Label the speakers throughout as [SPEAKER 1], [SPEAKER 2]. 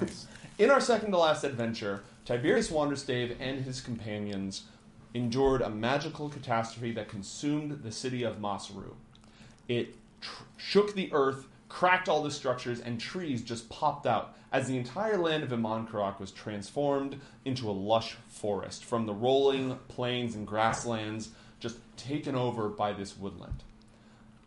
[SPEAKER 1] Nice. In our second to last adventure, Tiberius Wanderstave and his companions endured a magical catastrophe that consumed the city of Masaru. It tr- shook the earth, cracked all the structures, and trees just popped out as the entire land of Imankarak was transformed into a lush forest from the rolling plains and grasslands just taken over by this woodland.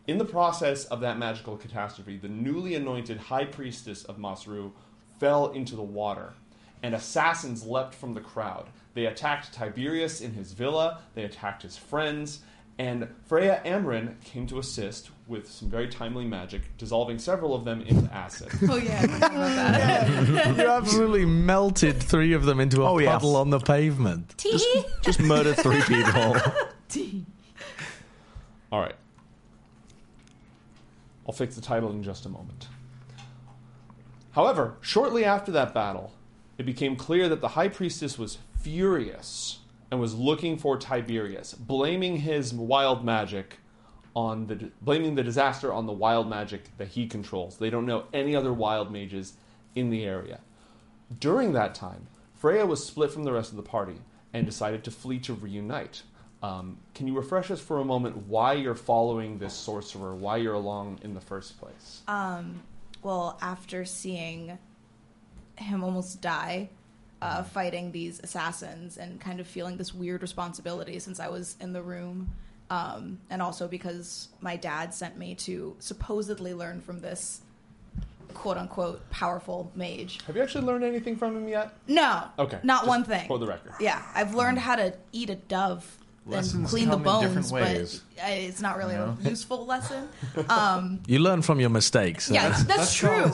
[SPEAKER 1] In the process of that magical catastrophe, the newly anointed high priestess of Masru fell into the water, and assassins leapt from the crowd. They attacked Tiberius in his villa, they attacked his friends, and Freya Amryn came to assist with some very timely magic, dissolving several of them into acid.
[SPEAKER 2] Oh yeah, I forgot about that.
[SPEAKER 3] You absolutely melted three of them into a
[SPEAKER 4] Oh, yes.
[SPEAKER 3] puddle on the pavement.
[SPEAKER 4] Just, just murder three people.
[SPEAKER 1] All right. I'll fix the title in just a moment. However, shortly after that battle, it became clear that the high priestess was furious and was looking for Tiberius, blaming his wild magic on the blaming the disaster on the wild magic that he controls. They don't know any other wild mages in the area. During that time, Freya was split from the rest of the party and decided to flee to reunite. Um, can you refresh us for a moment why you're following this sorcerer, why you're along in the first place?
[SPEAKER 2] Um, well, after seeing him almost die uh, fighting these assassins and kind of feeling this weird responsibility since I was in the room, um, and also because my dad sent me to supposedly learn from this quote unquote powerful mage.
[SPEAKER 1] Have you actually learned anything from him yet?
[SPEAKER 2] No.
[SPEAKER 1] Okay,
[SPEAKER 2] Not
[SPEAKER 1] just
[SPEAKER 2] one thing.
[SPEAKER 1] for the record.
[SPEAKER 2] Yeah, I've learned how to eat a dove and
[SPEAKER 5] Lessons
[SPEAKER 2] clean the
[SPEAKER 5] come in different
[SPEAKER 2] bones, but
[SPEAKER 5] ways.
[SPEAKER 2] uh, it's not really
[SPEAKER 5] You know?
[SPEAKER 2] a useful lesson. Um,
[SPEAKER 3] You learn from your mistakes.
[SPEAKER 2] Yeah, that's,
[SPEAKER 5] called
[SPEAKER 2] true.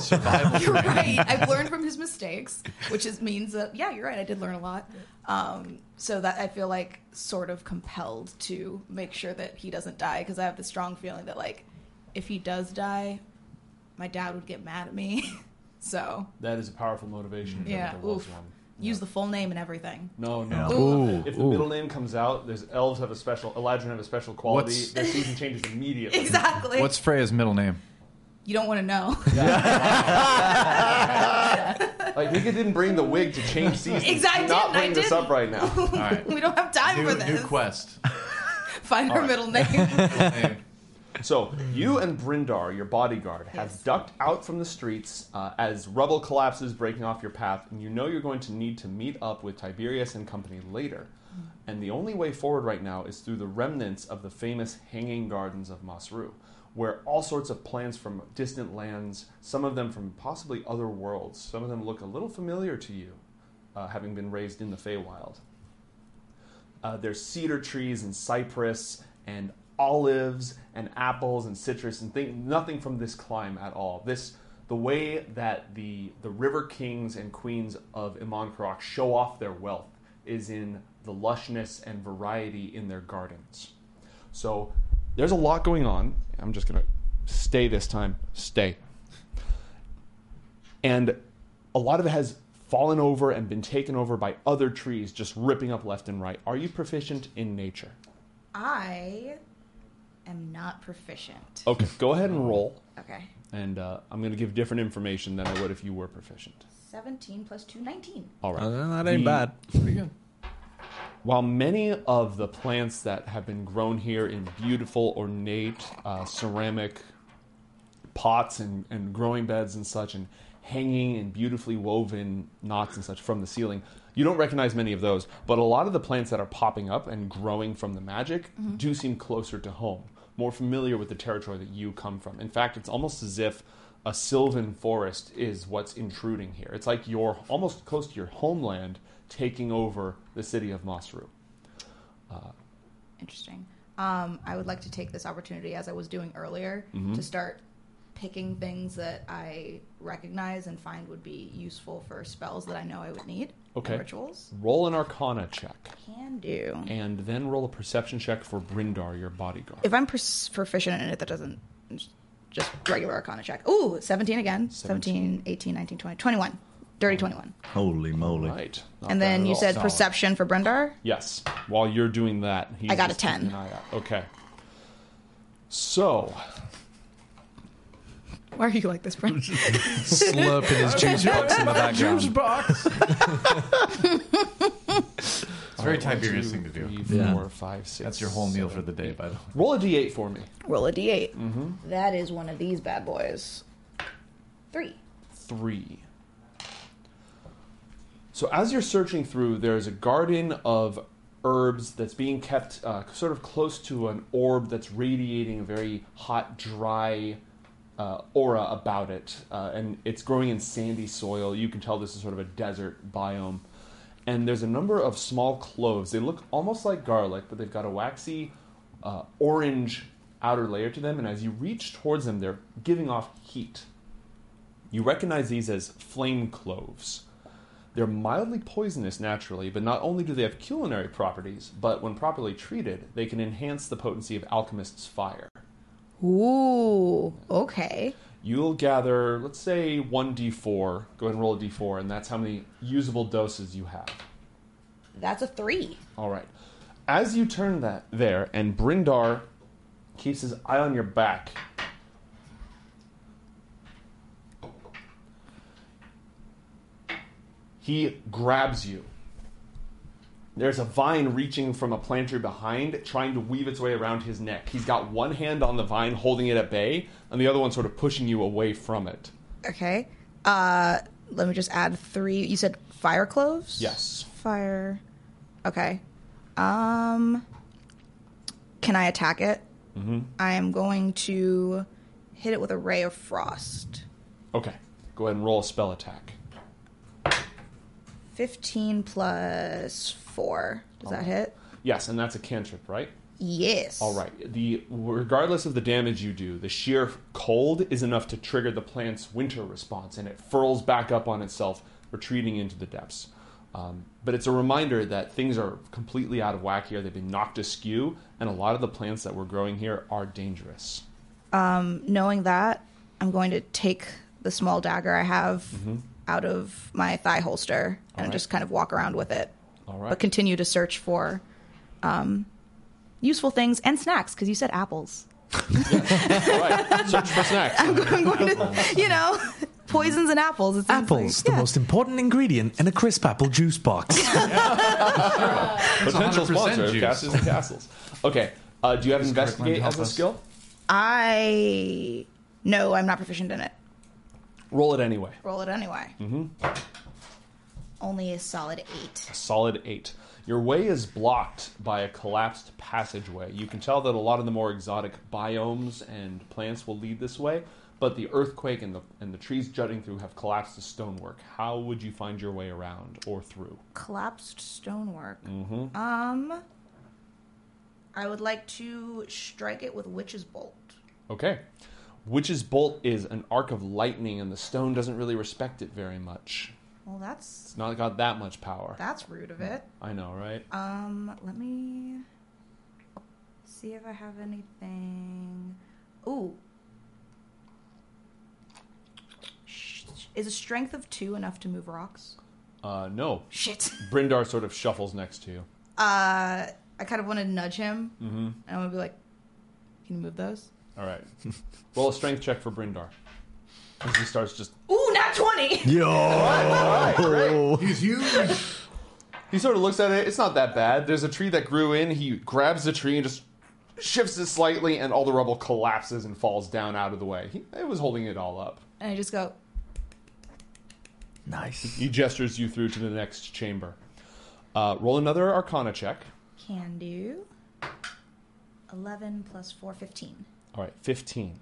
[SPEAKER 5] survival
[SPEAKER 2] You're right. I've learned from his mistakes, which is, means that yeah, you're right. I did learn a lot. Um, so that I feel like sort of compelled to make sure that he doesn't die because I have the strong feeling that like if he does die, my dad would get mad at me. so
[SPEAKER 1] That is a powerful motivation. if
[SPEAKER 2] yeah,
[SPEAKER 1] ever there was
[SPEAKER 2] oof.
[SPEAKER 1] one.
[SPEAKER 2] Use the full name and everything.
[SPEAKER 1] No, no.
[SPEAKER 2] Ooh.
[SPEAKER 1] If the middle name comes out, there's elves have a special, Eladrin have a special quality.
[SPEAKER 5] What's-
[SPEAKER 1] Their season changes immediately.
[SPEAKER 2] Exactly.
[SPEAKER 5] What's Freya's middle name?
[SPEAKER 2] you don't want to know.
[SPEAKER 1] Like Nika didn't bring the wig to change seasons.
[SPEAKER 2] Exactly,
[SPEAKER 1] Do Not
[SPEAKER 2] I
[SPEAKER 1] bring this
[SPEAKER 2] didn't.
[SPEAKER 1] up right now.
[SPEAKER 5] All right.
[SPEAKER 2] we don't have time
[SPEAKER 5] New,
[SPEAKER 2] for
[SPEAKER 5] new
[SPEAKER 2] this.
[SPEAKER 5] quest.
[SPEAKER 2] Find her
[SPEAKER 1] right.
[SPEAKER 2] middle name.
[SPEAKER 5] Name.
[SPEAKER 1] So you and Brindar, your bodyguard, have
[SPEAKER 2] Yes.
[SPEAKER 1] ducked out from the streets uh, as rubble collapses, breaking off your path, and you know you're going to need to meet up with Tiberius and company later. And the only way forward right now is through the remnants of the famous Hanging Gardens of Masru, where all sorts of plants from distant lands, some of them from possibly other worlds, some of them look a little familiar to you, uh, having been raised in the Feywild. Uh, there's cedar trees and cypress and olives and apples and citrus and thing, nothing from this clime at all. This the way that the the river kings and queens of Imankarak show off their wealth is in the lushness and variety in their gardens. So there's a lot going on. I'm just gonna stay this time. Stay and a lot of it has fallen over and been taken over by other trees just ripping up left and right are you proficient in nature
[SPEAKER 2] I am not proficient.
[SPEAKER 1] okay go ahead and roll
[SPEAKER 2] Okay.
[SPEAKER 1] and uh, i'm going to give different information than i would if you were proficient
[SPEAKER 2] 17 plus 2, 19.
[SPEAKER 1] all right
[SPEAKER 3] Uh, that ain't
[SPEAKER 1] The-
[SPEAKER 3] bad.
[SPEAKER 5] Pretty good.
[SPEAKER 1] While many of the plants that have been grown here in beautiful, ornate uh, ceramic pots and, and growing beds and such, and hanging in beautifully woven knots and such from the ceiling, you don't recognize many of those. But a lot of the plants that are popping up and growing from the magic
[SPEAKER 2] Mm-hmm.
[SPEAKER 1] do seem closer to home, more familiar with the territory that you come from. In fact, it's almost as if a sylvan forest is what's intruding here. It's like you're almost close to your homeland taking over the city of Masru.
[SPEAKER 2] Interesting. Um, I would like to take this opportunity, as I was doing earlier,
[SPEAKER 1] Mm-hmm.
[SPEAKER 2] to start picking things that I recognize and find would be useful for spells that I know I would need. and
[SPEAKER 1] Okay.
[SPEAKER 2] rituals.
[SPEAKER 1] Roll an arcana check
[SPEAKER 2] Can do.
[SPEAKER 1] and then roll a perception check for Brindar, your bodyguard.
[SPEAKER 2] If I'm pers- proficient in it, that doesn't. Just regular Arcana check. Ooh, 17 again. 17, 18, 19, 20, 21. Dirty 21.
[SPEAKER 4] Holy moly.
[SPEAKER 1] Right. Not
[SPEAKER 2] And
[SPEAKER 1] Oh, bad
[SPEAKER 2] then
[SPEAKER 1] at
[SPEAKER 2] you
[SPEAKER 1] all.
[SPEAKER 2] said
[SPEAKER 1] Solid.
[SPEAKER 2] perception for Brendar?
[SPEAKER 1] Yes. While you're doing that, he's
[SPEAKER 2] I got a
[SPEAKER 1] just keeping
[SPEAKER 2] 10.
[SPEAKER 1] an eye out. Okay. So,
[SPEAKER 2] Why are you like this, Brent?
[SPEAKER 3] slurping his juice box in the background.
[SPEAKER 1] box.
[SPEAKER 5] It's a very Tiberius thing to do.
[SPEAKER 4] Yeah.
[SPEAKER 5] That's your whole meal for the day, by the way.
[SPEAKER 1] Roll a d8 for me.
[SPEAKER 2] Roll a d8.
[SPEAKER 1] Mm-hmm.
[SPEAKER 2] That is one of these bad boys. Three.
[SPEAKER 1] three. So as you're searching through, there's a garden of herbs that's being kept uh, sort of close to an orb that's radiating a very hot, dry uh, aura about it, uh, and it's growing in sandy soil. You can tell this is sort of a desert biome. And there's a number of small cloves. They look almost like garlic, but they've got a waxy uh, orange outer layer to them. And as you reach towards them, they're giving off heat. You recognize these as flame cloves. They're mildly poisonous naturally, but not only do they have culinary properties, but when properly treated, they can enhance the potency of alchemist's fire.
[SPEAKER 2] Ooh. Okay.
[SPEAKER 1] You'll gather, let's say, 1d4. Go ahead and roll a d4, and that's how many usable doses you have.
[SPEAKER 2] That's a three.
[SPEAKER 1] All right. As you turn that there, and Brindar keeps his eye on your back, he grabs you. There's a vine reaching from a planter behind, trying to weave its way around his neck. He's got one hand on the vine, holding it at bay, and the other one sort of pushing you away from it.
[SPEAKER 2] Okay. Uh, let me just add three. You said fire cloves.
[SPEAKER 1] Yes.
[SPEAKER 2] Fire. Okay. Um. Can I attack it?
[SPEAKER 1] Mm-hmm.
[SPEAKER 2] I am going to hit it with a ray of frost.
[SPEAKER 1] Okay. Go ahead and roll a spell attack.
[SPEAKER 2] Fifteen plus four. Does that hit?
[SPEAKER 1] Yes, and that's a cantrip, right?
[SPEAKER 2] Yes.
[SPEAKER 1] All right. The regardless of the damage you do, the sheer cold is enough to trigger the plant's winter response, and it furls back up on itself, retreating into the depths. Um, but it's a reminder that things are completely out of whack here. They've been knocked askew, and a lot of the plants that we're growing here are dangerous.
[SPEAKER 2] knowing that, I'm going to take the small dagger I have
[SPEAKER 3] Mm-hmm.
[SPEAKER 2] out of my thigh holster and
[SPEAKER 1] right.
[SPEAKER 2] just kind of walk around with it.
[SPEAKER 1] All right.
[SPEAKER 2] But continue to search for um, useful things and snacks because you said apples.
[SPEAKER 1] All right. Search for snacks.
[SPEAKER 2] I'm going to, you know, poisons and apples. It seems
[SPEAKER 3] Apples,
[SPEAKER 2] like-
[SPEAKER 3] the
[SPEAKER 2] yeah.
[SPEAKER 3] most important ingredient in a crisp apple juice box.
[SPEAKER 1] Potential
[SPEAKER 5] 100%
[SPEAKER 1] sponsor of
[SPEAKER 5] juice.
[SPEAKER 1] Castles and Castles. Okay. Uh, do you have
[SPEAKER 5] Kirkland
[SPEAKER 1] investigate
[SPEAKER 5] help
[SPEAKER 1] as a
[SPEAKER 5] us?
[SPEAKER 1] skill?
[SPEAKER 2] I no, I'm not proficient in it.
[SPEAKER 1] Roll it anyway.
[SPEAKER 2] Roll it anyway.
[SPEAKER 3] Mm-hmm.
[SPEAKER 2] Only a solid eight.
[SPEAKER 1] solid eight. Your way is blocked by a collapsed passageway. You can tell that a lot of the more exotic biomes and plants will lead this way, but the earthquake and the and the trees jutting through have collapsed the stonework. How would you find your way around or through?
[SPEAKER 2] collapsed stonework. Um, I would like to strike it with witch's bolt.
[SPEAKER 1] Okay. Witch's bolt is an arc of lightning, and the stone doesn't really respect it very much.
[SPEAKER 2] Well, that's
[SPEAKER 1] It's not got that much power.
[SPEAKER 2] that's rude of it.
[SPEAKER 1] I know, right?
[SPEAKER 2] Um, let me see if I have anything. Ooh, Sh- is a strength of two enough to move rocks?
[SPEAKER 1] Uh, no.
[SPEAKER 2] Shit.
[SPEAKER 1] Brindar sort of shuffles next to you.
[SPEAKER 2] Uh, I kind of want to nudge him. Mm-hmm. And I want to be like, "Can you move those?"
[SPEAKER 1] All right. Roll a strength check for Brindar. As he starts just
[SPEAKER 2] Ooh, not twenty.
[SPEAKER 4] Yo!
[SPEAKER 5] He's huge.
[SPEAKER 1] He sort of looks at it. It's not that bad. There's a tree that grew in. He grabs the tree and just shifts it slightly, and all the rubble collapses and falls down out of the way. He, it was holding it all up.
[SPEAKER 2] And I just go,
[SPEAKER 4] nice.
[SPEAKER 1] He gestures you through to the next chamber. Uh, roll another Arcana check.
[SPEAKER 2] Can do. 11 plus 4, 15.
[SPEAKER 1] All right, 15.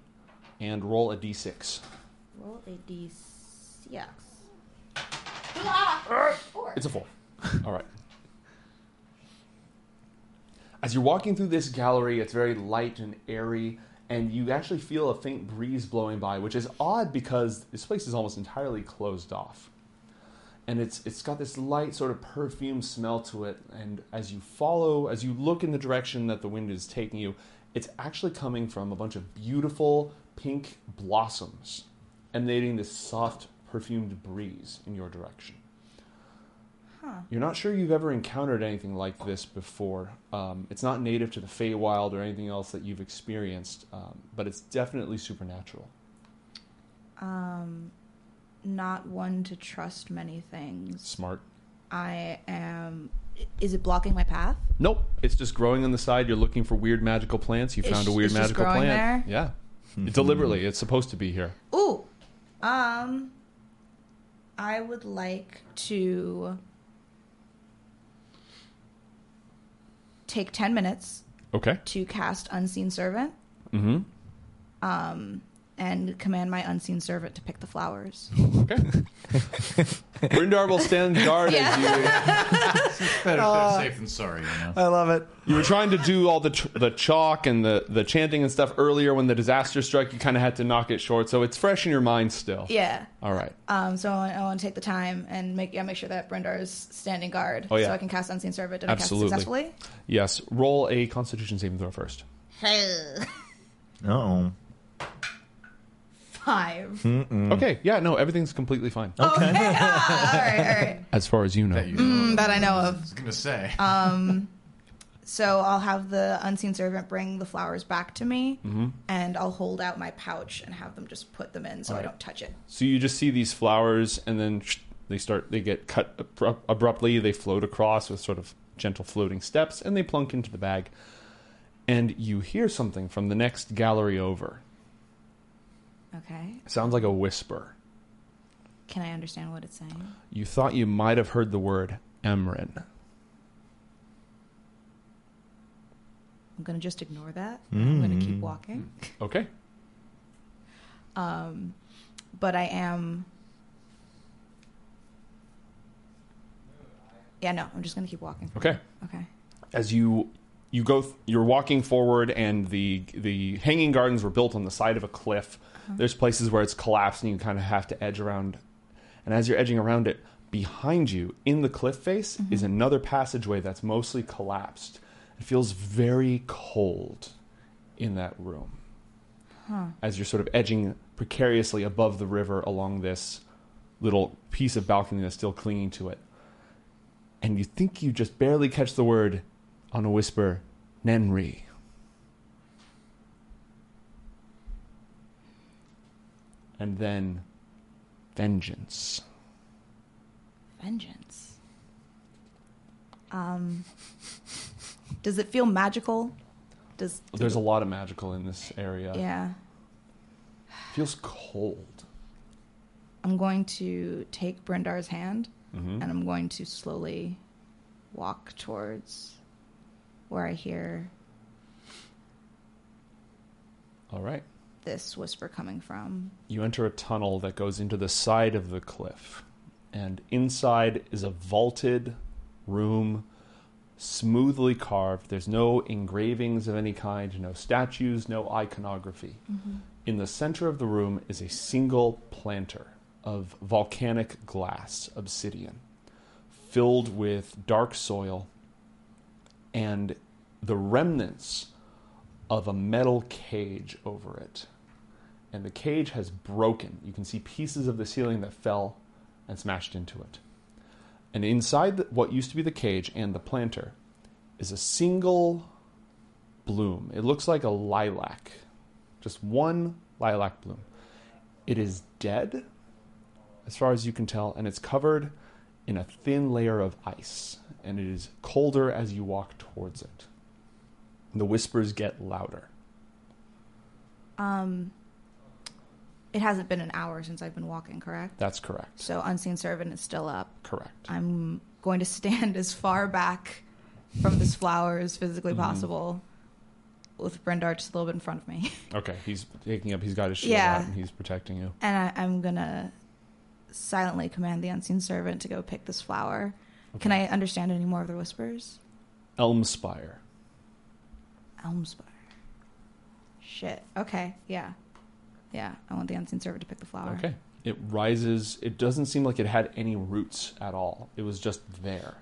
[SPEAKER 1] And roll a d6.
[SPEAKER 2] Roll a d6.
[SPEAKER 1] It's a four. All right. As you're walking through this gallery, it's very light and airy, and you actually feel a faint breeze blowing by, which is odd because this place is almost entirely closed off. And it's it's got this light sort of perfume smell to it, and as you follow, as you look in the direction that the wind is taking you, it's actually coming from a bunch of beautiful pink blossoms emanating this soft perfumed breeze in your direction. You're not sure you've ever encountered anything like this before. Um, it's not native to the Feywild or anything else that you've experienced, um, but it's definitely supernatural.
[SPEAKER 2] Um, not one to trust many things.
[SPEAKER 1] Smart.
[SPEAKER 2] I am. Is it blocking my path?
[SPEAKER 1] Nope. It's just growing on the side. You're looking for weird magical plants. You
[SPEAKER 2] It's
[SPEAKER 1] found a
[SPEAKER 2] ju-
[SPEAKER 1] weird
[SPEAKER 2] it's just
[SPEAKER 1] magical
[SPEAKER 2] growing
[SPEAKER 1] plant. Yeah. Deliberately. It's supposed to be here.
[SPEAKER 2] Ooh. Um I would like to take 10 minutes
[SPEAKER 1] Okay.
[SPEAKER 2] to cast unseen servant
[SPEAKER 1] Mm-hmm.
[SPEAKER 2] um and command my unseen servant to pick the flowers.
[SPEAKER 1] Okay. Brindar will stand guard as you.
[SPEAKER 5] Better
[SPEAKER 3] Uh,
[SPEAKER 5] safe than sorry, you know.
[SPEAKER 3] I love it.
[SPEAKER 1] You were trying to do all the tr- the chalk and the, the chanting and stuff earlier when the disaster struck. You kind of had to knock it short, so it's fresh in your mind still.
[SPEAKER 2] Yeah.
[SPEAKER 1] All right.
[SPEAKER 2] Um, so I want, I want to take the time and make yeah, make sure that Brindar is standing guard
[SPEAKER 1] Oh, yeah.
[SPEAKER 2] so I can cast unseen servant. Did
[SPEAKER 1] Absolutely.
[SPEAKER 2] I cast it successfully?
[SPEAKER 1] Yes. Roll a Constitution saving throw first.
[SPEAKER 4] Oh.
[SPEAKER 2] Five.
[SPEAKER 1] Hmm, Okay. Yeah. No. Everything's completely fine
[SPEAKER 4] Okay.
[SPEAKER 2] Okay. ah, all right. All right.
[SPEAKER 1] as far as Oh. you know.
[SPEAKER 5] That you know.
[SPEAKER 2] Mm, that I know of.
[SPEAKER 5] I was gonna say.
[SPEAKER 2] So I'll have the unseen servant bring the flowers back to me,
[SPEAKER 1] Mm-hmm.
[SPEAKER 2] and I'll hold out my pouch and have them just put them in so I don't touch it.
[SPEAKER 1] So you just see these flowers, and then they start. They get cut abru- abruptly. They float across with sort of gentle floating steps, and they plunk into the bag. And you hear something from the next gallery over.
[SPEAKER 2] Okay.
[SPEAKER 1] Sounds like a whisper.
[SPEAKER 2] Can I understand what it's saying?
[SPEAKER 1] You thought you might have heard the word Emrin.
[SPEAKER 2] I'm gonna just ignore that. I'm gonna
[SPEAKER 1] Hmm.
[SPEAKER 2] keep walking.
[SPEAKER 1] Okay.
[SPEAKER 2] Um, but I am. Yeah, no, I'm just gonna keep walking.
[SPEAKER 1] Okay.
[SPEAKER 2] Okay.
[SPEAKER 1] as you you go th- you're walking forward and the the hanging gardens were built on the side of a cliff there's places where it's collapsed and you kind of have to edge around and as you're edging around it behind you in the cliff face is another passageway that's mostly collapsed it feels very cold in that room as you're sort of edging precariously above the river along this little piece of balcony that's still clinging to it and you think you just barely catch the word on a whisper, Nenri. And then vengeance.
[SPEAKER 2] Vengeance. Um. Does it feel magical? Does
[SPEAKER 1] There's a lot of magical in this area.
[SPEAKER 2] yeah.
[SPEAKER 1] Feels cold.
[SPEAKER 2] I'm going to take Brendar's hand
[SPEAKER 1] Mhm.
[SPEAKER 2] and I'm going to slowly walk towards where I hear
[SPEAKER 1] All right.
[SPEAKER 2] this whisper coming from.
[SPEAKER 1] You enter a tunnel that goes into the side of the cliff, and inside is a vaulted room, smoothly carved. There's no engravings of any kind, no statues, no iconography. In the center of the room is a single planter of volcanic glass, obsidian, filled with dark soil and the remnants of a metal cage over it and the cage has broken. You can see pieces of the ceiling that fell and smashed into it. And inside the, what used to be the cage and the planter is a single bloom. It looks like a lilac, just one lilac bloom. It is dead, as far as you can tell, and it's covered in a thin layer of ice, and it is colder as you walk towards it. The whispers get louder.
[SPEAKER 2] Um, it hasn't been an hour since I've been walking, correct?
[SPEAKER 1] That's correct.
[SPEAKER 2] So Unseen Servant is still up.
[SPEAKER 1] Correct.
[SPEAKER 2] I'm going to stand as far back from this flower as physically
[SPEAKER 1] Mm-hmm.
[SPEAKER 2] possible with Brendar just a little bit in front of me.
[SPEAKER 1] Okay, he's taking up. He's got his shield
[SPEAKER 2] Yeah.
[SPEAKER 1] out and he's protecting you.
[SPEAKER 2] And I, I'm gonna silently command the unseen servant to go pick this flower. Can I understand any more of the whispers?
[SPEAKER 1] Elmspire.
[SPEAKER 2] Elmspire. Shit. Okay. Yeah. Yeah. I want the unseen servant to pick the flower.
[SPEAKER 1] Okay. It rises. It doesn't seem like it had any roots at all. It was just there,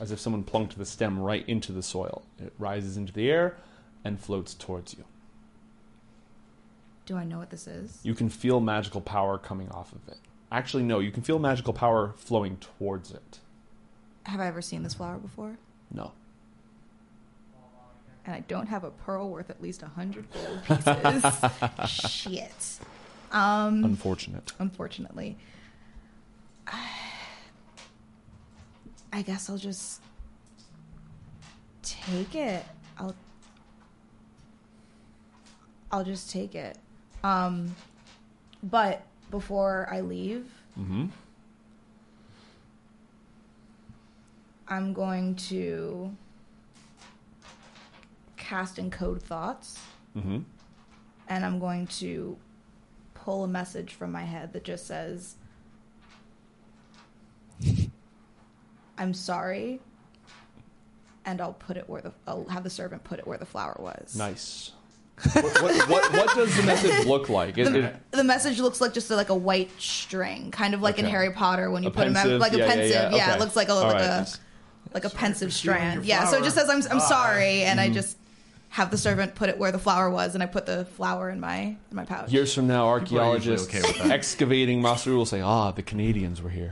[SPEAKER 1] as if someone plunked the stem right into the soil. It rises into the air and floats towards you.
[SPEAKER 2] Do I know what this is?
[SPEAKER 1] You can feel magical power coming off of it. Actually, no. You can feel magical power flowing towards it.
[SPEAKER 2] Have I ever seen this flower before?
[SPEAKER 1] No.
[SPEAKER 2] And I don't have a pearl worth at least a hundred gold pieces. Shit. Um,
[SPEAKER 1] Unfortunate.
[SPEAKER 2] unfortunately. I guess I'll just take it. I'll I'll just take it. Um but before I leave,
[SPEAKER 1] Mm-hmm.
[SPEAKER 2] I'm going to cast encode thoughts
[SPEAKER 1] Mm-hmm.
[SPEAKER 2] and I'm going to pull a message from my head that just says, "I'm sorry," and I'll put it where the I'll have the servant put it where the flower was.
[SPEAKER 1] Nice. what, what, what, what does the message look like? It-
[SPEAKER 2] The,
[SPEAKER 1] it-
[SPEAKER 2] the message looks like just a, like a white string, kind of like in
[SPEAKER 1] Okay.
[SPEAKER 2] Harry Potter when you
[SPEAKER 1] A
[SPEAKER 2] put him
[SPEAKER 1] pensive?
[SPEAKER 2] out, like
[SPEAKER 1] Yeah,
[SPEAKER 2] a
[SPEAKER 1] yeah,
[SPEAKER 2] pensive. Yeah,
[SPEAKER 1] yeah. Okay.
[SPEAKER 2] it looks like a
[SPEAKER 1] All
[SPEAKER 2] like
[SPEAKER 1] right.
[SPEAKER 2] a like a pensive
[SPEAKER 5] stealing your
[SPEAKER 2] strand. Yeah, so it just says
[SPEAKER 5] flower.
[SPEAKER 2] I'm
[SPEAKER 1] Ah.
[SPEAKER 2] I'm
[SPEAKER 5] Bye.
[SPEAKER 2] sorry, and
[SPEAKER 1] Mm-hmm.
[SPEAKER 2] I just have the servant put it where the flower was, and I put the flower in my in my pouch.
[SPEAKER 1] Years from now,
[SPEAKER 5] usually
[SPEAKER 1] archaeologists
[SPEAKER 5] okay with that.
[SPEAKER 1] excavating Masaru will say, "Ah, the Canadians were here."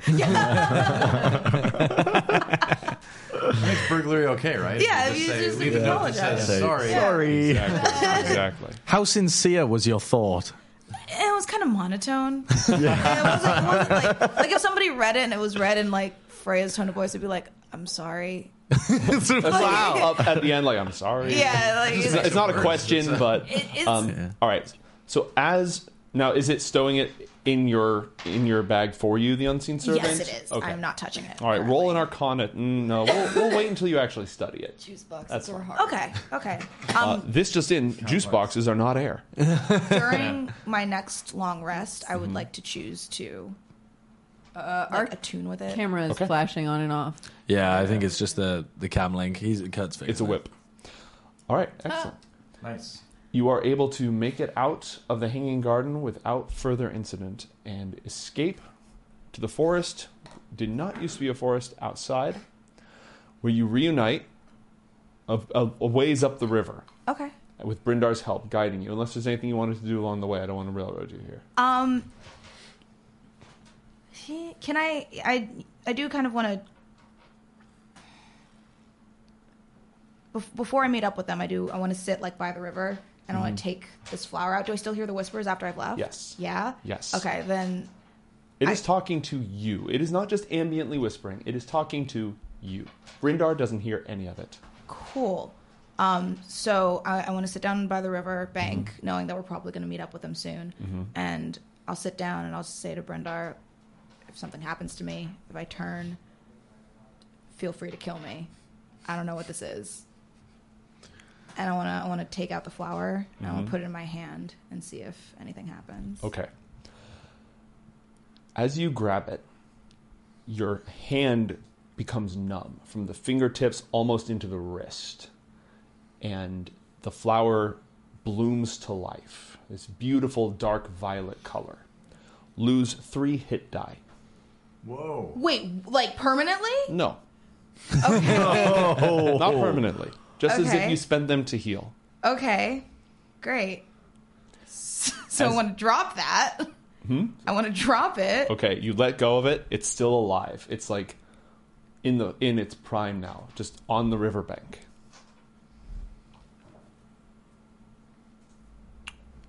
[SPEAKER 5] Makes burglary okay, right?
[SPEAKER 2] Yeah,
[SPEAKER 5] Just
[SPEAKER 2] you
[SPEAKER 5] say-
[SPEAKER 2] just
[SPEAKER 5] leave a note that
[SPEAKER 2] apologize.
[SPEAKER 5] says
[SPEAKER 3] Say,
[SPEAKER 5] sorry.
[SPEAKER 3] Sorry.
[SPEAKER 1] exactly. exactly.
[SPEAKER 3] How sincere was your thought?
[SPEAKER 2] it was kind of monotone. it wasn't, it wasn't like, like if somebody read it and it was read in like Freya's tone of voice, it'd be like, "I'm sorry."
[SPEAKER 1] wow. Up at the end, like, I'm sorry.
[SPEAKER 2] Yeah, like
[SPEAKER 1] It's not, it's not a question, but
[SPEAKER 2] It- it's-
[SPEAKER 1] um,
[SPEAKER 5] Yeah.
[SPEAKER 1] all right. So as now, is it stowing it in your in your bag for you? The unseen servant.
[SPEAKER 2] yes, it is. I'm not touching it.
[SPEAKER 1] All right. Roll an
[SPEAKER 2] currently.
[SPEAKER 1] Arcana. Mm, no, we'll, we'll wait until you actually study it.
[SPEAKER 6] Juice boxes
[SPEAKER 1] That's
[SPEAKER 6] are
[SPEAKER 1] fine.
[SPEAKER 6] hard.
[SPEAKER 2] Okay, okay.
[SPEAKER 1] Uh,
[SPEAKER 2] Um,
[SPEAKER 1] this just in: juice boxes are not air. Uh,
[SPEAKER 2] during my next long rest, I would
[SPEAKER 1] Mm-hmm.
[SPEAKER 2] like to choose to uh, like, attune with it.
[SPEAKER 6] Camera is
[SPEAKER 1] Okay.
[SPEAKER 6] flashing on and off.
[SPEAKER 7] Yeah, I think it's just the the cam link. He's it cuts fingers.
[SPEAKER 1] It's a whip. All right. Excellent.
[SPEAKER 5] Nice.
[SPEAKER 1] You are able to make it out of the Hanging Garden without further incident and escape to the forest. Did not used to be a forest outside, where you reunite a, a, a ways up the river
[SPEAKER 2] Okay.
[SPEAKER 1] with Brindar's help guiding you. Unless there's anything you wanted to do along the way, I don't want to railroad you here.
[SPEAKER 2] Um, he- can I? I I do kind of want to. Before I meet up with them, I do. I want to sit like by the river, and I want to take this flower out. Do I still hear the whispers after I've left?
[SPEAKER 1] Mm-hmm. Yes.
[SPEAKER 2] Yeah.
[SPEAKER 1] Yes.
[SPEAKER 2] Okay, then.
[SPEAKER 1] It is
[SPEAKER 2] I-
[SPEAKER 1] talking to you. It is not just ambiently whispering. It is talking to you. Brindar doesn't hear any of it.
[SPEAKER 2] Cool. Um, so I, I want to sit down by the river bank,
[SPEAKER 1] Mm-hmm.
[SPEAKER 2] knowing that we're probably going to meet up with them soon. And I'll sit down and I'll just say to Brendar, if something happens to me, if I turn, feel free to kill me. I don't know what this is. And I want to I want to take out the flower and I want to put it in my hand and see if anything happens.
[SPEAKER 1] Mm-hmm. Okay. As you grab it, your hand becomes numb from the fingertips almost into the wrist. And the flower blooms to life. This beautiful dark violet color. Lose three hit die.
[SPEAKER 5] Whoa.
[SPEAKER 2] Wait, like permanently?
[SPEAKER 1] No. Not permanently. Just as if
[SPEAKER 2] Okay.
[SPEAKER 1] you spent them to heal.
[SPEAKER 2] Okay, great. So I
[SPEAKER 1] As- Hmm?
[SPEAKER 2] want to drop that. I want to drop it.
[SPEAKER 1] Okay, you let go of it, it's still alive. It's like in the in its prime now, just on the riverbank.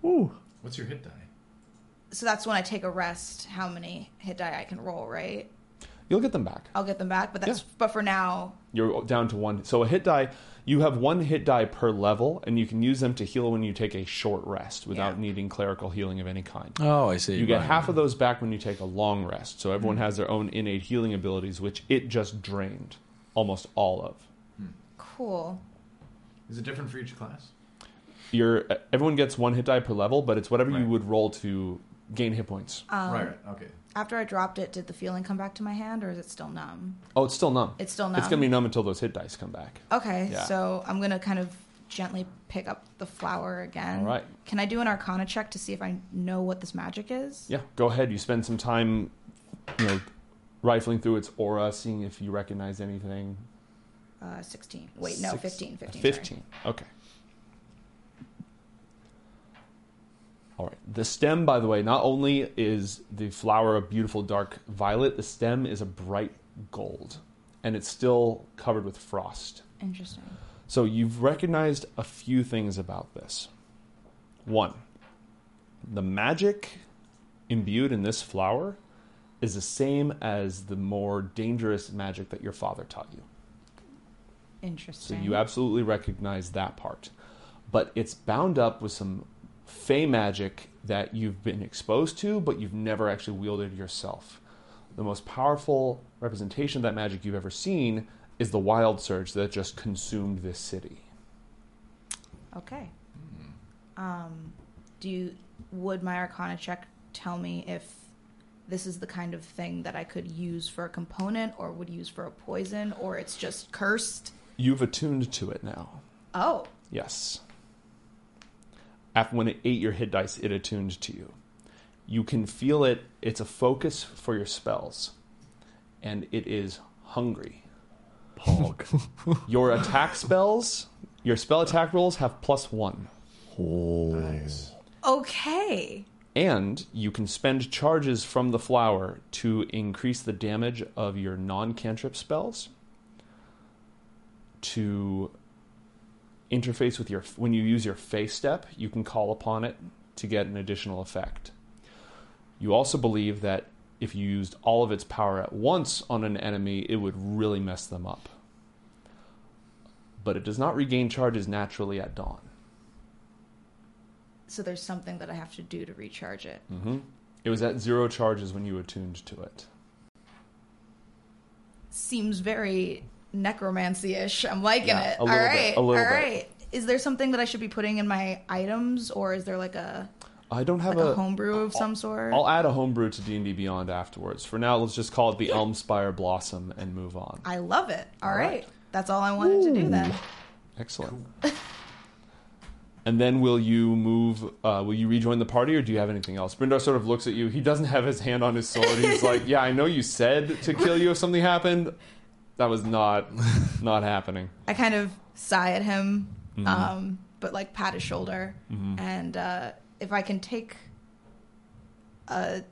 [SPEAKER 5] What's your hit die?
[SPEAKER 2] So that's when I take a rest. How many hit die I can roll, right?
[SPEAKER 1] You'll get them back.
[SPEAKER 2] I'll get them back, but that's
[SPEAKER 1] Yeah.
[SPEAKER 2] but for now.
[SPEAKER 1] You're down to one. So a hit die, you have one hit die per level, and you can use them to heal when you take a short rest without
[SPEAKER 2] Yeah.
[SPEAKER 1] needing clerical healing of any kind.
[SPEAKER 7] Oh, I see.
[SPEAKER 1] You get
[SPEAKER 7] Right.
[SPEAKER 1] half of those back when you take a long rest. So everyone has their own innate healing abilities, which it just drained almost all of.
[SPEAKER 2] Cool.
[SPEAKER 5] Is it different for each class?
[SPEAKER 1] Your uh, everyone gets one hit die per level, but it's whatever you
[SPEAKER 5] Right.
[SPEAKER 1] would roll to gain hit points.
[SPEAKER 5] right, right. Okay.
[SPEAKER 2] After I dropped it, did the feeling come back to my hand, or is it still numb?
[SPEAKER 1] oh, it's still numb.
[SPEAKER 2] It's still
[SPEAKER 1] It's
[SPEAKER 2] numb?
[SPEAKER 1] gonna be numb until those hit dice come back.
[SPEAKER 2] Okay,
[SPEAKER 1] Yeah.
[SPEAKER 2] so I'm gonna kind of gently pick up the flower again.
[SPEAKER 1] All right.
[SPEAKER 2] Can I do an Arcana check to see if I know what this magic is?
[SPEAKER 1] Yeah, go ahead. You spend some time, you know, rifling through its aura, seeing if you recognize anything.
[SPEAKER 2] Uh, 16. Wait, no,
[SPEAKER 1] Six-
[SPEAKER 2] 15. 15. sorry.
[SPEAKER 1] 15. Okay. All right. The stem, by the way, not only is the flower a beautiful dark violet, the stem is a bright gold, and it's still covered with frost.
[SPEAKER 2] Interesting.
[SPEAKER 1] So you've recognized a few things about this. One, the magic imbued in this flower is the same as the more dangerous magic that your father taught you. So
[SPEAKER 6] Interesting.
[SPEAKER 1] you absolutely recognize that part. But it's bound up with some fey magic that you've been exposed to, but you've never actually wielded yourself. The most powerful representation of that magic you've ever seen is the wild surge that just consumed this city.
[SPEAKER 2] Okay.
[SPEAKER 1] Hmm.
[SPEAKER 2] Um, do you, would my Arcana check tell me if this is the kind of thing that I could use for a component, or would use for a poison, or it's just cursed?
[SPEAKER 1] You've attuned to it now.
[SPEAKER 2] Oh,
[SPEAKER 1] Yes. After when it ate your hit dice, it attuned to you. You can feel it. It's a focus for your spells, and it is hungry. Pog. your attack spells, your spell attack rolls have plus one.
[SPEAKER 3] Oh.
[SPEAKER 5] Nice.
[SPEAKER 2] okay.
[SPEAKER 1] And you can spend charges from the flower to increase the damage of your non cantrip spells to interface with your. When you use your face step, you can call upon it to get an additional effect. You also believe that if you used all of its power at once on an enemy, it would really mess them up. But it does not regain charges naturally at dawn.
[SPEAKER 2] So there's something that I have to do to recharge it.
[SPEAKER 1] Mm-hmm. It was at zero charges when you attuned to it.
[SPEAKER 2] Seems very necromancy ish. I'm liking
[SPEAKER 1] Yeah,
[SPEAKER 2] it.
[SPEAKER 1] a
[SPEAKER 2] All
[SPEAKER 1] little bit,
[SPEAKER 2] right.
[SPEAKER 1] a
[SPEAKER 2] all
[SPEAKER 1] little bit.
[SPEAKER 2] right. Is there something that I should be putting in my items, or is there like a
[SPEAKER 1] I don't have
[SPEAKER 2] like a, homebrew of some sort?
[SPEAKER 1] I'll add a homebrew to D and D Beyond afterwards. For now, let's just call it the Elmspire Blossom and move on.
[SPEAKER 2] I love it. All
[SPEAKER 1] All
[SPEAKER 2] right.
[SPEAKER 1] right.
[SPEAKER 2] That's all I wanted to do then.
[SPEAKER 1] Excellent. and then will you move? Uh, will you rejoin the party, or do you have anything else? Brindar sort of looks at you. He doesn't have his hand on his sword. He's like, "Yeah, I know you said to kill you if something happened. That was not not happening."
[SPEAKER 2] I kind of sigh at him,
[SPEAKER 1] Mhm.
[SPEAKER 8] Mm-hmm.
[SPEAKER 2] um, but like pat his shoulder.
[SPEAKER 1] Mhm.
[SPEAKER 2] And uh, if I can take a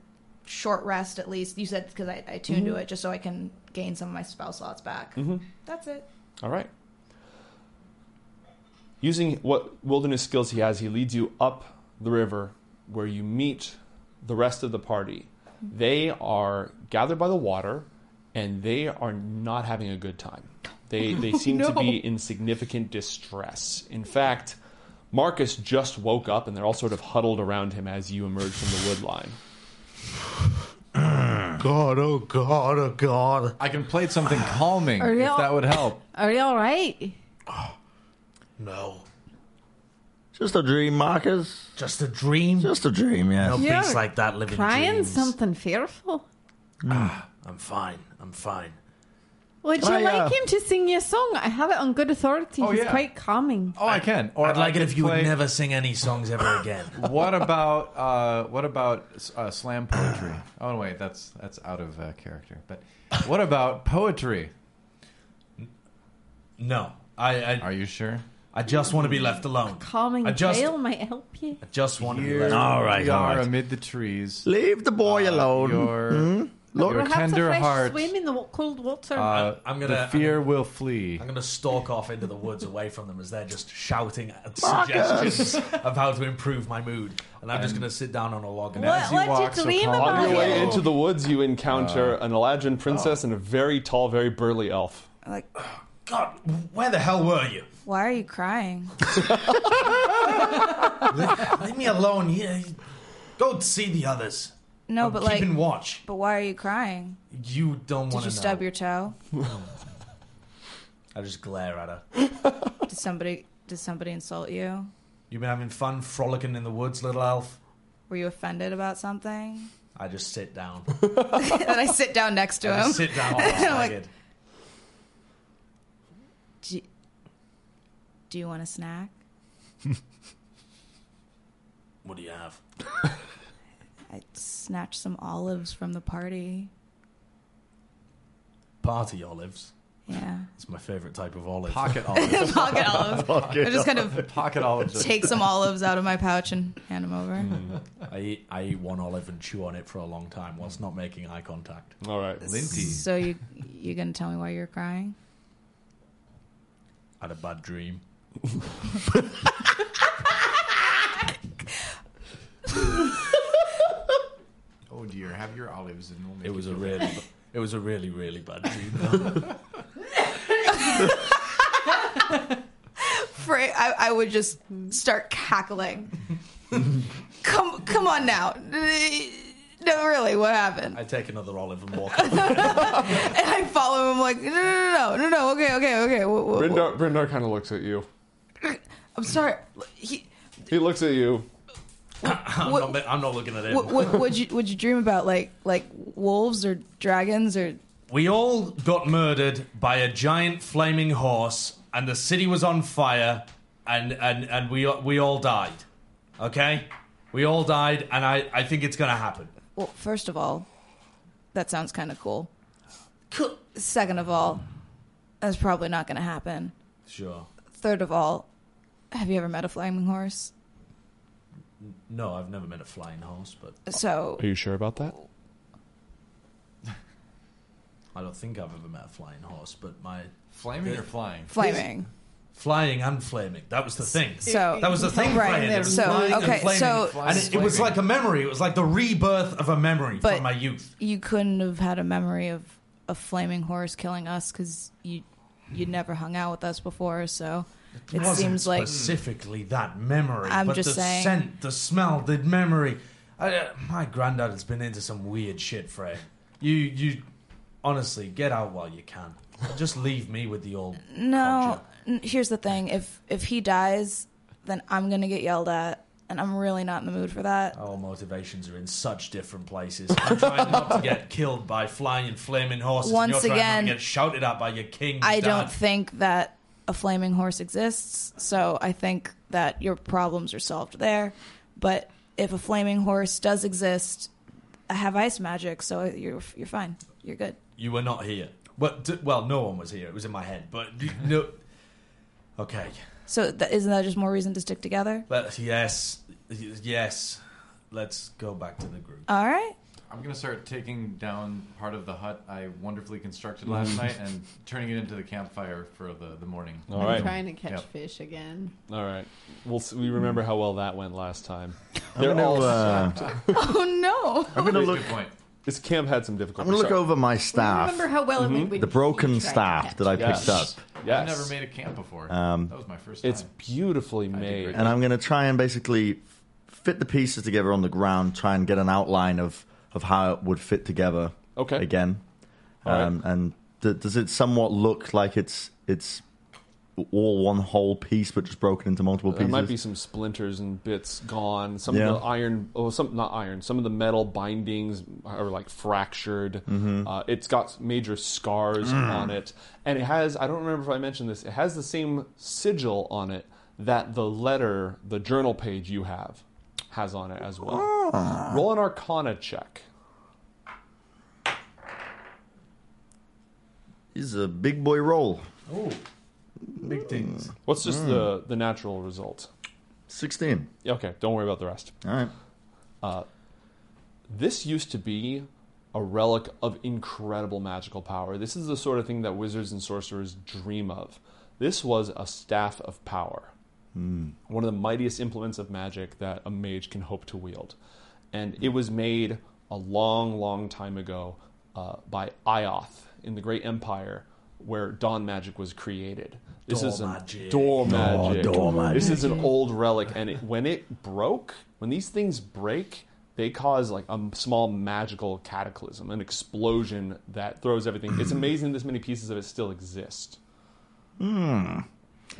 [SPEAKER 2] short rest at least, you said because I, I tuned
[SPEAKER 8] Mm-hmm.
[SPEAKER 2] to
[SPEAKER 1] Mhm.
[SPEAKER 2] it just so I can gain some of my spell slots back.
[SPEAKER 1] Mhm.
[SPEAKER 2] That's it.
[SPEAKER 1] All right. Using what wilderness skills he has, he leads you up the river where you meet the rest of the party. They are gathered by the water and they are not having a good time. They, they seem to
[SPEAKER 2] no.
[SPEAKER 1] be in significant distress. In fact, Marcus just woke up and they're all sort of huddled around him as you emerge from the wood line.
[SPEAKER 3] God, oh God, oh God.
[SPEAKER 5] I can play something calming
[SPEAKER 6] Are you
[SPEAKER 5] if
[SPEAKER 6] all-
[SPEAKER 5] that would help.
[SPEAKER 6] Are you all right?
[SPEAKER 3] No.
[SPEAKER 9] Just a dream, Marcus.
[SPEAKER 3] Just a dream?
[SPEAKER 9] Just a dream, yes.
[SPEAKER 3] no
[SPEAKER 6] You're
[SPEAKER 3] beast like that living
[SPEAKER 6] Crying
[SPEAKER 3] dreams.
[SPEAKER 6] something fearful.
[SPEAKER 3] I'm fine. I'm fine.
[SPEAKER 6] Would
[SPEAKER 9] Can
[SPEAKER 6] you
[SPEAKER 9] I,
[SPEAKER 6] like
[SPEAKER 9] uh,
[SPEAKER 6] him to sing you a song? I have it on good authority.
[SPEAKER 5] Oh,
[SPEAKER 6] He's
[SPEAKER 5] yeah.
[SPEAKER 6] quite calming.
[SPEAKER 5] Oh, I can. Or
[SPEAKER 3] I'd like
[SPEAKER 5] I
[SPEAKER 3] it
[SPEAKER 5] could
[SPEAKER 3] if you
[SPEAKER 5] play-
[SPEAKER 3] would never sing any songs ever again.
[SPEAKER 5] What about uh, what about uh, slam poetry? Oh no, wait, that's that's out of uh, character. But what about poetry?
[SPEAKER 8] No, I I,
[SPEAKER 5] Are you sure?
[SPEAKER 8] I just want to be left alone.
[SPEAKER 6] Calming
[SPEAKER 8] I just-
[SPEAKER 6] trail might help you.
[SPEAKER 8] I just want to be
[SPEAKER 5] Here
[SPEAKER 8] left.
[SPEAKER 9] All right,
[SPEAKER 5] we
[SPEAKER 9] all
[SPEAKER 5] are
[SPEAKER 9] right.
[SPEAKER 5] amid the trees.
[SPEAKER 9] Leave the boy
[SPEAKER 1] Ah,
[SPEAKER 9] alone.
[SPEAKER 5] Your, your
[SPEAKER 6] Perhaps
[SPEAKER 5] tender
[SPEAKER 6] a fresh
[SPEAKER 5] heart.
[SPEAKER 6] swim in the wa- cold water.
[SPEAKER 5] uh,
[SPEAKER 8] I'm gonna-
[SPEAKER 5] the fear will flee.
[SPEAKER 8] I'm going to stalk off into the woods away from them as they're just shouting at suggestions of how to improve my mood. And I'm just going to sit down on a log and
[SPEAKER 6] what
[SPEAKER 5] as you
[SPEAKER 6] what
[SPEAKER 5] walk
[SPEAKER 6] do
[SPEAKER 5] so
[SPEAKER 6] you dream
[SPEAKER 5] calmly-
[SPEAKER 1] On
[SPEAKER 6] about?
[SPEAKER 1] your way
[SPEAKER 6] it?
[SPEAKER 1] into the woods, you encounter an Eladrin princess and a very tall, very burly elf.
[SPEAKER 2] Like,
[SPEAKER 8] God, where the hell were you?
[SPEAKER 2] why are you crying?
[SPEAKER 8] Leave me alone. Yeah, go see the others.
[SPEAKER 2] No,
[SPEAKER 8] I'm
[SPEAKER 2] but like,
[SPEAKER 8] keeping watch.
[SPEAKER 2] but why are you crying?
[SPEAKER 8] You don't
[SPEAKER 2] Did
[SPEAKER 8] want
[SPEAKER 2] you
[SPEAKER 8] to
[SPEAKER 2] stub
[SPEAKER 8] know.
[SPEAKER 2] your toe?
[SPEAKER 8] I just glare at her.
[SPEAKER 2] Did somebody did somebody insult you?
[SPEAKER 8] You've been having fun frolicking in the woods, little elf.
[SPEAKER 2] Were you offended about something?
[SPEAKER 8] I just sit down.
[SPEAKER 2] then I sit down next to
[SPEAKER 8] I
[SPEAKER 2] him.
[SPEAKER 8] just sit down.
[SPEAKER 2] Like-
[SPEAKER 8] Like,
[SPEAKER 2] do, do you want a snack?
[SPEAKER 8] what do you have?
[SPEAKER 2] I snatched some olives from the party.
[SPEAKER 8] Party olives.
[SPEAKER 2] Yeah.
[SPEAKER 8] It's my favorite type of olive.
[SPEAKER 5] Pocket olives.
[SPEAKER 2] Pocket olives. I just kind of
[SPEAKER 5] Pocket olives.
[SPEAKER 2] take some olives out of my pouch and hand them over.
[SPEAKER 8] Mm, I eat, I eat one olive and chew on it for a long time whilst not making eye contact.
[SPEAKER 1] All right.
[SPEAKER 5] Linty.
[SPEAKER 2] So you you gonna tell me why you're crying?
[SPEAKER 8] I had a bad dream.
[SPEAKER 5] oh, have your olives, and we'll make
[SPEAKER 7] It was
[SPEAKER 5] you
[SPEAKER 7] a
[SPEAKER 5] feel
[SPEAKER 7] really,
[SPEAKER 5] better.
[SPEAKER 7] bu- it was a really, really bad dream.
[SPEAKER 2] Fra I, I would just start cackling. come, come on now. No, really, what happened?
[SPEAKER 8] I take another olive and walk.
[SPEAKER 2] And I follow him like, no, no, no, no, no, no. Okay, okay, okay. Whoa, whoa, whoa.
[SPEAKER 1] Brindar, Brindar kind of looks at you.
[SPEAKER 2] I'm sorry. He,
[SPEAKER 1] He looks at you.
[SPEAKER 8] I'm,
[SPEAKER 2] What-
[SPEAKER 8] not, I'm not looking at him.
[SPEAKER 2] what, what, would you, would you dream about? Like, like wolves or dragons or?
[SPEAKER 8] We all got murdered by a giant flaming horse, and the city was on fire, and and and we we all died. Okay, we all died, and I I think it's gonna happen.
[SPEAKER 2] Well, first of all, that sounds kind of cool. Second of all, that's probably not going to happen.
[SPEAKER 8] Sure.
[SPEAKER 2] Third of all, have you ever met a flaming horse?
[SPEAKER 8] No, I've never met a flying horse, but
[SPEAKER 2] So
[SPEAKER 1] Are you sure about that?
[SPEAKER 8] I don't think I've ever met a flying horse. But my
[SPEAKER 5] flaming or flying.
[SPEAKER 2] flaming.
[SPEAKER 8] flying and flaming. That was the thing.
[SPEAKER 2] So
[SPEAKER 8] That was the thing,
[SPEAKER 6] Right,
[SPEAKER 8] Fran. It
[SPEAKER 6] there.
[SPEAKER 8] was
[SPEAKER 2] So,
[SPEAKER 8] flying and
[SPEAKER 2] okay,
[SPEAKER 8] flaming.
[SPEAKER 2] so-
[SPEAKER 8] and it, it was like a memory. It was like the rebirth of a memory
[SPEAKER 2] But-
[SPEAKER 8] from my youth.
[SPEAKER 2] you couldn't have had a memory of a flaming horse killing us because you you never hung out with us before. So it
[SPEAKER 8] wasn't
[SPEAKER 2] seems like
[SPEAKER 8] specifically that memory,
[SPEAKER 2] I'm
[SPEAKER 8] but
[SPEAKER 2] just
[SPEAKER 8] the
[SPEAKER 2] saying-
[SPEAKER 8] scent, the smell, the memory. I, uh, my granddad has been into some weird shit, Frey. You, you, honestly, get out while you can. Just leave me with the old.
[SPEAKER 2] no.
[SPEAKER 8] Culture.
[SPEAKER 2] n- Here's the thing: if if he dies, then I'm gonna get yelled at, and I'm really not in the mood for that.
[SPEAKER 8] Our motivations are in such different places. I'm trying not to get killed by flying flaming horses. and
[SPEAKER 2] Once
[SPEAKER 8] you're trying
[SPEAKER 2] again,
[SPEAKER 8] not to get shouted at by your king.
[SPEAKER 2] I
[SPEAKER 8] dad.
[SPEAKER 2] don't think that a flaming horse exists, so I think that your problems are solved there. But if a flaming horse does exist, I have ice magic, so you're you're fine. You're good.
[SPEAKER 8] You were not here. Well, d- well, no one was here. It was in my head, but no. Okay.
[SPEAKER 2] So that, isn't that just more reason to stick together?
[SPEAKER 8] Let, yes, yes. Let's go back to the group.
[SPEAKER 2] All right.
[SPEAKER 5] I'm gonna start taking down part of the hut I wonderfully constructed last night and turning it into the campfire for the the morning.
[SPEAKER 1] All
[SPEAKER 6] I'm
[SPEAKER 1] right.
[SPEAKER 6] trying to catch
[SPEAKER 5] Yep.
[SPEAKER 6] fish again.
[SPEAKER 1] All right. We'll s we remember how well that went last time.
[SPEAKER 9] I'm
[SPEAKER 1] They're
[SPEAKER 9] gonna,
[SPEAKER 1] all.
[SPEAKER 9] uh,
[SPEAKER 2] Oh no.
[SPEAKER 9] I'm gonna
[SPEAKER 5] Good
[SPEAKER 9] look.
[SPEAKER 5] point.
[SPEAKER 1] This camp had some
[SPEAKER 9] I'm
[SPEAKER 1] difficulty.
[SPEAKER 9] gonna look
[SPEAKER 1] so-
[SPEAKER 9] over my staff,
[SPEAKER 6] Remember how well it
[SPEAKER 5] Mm-hmm.
[SPEAKER 6] went when
[SPEAKER 9] the broken
[SPEAKER 6] you tried to
[SPEAKER 9] staff
[SPEAKER 6] catch
[SPEAKER 9] that I
[SPEAKER 1] Yes.
[SPEAKER 9] picked up,
[SPEAKER 1] Yes.
[SPEAKER 5] I've never made a camp before. that was my first time.
[SPEAKER 1] It's beautifully made.
[SPEAKER 9] and I'm gonna try and basically fit the pieces together on the ground, try and get an outline of of how it would fit together.
[SPEAKER 1] Okay.
[SPEAKER 9] Again,
[SPEAKER 1] All right.
[SPEAKER 9] um, and th- does it somewhat look like it's it's all one whole piece, but just broken into multiple
[SPEAKER 1] There
[SPEAKER 9] pieces?
[SPEAKER 1] might be some splinters and bits gone. Some
[SPEAKER 9] Yeah.
[SPEAKER 1] of the iron, oh, some not iron. Some of the metal bindings are like fractured.
[SPEAKER 9] Mm-hmm.
[SPEAKER 1] Uh, it's got major scars
[SPEAKER 9] Mm.
[SPEAKER 1] on it, and it has. I don't remember if I mentioned this. It has the same sigil on it that the letter, the journal page you have, has on it as well.
[SPEAKER 9] Ah.
[SPEAKER 1] Roll an Arcana check.
[SPEAKER 9] This is a big boy roll.
[SPEAKER 8] Oh, big things.
[SPEAKER 1] What's just the
[SPEAKER 9] Mm.
[SPEAKER 1] the natural result?
[SPEAKER 9] Sixteen.
[SPEAKER 1] Yeah, Okay, don't worry about the rest.
[SPEAKER 9] All right.
[SPEAKER 1] this used to be a relic of incredible magical power. This is the sort of thing that wizards and sorcerers dream of. This was a staff of power, one of the mightiest implements of magic that a mage can hope to wield. And it was made a long, long time ago uh, by Ioth in the Great Empire where dawn magic was created. This
[SPEAKER 8] Door
[SPEAKER 1] is an
[SPEAKER 8] magic.
[SPEAKER 1] door magic.
[SPEAKER 9] door
[SPEAKER 1] This is an old relic, and it, when it broke, when these things break, they cause like a m- small magical cataclysm, an explosion that throws everything. It's amazing this many pieces of it still exist. And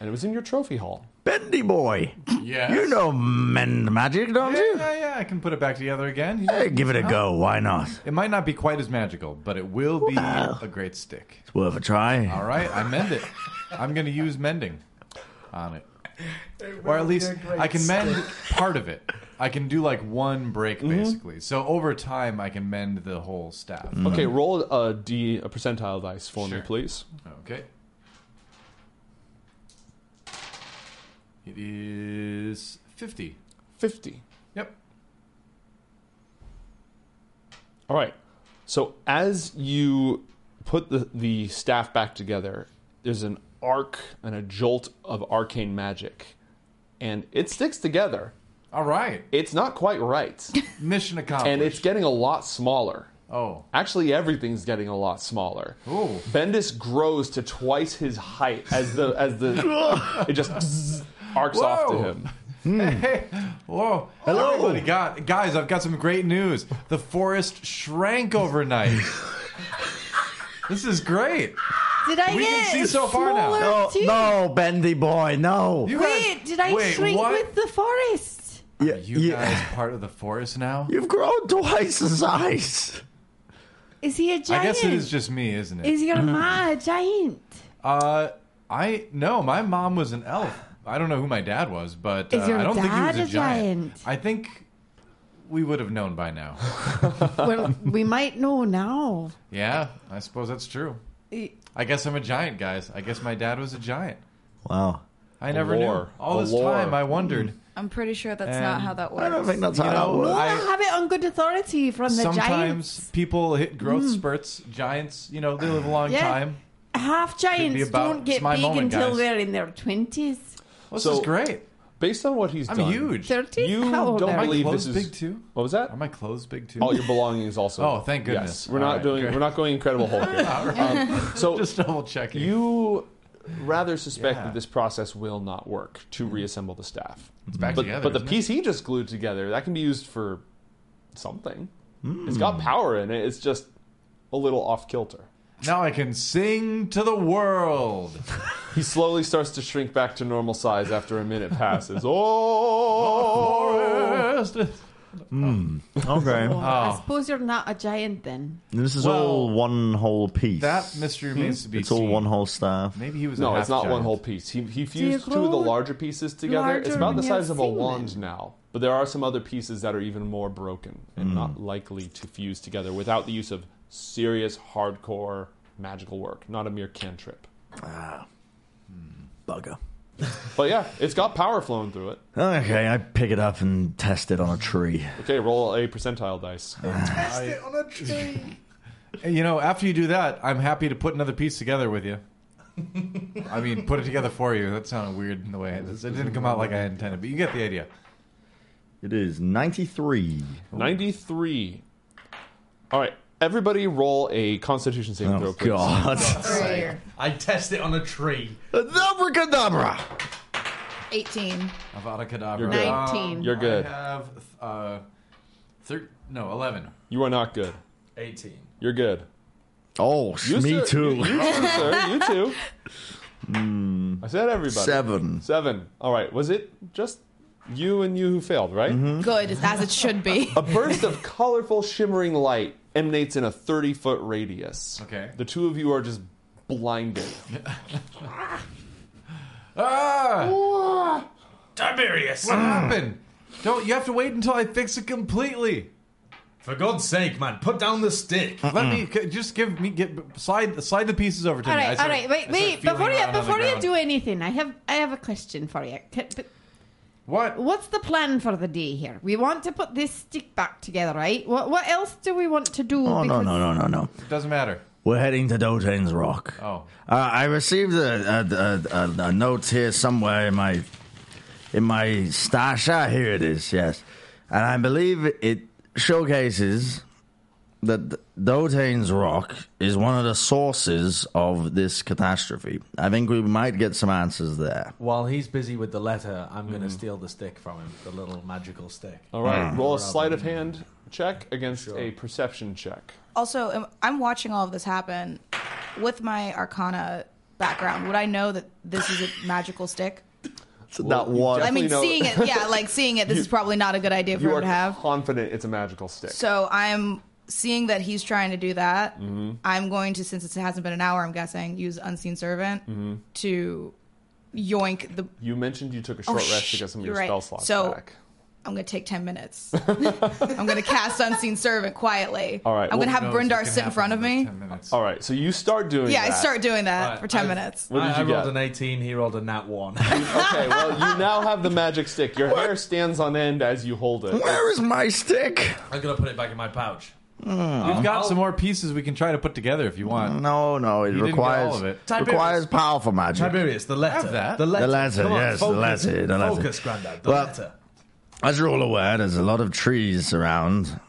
[SPEAKER 1] it was in your trophy hall.
[SPEAKER 9] Bendy boy.
[SPEAKER 5] yeah.
[SPEAKER 9] You know mend magic, don't
[SPEAKER 5] Yeah,
[SPEAKER 9] you?
[SPEAKER 5] yeah, yeah. I can put it back together again.
[SPEAKER 9] Hey, give it a go. Why not?
[SPEAKER 5] It might not be quite as magical, but it will be a great stick.
[SPEAKER 9] It's worth a try.
[SPEAKER 5] All right, I mend it. I'm going to use mending on it. Or at least I can mend part of it. I can do like one break basically. So over time, I can mend the whole staff.
[SPEAKER 1] Mm-hmm. Okay, roll a d a percentile dice for me,
[SPEAKER 5] Sure.
[SPEAKER 1] please.
[SPEAKER 5] Okay. It is 50.
[SPEAKER 1] Fifty.
[SPEAKER 5] Yep.
[SPEAKER 1] All right. So as you put the, the staff back together, there's an arc and a jolt of arcane magic, and it sticks together.
[SPEAKER 5] All right.
[SPEAKER 1] It's not quite right.
[SPEAKER 5] Mission accomplished.
[SPEAKER 1] and it's getting a lot smaller.
[SPEAKER 5] Oh.
[SPEAKER 1] Actually, everything's getting a lot smaller.
[SPEAKER 5] Ooh.
[SPEAKER 1] Bendis grows to twice his height as the as the it just arcs off to
[SPEAKER 5] Whoa.
[SPEAKER 1] him.
[SPEAKER 5] Hey, whoa! Hello, everybody. Got guys, I've got some great news. The forest shrank overnight. this is great.
[SPEAKER 6] Did I
[SPEAKER 5] We
[SPEAKER 6] get
[SPEAKER 5] can see so far now.
[SPEAKER 6] smaller
[SPEAKER 9] No,
[SPEAKER 6] too?
[SPEAKER 9] no, Bendy boy, no.
[SPEAKER 5] You
[SPEAKER 6] Wait,
[SPEAKER 5] guys-
[SPEAKER 6] did I
[SPEAKER 5] wait,
[SPEAKER 6] shrink
[SPEAKER 5] what?
[SPEAKER 6] with the forest?
[SPEAKER 9] Yeah,
[SPEAKER 5] Are you
[SPEAKER 9] yeah.
[SPEAKER 5] guys part of the forest now?
[SPEAKER 9] You've grown twice the size.
[SPEAKER 6] Is he a giant?
[SPEAKER 5] I guess it is just me, isn't it?
[SPEAKER 6] Is your ma a giant?
[SPEAKER 5] uh, I no, my mom was an elf. I don't know who my dad was, but uh,
[SPEAKER 6] Is your
[SPEAKER 5] I don't think he
[SPEAKER 6] dad
[SPEAKER 5] was a,
[SPEAKER 6] a
[SPEAKER 5] giant.
[SPEAKER 6] giant?
[SPEAKER 5] I think we would have known by now.
[SPEAKER 6] well, we might know now.
[SPEAKER 5] yeah, I suppose that's true.
[SPEAKER 6] Eh,
[SPEAKER 5] I guess I'm a giant, guys. I guess my dad was a giant.
[SPEAKER 9] Wow.
[SPEAKER 5] I never
[SPEAKER 1] lore.
[SPEAKER 5] knew. All
[SPEAKER 1] The
[SPEAKER 5] this
[SPEAKER 1] lore.
[SPEAKER 5] time, I wondered.
[SPEAKER 6] Mm.
[SPEAKER 2] I'm pretty sure that's
[SPEAKER 5] And
[SPEAKER 2] not how that works.
[SPEAKER 9] I don't think that's
[SPEAKER 5] You
[SPEAKER 9] how that
[SPEAKER 5] know,
[SPEAKER 9] works.
[SPEAKER 6] No, I,
[SPEAKER 5] I-
[SPEAKER 6] have it on good authority from the
[SPEAKER 5] Sometimes
[SPEAKER 6] giants. Mm.
[SPEAKER 5] people hit growth spurts. Giants, you know, they live a long
[SPEAKER 6] Yeah.
[SPEAKER 5] time.
[SPEAKER 6] Half
[SPEAKER 5] be
[SPEAKER 6] giants
[SPEAKER 5] about-
[SPEAKER 6] don't
[SPEAKER 5] it's
[SPEAKER 6] get
[SPEAKER 5] my
[SPEAKER 6] big
[SPEAKER 5] moment,
[SPEAKER 6] until
[SPEAKER 5] guys.
[SPEAKER 6] they're in their twenties,
[SPEAKER 5] Well, this
[SPEAKER 1] So-
[SPEAKER 5] is great.
[SPEAKER 1] Based on what he's
[SPEAKER 5] I'm
[SPEAKER 1] done,
[SPEAKER 5] huge. Are
[SPEAKER 6] thirties.
[SPEAKER 1] You
[SPEAKER 6] How old
[SPEAKER 1] don't
[SPEAKER 6] are
[SPEAKER 5] my
[SPEAKER 6] you?
[SPEAKER 1] believe this
[SPEAKER 5] clothes
[SPEAKER 1] is
[SPEAKER 5] big too?
[SPEAKER 1] What was that?
[SPEAKER 5] Are my clothes big too?
[SPEAKER 1] All your belongings also.
[SPEAKER 5] Oh, thank goodness.
[SPEAKER 1] Yes, we're
[SPEAKER 5] All
[SPEAKER 1] not
[SPEAKER 5] right,
[SPEAKER 1] doing.
[SPEAKER 5] great.
[SPEAKER 1] We're not going Incredible Hulk. Here. Um, so
[SPEAKER 5] Just double checking.
[SPEAKER 1] you rather suspect
[SPEAKER 5] Yeah. Mm-hmm.
[SPEAKER 1] that this process will not work to reassemble the staff.
[SPEAKER 5] it's back
[SPEAKER 1] but,
[SPEAKER 5] together.
[SPEAKER 1] but the
[SPEAKER 5] isn't it?
[SPEAKER 1] piece he just glued together that can be used for something.
[SPEAKER 5] Mm.
[SPEAKER 1] It's got power in it. It's just a little off kilter.
[SPEAKER 5] Now I can sing to the world.
[SPEAKER 1] He slowly starts to shrink back to normal size after a minute passes. Oh,
[SPEAKER 5] Forest.
[SPEAKER 9] Okay.
[SPEAKER 6] Well,
[SPEAKER 5] Ah.
[SPEAKER 6] I suppose you're not a giant then.
[SPEAKER 9] This is
[SPEAKER 5] Well,
[SPEAKER 9] all one whole piece.
[SPEAKER 5] That mystery remains to be
[SPEAKER 9] it's all
[SPEAKER 5] seen.
[SPEAKER 9] one whole staff.
[SPEAKER 5] Maybe he was.
[SPEAKER 1] no,
[SPEAKER 5] a
[SPEAKER 1] it's not one
[SPEAKER 5] half-giant.
[SPEAKER 1] whole piece. He he fused two
[SPEAKER 6] grow
[SPEAKER 1] of the larger pieces together. It's
[SPEAKER 6] larger
[SPEAKER 1] about the
[SPEAKER 6] when you're
[SPEAKER 1] size of a
[SPEAKER 6] thin then?
[SPEAKER 1] wand now, but there are some other pieces that are even more broken and
[SPEAKER 9] Hmm.
[SPEAKER 1] not likely to fuse together without the use of serious, hardcore magical work, not a mere cantrip.
[SPEAKER 9] Bugger.
[SPEAKER 1] But yeah, it's got power flowing through it.
[SPEAKER 9] Okay, I pick it up and test it on a tree.
[SPEAKER 1] Okay, roll a percentile dice.
[SPEAKER 5] You know, after you do that, I'm happy to put another piece together with you. I mean, put it together for you. That sounded weird in the way it it didn't come out like I intended, but you get the idea.
[SPEAKER 9] It is 93.
[SPEAKER 1] 93. All right, everybody roll a constitution saving throw,
[SPEAKER 9] Oh,
[SPEAKER 1] please.
[SPEAKER 9] God.
[SPEAKER 8] I test it on a tree.
[SPEAKER 9] Abracadabra!
[SPEAKER 2] 18.
[SPEAKER 5] Avada Kedavra.
[SPEAKER 1] You're good.
[SPEAKER 6] Nineteen.
[SPEAKER 1] You're good.
[SPEAKER 5] I have uh, thir- no eleven.
[SPEAKER 1] You are not good.
[SPEAKER 7] 18.
[SPEAKER 1] You're good.
[SPEAKER 9] Oh,
[SPEAKER 1] You,
[SPEAKER 9] me
[SPEAKER 1] sir-
[SPEAKER 9] too.
[SPEAKER 1] You, you too, sir. You too. Hmm. I said everybody.
[SPEAKER 9] Seven.
[SPEAKER 1] Seven. All right. Was it just you and you who failed, right?
[SPEAKER 9] Mm-hmm.
[SPEAKER 2] Good, as it should be.
[SPEAKER 1] A burst of colorful, shimmering light emanates in a 30 foot radius.
[SPEAKER 5] Okay.
[SPEAKER 1] The two of you are just blinded.
[SPEAKER 5] Ah!
[SPEAKER 8] Tiberius!
[SPEAKER 5] What happened? Don't you have to wait until I fix it completely?
[SPEAKER 8] For God's sake, man, put down the stick.
[SPEAKER 5] Let me
[SPEAKER 1] Mm.
[SPEAKER 5] c- just give me get slide slide the pieces over to
[SPEAKER 6] All
[SPEAKER 5] me.
[SPEAKER 6] right,
[SPEAKER 5] I start-
[SPEAKER 6] all right. Wait,
[SPEAKER 5] I start
[SPEAKER 6] wait.
[SPEAKER 5] feeling
[SPEAKER 6] Before you
[SPEAKER 5] around on the
[SPEAKER 6] before you
[SPEAKER 5] ground.
[SPEAKER 6] do anything, I have I have a question for you. Can, but
[SPEAKER 5] what?
[SPEAKER 6] what's the plan for the day here? We want to put this stick back together, right? What what else do we want to do?
[SPEAKER 9] Oh, no,
[SPEAKER 6] Because-
[SPEAKER 9] no, no, no, no.
[SPEAKER 5] Doesn't matter.
[SPEAKER 9] We're heading to Dotane's Rock.
[SPEAKER 5] Oh,
[SPEAKER 9] Uh, I received a, a, a, a, a note here somewhere in my in my stash. Ah, here it is. Yes, and I believe it showcases that Dotane's Rock is one of the sources of this catastrophe. I think we might get some answers there.
[SPEAKER 7] While he's busy with the letter, I'm going to steal the stick from him, the little magical stick.
[SPEAKER 1] All right.
[SPEAKER 9] Mm.
[SPEAKER 1] Roll a sleight of hand check against a perception check.
[SPEAKER 2] Also, am- I'm watching all of this happen with my Arcana background. Would I know that this is a magical stick?
[SPEAKER 9] Not
[SPEAKER 1] you
[SPEAKER 9] one.
[SPEAKER 2] I mean,
[SPEAKER 1] Definitely
[SPEAKER 2] seeing it, yeah, like seeing it, this is probably not a good idea for
[SPEAKER 1] You
[SPEAKER 2] her
[SPEAKER 1] are
[SPEAKER 2] to have.
[SPEAKER 1] confident it's a magical stick.
[SPEAKER 2] So I'm seeing that he's trying to do that. I'm going to, since it hasn't been an hour, I'm guessing, use Unseen Servant to yoink the.
[SPEAKER 1] you mentioned you took a short rest to
[SPEAKER 2] Oh, sh-
[SPEAKER 1] get some of
[SPEAKER 2] you're
[SPEAKER 1] your
[SPEAKER 2] right.
[SPEAKER 1] spell slots
[SPEAKER 2] So-
[SPEAKER 1] back.
[SPEAKER 2] I'm going to take 10 minutes. I'm going to cast Unseen Servant quietly.
[SPEAKER 1] All right,
[SPEAKER 2] I'm going to
[SPEAKER 1] well,
[SPEAKER 2] have
[SPEAKER 5] No,
[SPEAKER 2] Brindar
[SPEAKER 5] it's
[SPEAKER 2] sit in
[SPEAKER 5] gonna
[SPEAKER 2] front of
[SPEAKER 5] happen in
[SPEAKER 2] me.
[SPEAKER 5] about 10 minutes.
[SPEAKER 1] All right. So you start doing
[SPEAKER 2] Yeah, I
[SPEAKER 1] that.
[SPEAKER 2] start doing that for 10
[SPEAKER 8] I've-
[SPEAKER 2] minutes.
[SPEAKER 1] What did
[SPEAKER 8] I,
[SPEAKER 1] you
[SPEAKER 8] I
[SPEAKER 1] get?
[SPEAKER 8] rolled an 18, he rolled a nat 1.
[SPEAKER 1] okay, well, you now have the magic stick. Your hair stands on end as you hold it.
[SPEAKER 9] Where is my stick?
[SPEAKER 8] I'm going to put it back in my pouch.
[SPEAKER 5] We've got some more pieces we can try to put together if you want.
[SPEAKER 9] No, no, it
[SPEAKER 5] You didn't get all
[SPEAKER 9] requires
[SPEAKER 5] of it.
[SPEAKER 8] Tiberius.
[SPEAKER 9] requires powerful magic.
[SPEAKER 8] Tiberius, the letter.
[SPEAKER 5] have that.
[SPEAKER 8] The letter.
[SPEAKER 9] The letter,
[SPEAKER 8] Come on,
[SPEAKER 9] yes, the
[SPEAKER 8] focus,
[SPEAKER 9] letter, the letter.
[SPEAKER 8] Focus, Grandad. The
[SPEAKER 9] Well-
[SPEAKER 8] letter.
[SPEAKER 9] As you're all aware, there's a lot of trees around,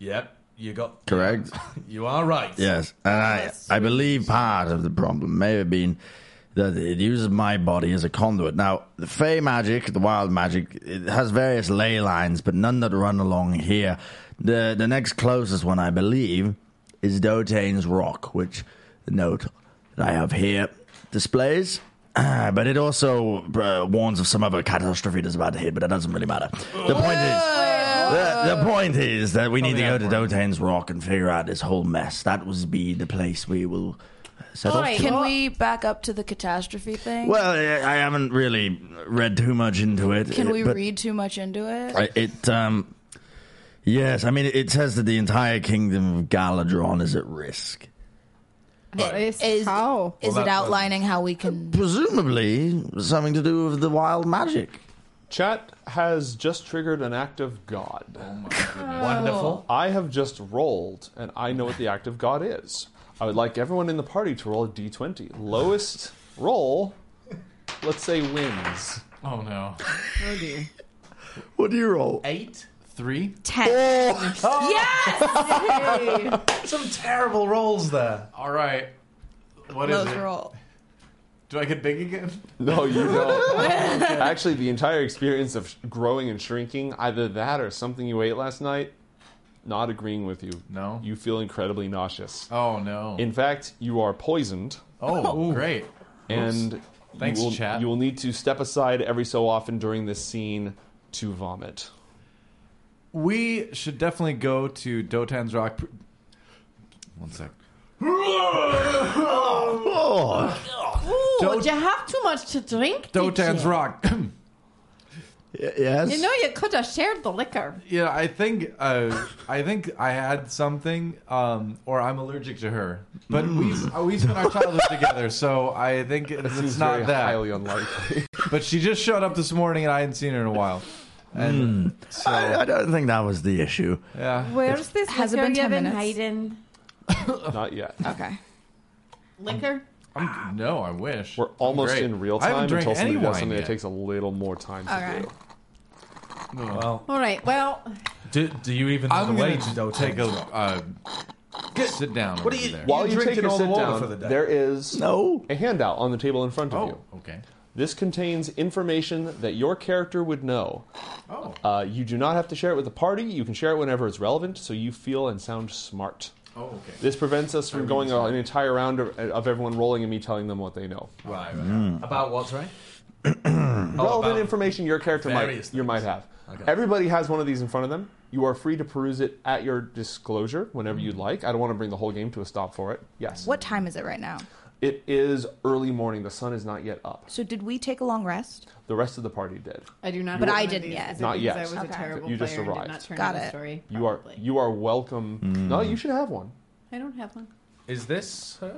[SPEAKER 8] Yep, you got.
[SPEAKER 9] correct?
[SPEAKER 8] You are right.
[SPEAKER 9] Yes, and I, I believe part of the problem may have been that it uses my body as a conduit. Now, the Fey magic, the wild magic, it has various ley lines, but none that run along here. The the next closest one, I believe, is Dotane's Rock, which the note that I have here displays. but it also uh, warns of some other catastrophe that's about to hit, but that doesn't really matter. The point is. The,
[SPEAKER 2] Uh,
[SPEAKER 9] the point is that we need to go to Dotane's Rock and figure out this whole mess. That will be the place we will set off to.
[SPEAKER 2] Can we back up to the catastrophe thing?
[SPEAKER 9] Well, I I haven't really read too much into it.
[SPEAKER 2] can we
[SPEAKER 9] but
[SPEAKER 2] read too much into it?
[SPEAKER 9] I- It, um, yes, I mean, it says that the entire kingdom of Galadron is at risk.
[SPEAKER 6] Is,
[SPEAKER 2] how? Is
[SPEAKER 9] Well,
[SPEAKER 2] it
[SPEAKER 9] that-
[SPEAKER 2] outlining how we can?
[SPEAKER 9] Presumably, something to do with the wild magic.
[SPEAKER 1] Chat has just triggered an act of God. Oh my goodness.
[SPEAKER 8] Wonderful.
[SPEAKER 1] I have just rolled, and I know what the act of God is. I would like everyone in the party to roll a d20. Lowest roll, let's say wins.
[SPEAKER 5] Oh no.
[SPEAKER 6] Oh dear.
[SPEAKER 9] What do you roll?
[SPEAKER 7] Eight.
[SPEAKER 5] Three.
[SPEAKER 6] Ten. Yes!
[SPEAKER 7] Some terrible rolls there.
[SPEAKER 5] All right. What is
[SPEAKER 2] Those
[SPEAKER 5] it?
[SPEAKER 2] roll.
[SPEAKER 5] Do I get big again?
[SPEAKER 1] No, you don't. Actually, the entire experience of sh- growing and shrinking, either that or something you ate last night, not agreeing with you.
[SPEAKER 5] No.
[SPEAKER 1] You feel incredibly nauseous.
[SPEAKER 5] Oh no.
[SPEAKER 1] In fact, you are poisoned.
[SPEAKER 5] oh, great.
[SPEAKER 1] and
[SPEAKER 5] Thanks,
[SPEAKER 1] you, will,
[SPEAKER 5] chat.
[SPEAKER 1] you will need to step aside every so often during this scene to vomit.
[SPEAKER 5] We should definitely go to Dotan's Rock. pr- One sec.
[SPEAKER 9] Oh,
[SPEAKER 6] Ooh, would you have too much to drink? did
[SPEAKER 5] Dotan's
[SPEAKER 6] you?
[SPEAKER 5] Rock.
[SPEAKER 9] Yes?
[SPEAKER 6] You know, you could have shared the liquor.
[SPEAKER 5] yeah, I think uh, I think I had something, um, or I'm allergic to her. But we we spent our childhood together, so I think it's, it's
[SPEAKER 1] Mm. Seems
[SPEAKER 5] not
[SPEAKER 1] very
[SPEAKER 5] that.
[SPEAKER 1] highly unlikely.
[SPEAKER 5] But she just showed up this morning, and I hadn't seen her in a while.
[SPEAKER 1] Mm.
[SPEAKER 5] And so
[SPEAKER 9] I, I don't think that was the issue.
[SPEAKER 5] yeah,
[SPEAKER 6] Where's this
[SPEAKER 2] Has it
[SPEAKER 6] liquor
[SPEAKER 2] been
[SPEAKER 6] you've
[SPEAKER 2] 10
[SPEAKER 6] been
[SPEAKER 2] minutes?
[SPEAKER 6] hiding?
[SPEAKER 1] not yet.
[SPEAKER 2] Okay.
[SPEAKER 6] Liquor?
[SPEAKER 5] I'm, no, I wish
[SPEAKER 1] We're
[SPEAKER 5] I'm
[SPEAKER 1] almost
[SPEAKER 5] great.
[SPEAKER 1] in real
[SPEAKER 5] I haven't
[SPEAKER 1] time
[SPEAKER 5] drank
[SPEAKER 1] until somebody
[SPEAKER 5] any
[SPEAKER 1] does
[SPEAKER 5] wine
[SPEAKER 1] something
[SPEAKER 5] yet.
[SPEAKER 1] that takes a little more time to
[SPEAKER 2] Okay.
[SPEAKER 1] do.
[SPEAKER 7] Well,
[SPEAKER 6] All right, well,
[SPEAKER 7] do, do you even
[SPEAKER 5] I'm
[SPEAKER 7] have a way
[SPEAKER 5] going
[SPEAKER 7] to
[SPEAKER 5] to
[SPEAKER 7] go
[SPEAKER 5] take a uh, sit down.
[SPEAKER 7] What do
[SPEAKER 5] over
[SPEAKER 7] you-
[SPEAKER 5] there.
[SPEAKER 7] what-
[SPEAKER 1] While you
[SPEAKER 7] drinking
[SPEAKER 1] take your
[SPEAKER 7] all the
[SPEAKER 1] sit
[SPEAKER 7] water
[SPEAKER 1] down,
[SPEAKER 7] for the day.
[SPEAKER 1] there is
[SPEAKER 9] No.
[SPEAKER 1] a handout on the table in front of
[SPEAKER 5] Oh,
[SPEAKER 1] you.
[SPEAKER 5] okay.
[SPEAKER 1] This contains information that your character would know.
[SPEAKER 5] Oh,
[SPEAKER 1] Uh, you do not have to share it with the party. You can share it whenever it's relevant, so you feel and sound smart.
[SPEAKER 5] oh, okay.
[SPEAKER 1] This prevents us from going an entire round of, of everyone rolling and me telling them what they know.
[SPEAKER 7] right, right.
[SPEAKER 9] Mm.
[SPEAKER 7] about what's right?
[SPEAKER 1] relevant
[SPEAKER 7] about
[SPEAKER 1] information your character might
[SPEAKER 7] various
[SPEAKER 1] you might have. Everybody has one of these in front of them. You are free to peruse it at your disclosure whenever you'd like. I don't want to bring the whole game to a stop for it. Yes.
[SPEAKER 2] What time is it right now?
[SPEAKER 1] It is early morning. The sun is not yet up.
[SPEAKER 2] So did we take a long rest?
[SPEAKER 1] The rest of the party did.
[SPEAKER 6] I do not.
[SPEAKER 2] But
[SPEAKER 6] have
[SPEAKER 2] I
[SPEAKER 6] one of
[SPEAKER 2] didn't
[SPEAKER 6] these
[SPEAKER 2] yet.
[SPEAKER 6] because
[SPEAKER 1] Not yet.
[SPEAKER 6] I was a
[SPEAKER 2] Okay.
[SPEAKER 6] terrible
[SPEAKER 1] You just
[SPEAKER 6] player and did
[SPEAKER 1] arrived.
[SPEAKER 6] not turn
[SPEAKER 2] Got
[SPEAKER 6] in the
[SPEAKER 2] it.
[SPEAKER 6] story.
[SPEAKER 1] You are
[SPEAKER 6] properly.
[SPEAKER 1] you are welcome. No, you should have one.
[SPEAKER 6] I don't have one.
[SPEAKER 7] Is this? Uh,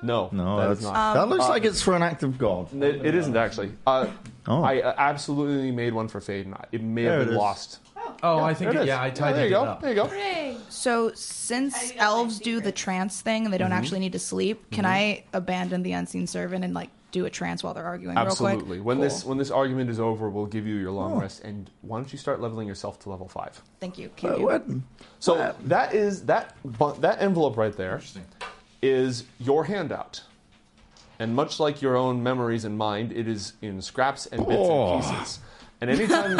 [SPEAKER 1] No,
[SPEAKER 9] No,
[SPEAKER 1] that
[SPEAKER 9] that's,
[SPEAKER 1] is not.
[SPEAKER 9] that looks like it's for an act of God.
[SPEAKER 1] it, it isn't actually. Uh,
[SPEAKER 9] Oh.
[SPEAKER 1] I uh, absolutely made one for Fade, and I- it may
[SPEAKER 9] There
[SPEAKER 1] have
[SPEAKER 9] it
[SPEAKER 1] been
[SPEAKER 9] is.
[SPEAKER 1] lost.
[SPEAKER 7] oh, I think
[SPEAKER 1] There it is.
[SPEAKER 7] yeah, I
[SPEAKER 1] there
[SPEAKER 7] tidied
[SPEAKER 1] you
[SPEAKER 7] it
[SPEAKER 1] go.
[SPEAKER 7] up.
[SPEAKER 1] There you go.
[SPEAKER 2] So since elves do the trance thing and they
[SPEAKER 1] Mm-hmm.
[SPEAKER 2] don't actually need to sleep, can I abandon the unseen servant and like do a trance while they're arguing real
[SPEAKER 1] Absolutely.
[SPEAKER 2] quick?
[SPEAKER 1] When
[SPEAKER 2] Cool.
[SPEAKER 1] this when this argument is over, we'll give you your long rest. And why don't you start leveling yourself to level five?
[SPEAKER 2] Thank you.
[SPEAKER 9] Uh,
[SPEAKER 2] Can you?
[SPEAKER 9] what?
[SPEAKER 1] So that is that bu- that envelope right there is your handout, and much like your own memories and mind, it is in scraps and bits
[SPEAKER 9] Oh.
[SPEAKER 1] and pieces. And anytime,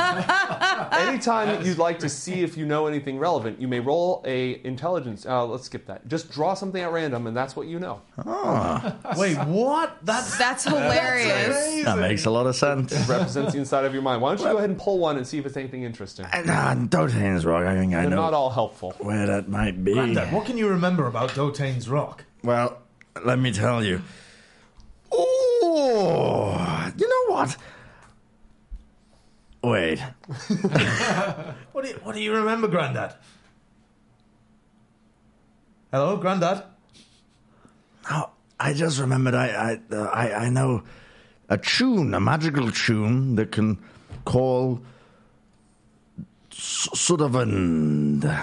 [SPEAKER 1] anytime you'd like to see if you know anything relevant, you may roll a intelligence. Uh, let's skip that. Just draw something at random, and that's what you know.
[SPEAKER 9] Oh,
[SPEAKER 7] Wait, what? That's
[SPEAKER 2] That's hilarious.
[SPEAKER 9] That makes a lot of sense.
[SPEAKER 1] Represents the inside of your mind. Why don't you go ahead and pull one and see if it's anything interesting?
[SPEAKER 9] Ah, Dotane's Rock, I think I
[SPEAKER 1] They're
[SPEAKER 9] know
[SPEAKER 1] not all helpful.
[SPEAKER 9] where that might be.
[SPEAKER 7] Brandon, what can you remember about Dotane's Rock?
[SPEAKER 9] Well, let me tell you. Oh, you know what? Wait.
[SPEAKER 7] What do you, what do you remember, Grandad? Hello, Grandad.
[SPEAKER 9] Now, I just remembered I I, uh, I I know a tune, a magical tune that can call S- Sudavand. No,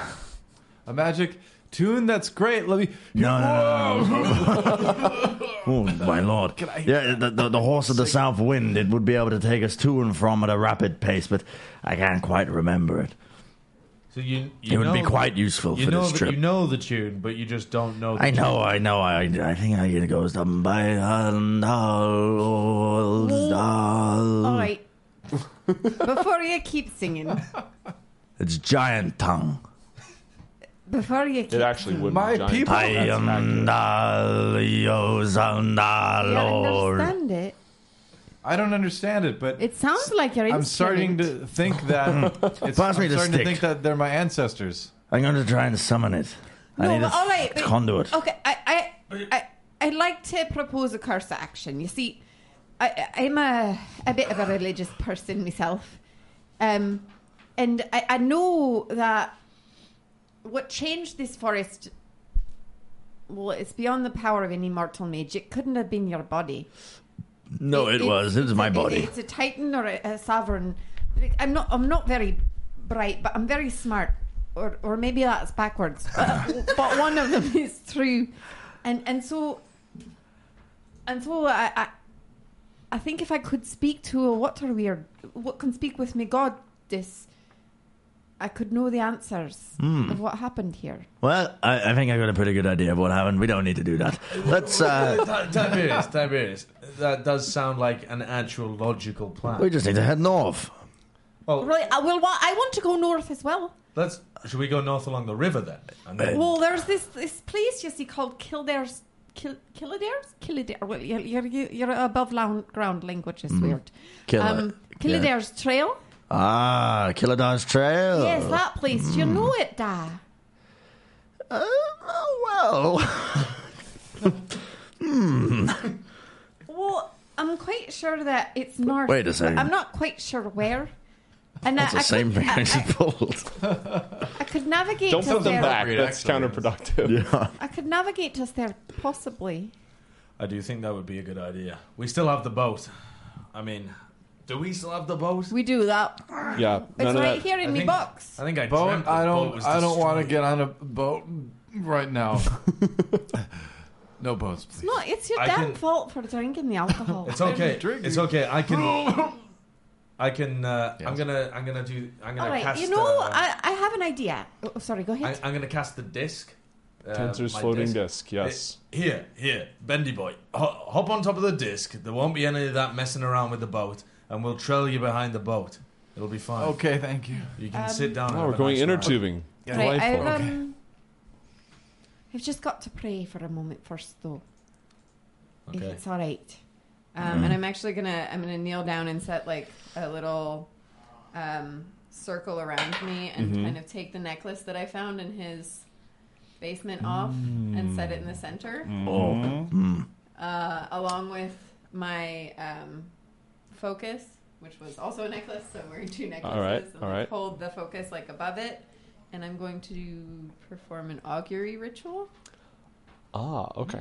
[SPEAKER 5] A magic tune that's great. Let me.
[SPEAKER 9] no, no, no, no. Oh, my lord. Yeah, the, the, the horse of the south wind, it would be able to take us to and from at a rapid pace, but I can't quite remember it.
[SPEAKER 8] So you,
[SPEAKER 9] It
[SPEAKER 8] you
[SPEAKER 9] would be
[SPEAKER 8] know-
[SPEAKER 9] quite useful
[SPEAKER 8] you
[SPEAKER 9] for
[SPEAKER 8] know
[SPEAKER 9] this
[SPEAKER 8] that-
[SPEAKER 9] trip.
[SPEAKER 8] You know the tune, but you just don't know. The
[SPEAKER 9] I know,
[SPEAKER 8] tune.
[SPEAKER 9] I know, I, I think I can go down by and all.
[SPEAKER 6] All right. Before you keep singing,
[SPEAKER 9] It's giant tongue.
[SPEAKER 6] before you keep
[SPEAKER 1] actually would.
[SPEAKER 9] My people. I am
[SPEAKER 6] you understand it,
[SPEAKER 5] I don't understand it, but
[SPEAKER 6] it sounds like you're.
[SPEAKER 5] I'm starting to think that it's,
[SPEAKER 9] Pass me
[SPEAKER 5] I'm
[SPEAKER 9] the
[SPEAKER 5] starting to
[SPEAKER 9] stick.
[SPEAKER 5] think that they're my ancestors.
[SPEAKER 9] I'm going to try and summon it. I need a
[SPEAKER 6] all right,
[SPEAKER 9] f- conduit.
[SPEAKER 6] Okay, I, I, I, I'd like to propose a course of action. You see, I, I'm a, a bit of a religious person myself, um, and I, I know that what changed this forest. Well, it's beyond the power of any mortal mage. It couldn't have been your body.
[SPEAKER 9] No, it, was. It was my
[SPEAKER 6] It-
[SPEAKER 9] body.
[SPEAKER 6] It's a titan or a, a sovereign. Like, I'm not. I'm not very bright, but I'm very smart. Or, or maybe that's backwards. But, but one of them is true, and and so, and so I, I, I think if I could speak to a water weird, what can speak with me, God, this, I could know the answers
[SPEAKER 9] Hmm.
[SPEAKER 6] of what happened here.
[SPEAKER 9] Well, I, I think I got a pretty good idea of what happened. We don't need to do that. Let's. Uh,
[SPEAKER 8] Ti- Tiberius, Tiberius, that does sound like an actual logical plan.
[SPEAKER 9] we just need to head north.
[SPEAKER 6] Right. I, well, I want to go north as well.
[SPEAKER 8] Let's. Should we go north along the river then? And then-
[SPEAKER 6] Well, there's this this place you see called Kildare's Kil, Kildare's Kildare. Well, you're, you're, you're above lou- ground language is
[SPEAKER 9] Mm-hmm.
[SPEAKER 6] weird.
[SPEAKER 9] Killa-
[SPEAKER 6] Kildare's Trail.
[SPEAKER 9] Ah, Killadar's Trail.
[SPEAKER 6] Yes,
[SPEAKER 9] Oh.
[SPEAKER 6] that place.
[SPEAKER 9] Mm.
[SPEAKER 6] You know it, Da.
[SPEAKER 9] Uh, well.
[SPEAKER 6] Uh,
[SPEAKER 9] Hmm.
[SPEAKER 6] Well, I'm quite sure that it's north.
[SPEAKER 9] Wait a
[SPEAKER 6] but
[SPEAKER 9] second.
[SPEAKER 6] I'm not quite sure where. And
[SPEAKER 9] That's
[SPEAKER 6] I, uh,
[SPEAKER 9] the same
[SPEAKER 6] could,
[SPEAKER 9] thing I
[SPEAKER 6] I,
[SPEAKER 9] just pulled.
[SPEAKER 6] I could navigate.
[SPEAKER 1] Don't
[SPEAKER 6] us
[SPEAKER 1] put them
[SPEAKER 6] there.
[SPEAKER 1] back. That's counterproductive.
[SPEAKER 9] Yeah.
[SPEAKER 6] I could navigate us there, possibly.
[SPEAKER 8] I do think that would be a good idea. We still have the boat. I mean, do we still have the boat?
[SPEAKER 6] We do that.
[SPEAKER 1] Yeah.
[SPEAKER 6] It's
[SPEAKER 1] none of
[SPEAKER 6] right
[SPEAKER 1] that-
[SPEAKER 6] here in
[SPEAKER 8] I
[SPEAKER 6] me
[SPEAKER 8] think-
[SPEAKER 6] box.
[SPEAKER 8] I think I dreamt
[SPEAKER 5] Boat.
[SPEAKER 8] the
[SPEAKER 5] I
[SPEAKER 8] boat
[SPEAKER 5] don't.
[SPEAKER 8] was
[SPEAKER 5] I don't want to
[SPEAKER 8] destroyed.
[SPEAKER 5] get on a boat right now. no boats, please.
[SPEAKER 6] No, it's your
[SPEAKER 8] I
[SPEAKER 6] damn
[SPEAKER 8] can-
[SPEAKER 6] fault for drinking the alcohol.
[SPEAKER 8] It's okay.
[SPEAKER 5] drinking.
[SPEAKER 8] It's okay. I can. I can. Uh, I'm
[SPEAKER 5] Yes.
[SPEAKER 8] gonna. I'm gonna do. I'm gonna
[SPEAKER 6] All right,
[SPEAKER 8] cast.
[SPEAKER 6] you know,
[SPEAKER 8] uh,
[SPEAKER 6] I, I have an idea. Oh, sorry, go
[SPEAKER 8] I,
[SPEAKER 6] ahead.
[SPEAKER 8] I'm gonna cast the disc. Uh,
[SPEAKER 1] Tensor's
[SPEAKER 8] my
[SPEAKER 1] floating disc, yes.
[SPEAKER 8] It- here, here, bendy boy. Ho- hop on top of the disc. There won't be any of that messing around with the boat, and we'll trail you behind the boat. It'll be fine.
[SPEAKER 5] Okay, thank you.
[SPEAKER 8] You can
[SPEAKER 6] Um,
[SPEAKER 8] sit down. and
[SPEAKER 1] Oh,
[SPEAKER 8] have
[SPEAKER 1] we're
[SPEAKER 8] a
[SPEAKER 1] going
[SPEAKER 8] nice
[SPEAKER 1] inner
[SPEAKER 8] ride.
[SPEAKER 1] tubing.
[SPEAKER 6] right, I've,
[SPEAKER 1] Delightful.
[SPEAKER 6] um, I've just got to pray for a moment first, though, if
[SPEAKER 8] Okay. Mm-hmm.
[SPEAKER 6] it's all right. Um, And I'm actually gonna I'm gonna kneel down and set like a little um, circle around me and
[SPEAKER 8] Mm-hmm.
[SPEAKER 6] kind of take the necklace that I found in his basement off and set it
[SPEAKER 8] Mm.
[SPEAKER 6] in the center.
[SPEAKER 9] Oh.
[SPEAKER 6] uh, along with my um, focus, which was also a necklace. So I'm wearing two necklaces.
[SPEAKER 1] All right,
[SPEAKER 6] and
[SPEAKER 1] all
[SPEAKER 6] like,
[SPEAKER 1] right.
[SPEAKER 6] Hold the focus like above it, and I'm going to perform an augury ritual
[SPEAKER 1] Ah, okay.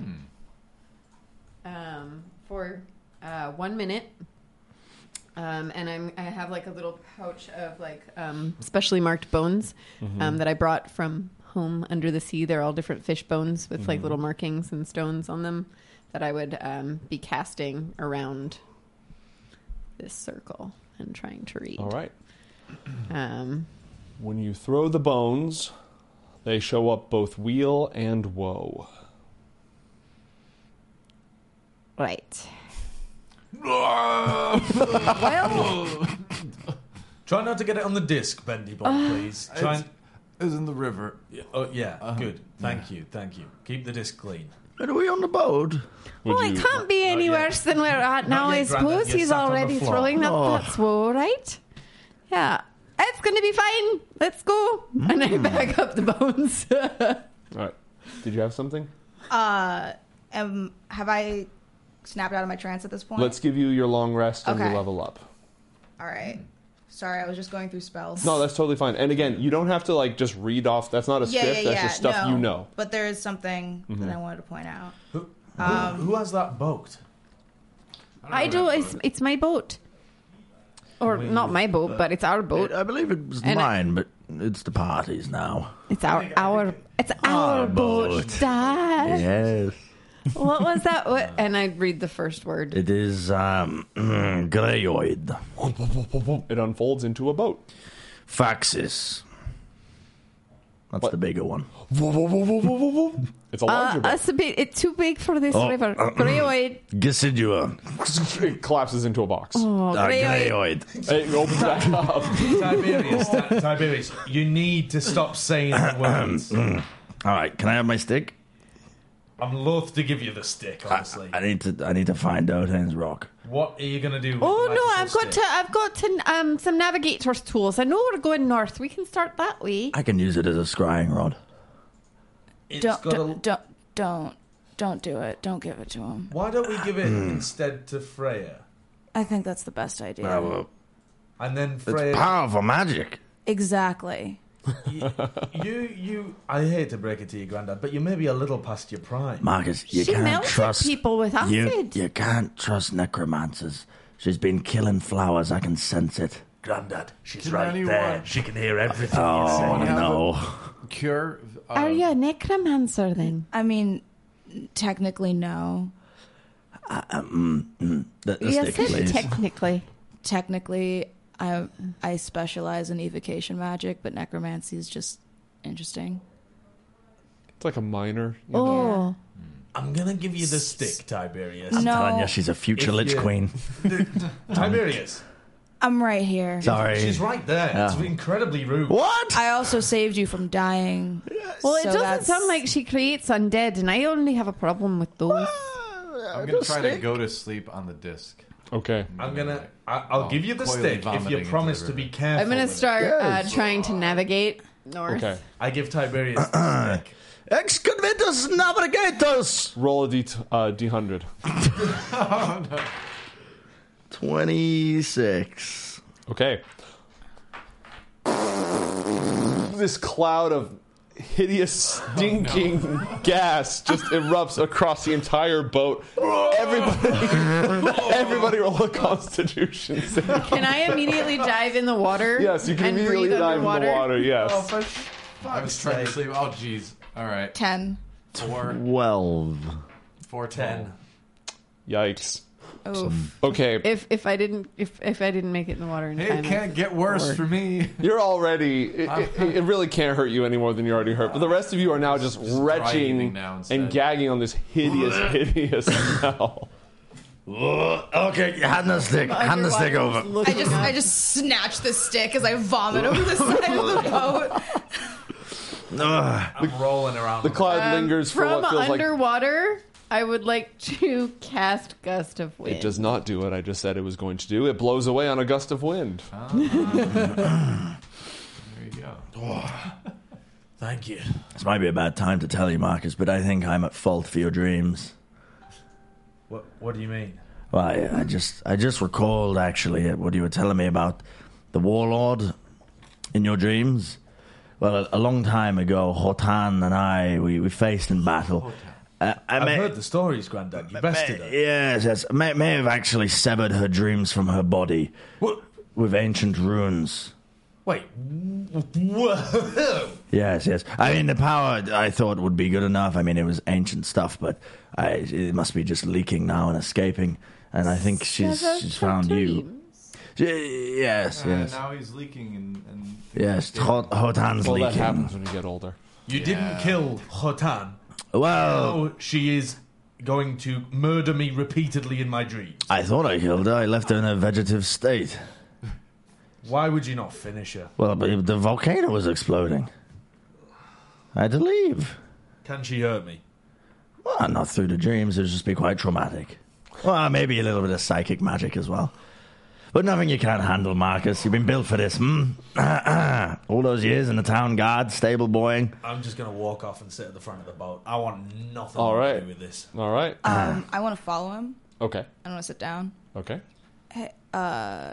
[SPEAKER 6] um, for uh, one minute. Um, and I'm I have like a little pouch of like um, specially marked bones
[SPEAKER 1] Mm-hmm.
[SPEAKER 6] um, that I brought from home under the sea. They're all different fish bones with
[SPEAKER 1] Mm-hmm.
[SPEAKER 6] like little markings and stones on them that I would um, be casting around this circle and trying to read.
[SPEAKER 1] All right.
[SPEAKER 6] Um,
[SPEAKER 1] When you throw the bones, they show up both wheel and woe.
[SPEAKER 6] right.
[SPEAKER 5] Hmm.
[SPEAKER 8] Try not to get it on the disc, bendy boy,
[SPEAKER 6] Ah.
[SPEAKER 8] please. Try.
[SPEAKER 5] It's,
[SPEAKER 8] And,
[SPEAKER 5] it's in the river.
[SPEAKER 8] oh yeah, good. Thank you, thank you. Keep the disc clean.
[SPEAKER 9] But are we on the boat?
[SPEAKER 1] Would
[SPEAKER 6] well,
[SPEAKER 1] you-
[SPEAKER 6] it can't be any
[SPEAKER 8] yet.
[SPEAKER 6] worse than we're at now.
[SPEAKER 8] yet,
[SPEAKER 6] I
[SPEAKER 8] Grandad.
[SPEAKER 6] suppose
[SPEAKER 8] You're
[SPEAKER 6] he's
[SPEAKER 8] sat on the
[SPEAKER 6] already
[SPEAKER 8] floor.
[SPEAKER 6] throwing that
[SPEAKER 9] Oh.
[SPEAKER 6] that's woe, right? Yeah. It's going to be fine. Let's go. And
[SPEAKER 8] Mm.
[SPEAKER 6] I back up the bones.
[SPEAKER 1] All right. Did you have something?
[SPEAKER 2] Uh, am, have I snapped out of my trance at this point?
[SPEAKER 1] Let's give you your long rest and
[SPEAKER 2] Okay.
[SPEAKER 1] you level up.
[SPEAKER 2] All right. Sorry, I was just going through spells.
[SPEAKER 1] No, that's totally fine. And again, you don't have to like just read off. That's not a
[SPEAKER 2] yeah,
[SPEAKER 1] script.
[SPEAKER 2] yeah,
[SPEAKER 1] that's
[SPEAKER 2] yeah.
[SPEAKER 1] just stuff
[SPEAKER 2] no.
[SPEAKER 1] you know. Mm-hmm.
[SPEAKER 2] But there is something that I wanted to point out.
[SPEAKER 8] Who,
[SPEAKER 6] Um,
[SPEAKER 8] who, who has that boat?
[SPEAKER 6] I do. It's, it's my boat. Or not my boat, but it's our boat.
[SPEAKER 9] I believe it was
[SPEAKER 6] And I-
[SPEAKER 9] mine, but it's the party's now.
[SPEAKER 6] It's our our it's our boat.
[SPEAKER 9] boat.
[SPEAKER 6] Dad.
[SPEAKER 9] Yes.
[SPEAKER 6] what was that? What? And I'd read the first word.
[SPEAKER 9] It is um, grayoid.
[SPEAKER 1] It unfolds into a boat.
[SPEAKER 9] Faxis. That's the bigger one.
[SPEAKER 1] it's a larger
[SPEAKER 6] Uh,
[SPEAKER 1] boat.
[SPEAKER 6] it's a bit it's too big for this
[SPEAKER 9] Oh,
[SPEAKER 6] river.
[SPEAKER 9] uh,
[SPEAKER 6] Grayoid.
[SPEAKER 9] Gisidua.
[SPEAKER 1] It collapses into a box.
[SPEAKER 6] Oh,
[SPEAKER 9] Uh,
[SPEAKER 6] grayoid.
[SPEAKER 1] It opens back up.
[SPEAKER 8] Tiberius, Ti- Tiberius, you need to stop saying the words.
[SPEAKER 9] All right, can I have my stick?
[SPEAKER 8] I'm loath to give you the stick, honestly.
[SPEAKER 9] I need to. I need to find Odin's rock.
[SPEAKER 8] What are you going to do? With
[SPEAKER 6] Oh
[SPEAKER 8] the
[SPEAKER 6] no,
[SPEAKER 8] magical
[SPEAKER 6] I've got to
[SPEAKER 8] stick?
[SPEAKER 6] I've got to um some navigator's tools. I know we're going north. We can start that way.
[SPEAKER 9] I can use it as a scrying rod.
[SPEAKER 8] It's
[SPEAKER 2] Don't,
[SPEAKER 8] got a-
[SPEAKER 2] don't, don't, don't, don't do it. Don't give it to him.
[SPEAKER 8] Why don't we give it instead to Freya?
[SPEAKER 2] I think that's the best idea.
[SPEAKER 4] Oh,
[SPEAKER 9] Uh, well,
[SPEAKER 8] And then
[SPEAKER 9] it's
[SPEAKER 8] Freya,
[SPEAKER 9] powerful magic.
[SPEAKER 2] Exactly.
[SPEAKER 8] you, you. I hate to break it to you, Grandad, but you may be a little past your prime.
[SPEAKER 9] Marcus, you
[SPEAKER 6] she
[SPEAKER 9] can't
[SPEAKER 6] melted
[SPEAKER 9] trust
[SPEAKER 6] people with acid.
[SPEAKER 9] You, you can't trust necromancers. She's been killing flowers. I can sense it.
[SPEAKER 4] Grandad, she's
[SPEAKER 5] Can
[SPEAKER 4] right
[SPEAKER 5] anyone-
[SPEAKER 4] there. She can hear everything you say.
[SPEAKER 9] Oh
[SPEAKER 5] Someone have
[SPEAKER 9] no!
[SPEAKER 5] Cure. Uh,
[SPEAKER 6] Are you
[SPEAKER 9] Um,
[SPEAKER 6] a necromancer then?
[SPEAKER 2] I mean, technically, no.
[SPEAKER 9] Um, mm, The, the
[SPEAKER 6] Yes,
[SPEAKER 9] stick, please.
[SPEAKER 6] technically.
[SPEAKER 2] Technically, I I specialize in evocation magic, but necromancy is just interesting.
[SPEAKER 1] It's like a minor. you know?
[SPEAKER 6] Oh.
[SPEAKER 8] I'm gonna give you the stick, Tiberius.
[SPEAKER 2] No.
[SPEAKER 9] Telling you, she's a future
[SPEAKER 8] If
[SPEAKER 9] lich
[SPEAKER 8] you-
[SPEAKER 9] queen.
[SPEAKER 8] Tiberius,
[SPEAKER 2] I'm right here.
[SPEAKER 9] Sorry.
[SPEAKER 8] she's right there. It's
[SPEAKER 9] Yeah.
[SPEAKER 8] incredibly rude.
[SPEAKER 9] what?
[SPEAKER 2] I also saved you from dying.
[SPEAKER 6] Well, it
[SPEAKER 2] So
[SPEAKER 6] doesn't
[SPEAKER 2] that's-
[SPEAKER 6] sound like she creates undead, and I only have a problem with those.
[SPEAKER 5] I'm gonna try to go to sleep on the disc.
[SPEAKER 1] Okay.
[SPEAKER 8] I'm gonna. I, I'll
[SPEAKER 5] Oh,
[SPEAKER 8] give you the
[SPEAKER 5] coyly
[SPEAKER 8] stick if
[SPEAKER 5] vomiting
[SPEAKER 8] you
[SPEAKER 5] into
[SPEAKER 8] promise
[SPEAKER 5] the
[SPEAKER 8] to be
[SPEAKER 5] river.
[SPEAKER 8] careful.
[SPEAKER 6] I'm gonna
[SPEAKER 8] with it.
[SPEAKER 6] start uh, trying to navigate north.
[SPEAKER 1] Okay.
[SPEAKER 8] I give Tiberius the
[SPEAKER 6] Oh,
[SPEAKER 8] stick.
[SPEAKER 9] Excavatus navigatus.
[SPEAKER 1] Roll a d uh, d100.
[SPEAKER 9] Twenty-six.
[SPEAKER 1] Okay. This cloud of hideous,
[SPEAKER 6] Oh,
[SPEAKER 1] stinking gas just erupts across the entire boat. Everybody, everybody, roll a Constitution saving.
[SPEAKER 6] Can I immediately dive in the water?
[SPEAKER 1] Yes, you can
[SPEAKER 6] and
[SPEAKER 1] immediately
[SPEAKER 6] breathe
[SPEAKER 1] dive
[SPEAKER 6] underwater? Oh.
[SPEAKER 1] in the water. Yes.
[SPEAKER 8] Oh,
[SPEAKER 5] I was trying to sleep. Oh, jeez. All right.
[SPEAKER 2] Ten.
[SPEAKER 5] Four.
[SPEAKER 9] Twelve.
[SPEAKER 5] Four. Ten.
[SPEAKER 1] Yikes.
[SPEAKER 6] Oof.
[SPEAKER 1] Okay,
[SPEAKER 6] If if I didn't if if I didn't make it in the water in
[SPEAKER 5] It
[SPEAKER 6] time,
[SPEAKER 5] can't get worse for me.
[SPEAKER 1] you're already. It, it, it really can't hurt you any more than you already hurt. But the rest of you are now just,
[SPEAKER 5] Just dry heaving
[SPEAKER 1] retching
[SPEAKER 5] now instead.
[SPEAKER 1] and gagging on this hideous, hideous smell.
[SPEAKER 9] Ugh, Okay, hand the stick. Hand the stick over.
[SPEAKER 2] I just I just snatch the stick as I vomit over the side of the boat.
[SPEAKER 9] Ugh.
[SPEAKER 8] I'm rolling around.
[SPEAKER 1] The cloud lingers for
[SPEAKER 6] from
[SPEAKER 1] what feels like
[SPEAKER 6] underwater, I would like to cast gust of wind.
[SPEAKER 1] It does not do what I just said it was going to do. It blows away on a gust of wind.
[SPEAKER 5] There you go.
[SPEAKER 8] Thank you.
[SPEAKER 9] This might be a bad time to tell you, Marcus, but I think I'm at fault for your dreams.
[SPEAKER 8] What What do you mean?
[SPEAKER 9] Well, I, I just I just recalled actually what you were telling me about the warlord in your dreams. Well, a, a long time ago, Hotan and I we, we faced in battle. Uh, I
[SPEAKER 8] I've
[SPEAKER 9] may,
[SPEAKER 8] heard the stories, Grandad. You bested her.
[SPEAKER 9] yes, yes, may, may have actually severed her dreams from her body
[SPEAKER 8] What?
[SPEAKER 9] with ancient runes.
[SPEAKER 8] Wait. Whoa.
[SPEAKER 9] Yes, yes. I mean, the power I thought would be good enough. I mean, it was ancient stuff, but I, it must be just leaking now and escaping. And I think she's
[SPEAKER 6] Severed
[SPEAKER 9] she's found you. She- yes,
[SPEAKER 5] Uh,
[SPEAKER 9] yes.
[SPEAKER 5] Now he's leaking and. and
[SPEAKER 9] Yes, hot, hot hands
[SPEAKER 1] Well, that
[SPEAKER 9] leaking.
[SPEAKER 1] happens when you get older.
[SPEAKER 8] You didn't kill Hotan.
[SPEAKER 9] Well,
[SPEAKER 1] Oh.
[SPEAKER 8] Now she is going to murder me repeatedly in my dreams.
[SPEAKER 9] I thought I killed her. I left her in a vegetative state.
[SPEAKER 8] Why would you not finish her?
[SPEAKER 9] Well, but the volcano was exploding. I had to leave.
[SPEAKER 8] Can she hurt me?
[SPEAKER 9] Well, not through the dreams. It would just be quite traumatic. Well, maybe a little bit of psychic magic as well. But nothing you can't handle, Marcus. You've been built for this, hmm? All those years in the town guard, stable boying.
[SPEAKER 8] I'm just gonna walk off and sit at the front of the boat. I want nothing
[SPEAKER 1] All
[SPEAKER 8] to
[SPEAKER 1] right.
[SPEAKER 8] do with this.
[SPEAKER 1] All right.
[SPEAKER 2] Um, I want to follow him.
[SPEAKER 1] Okay.
[SPEAKER 2] I want to sit down.
[SPEAKER 1] Okay.
[SPEAKER 2] Hey, uh,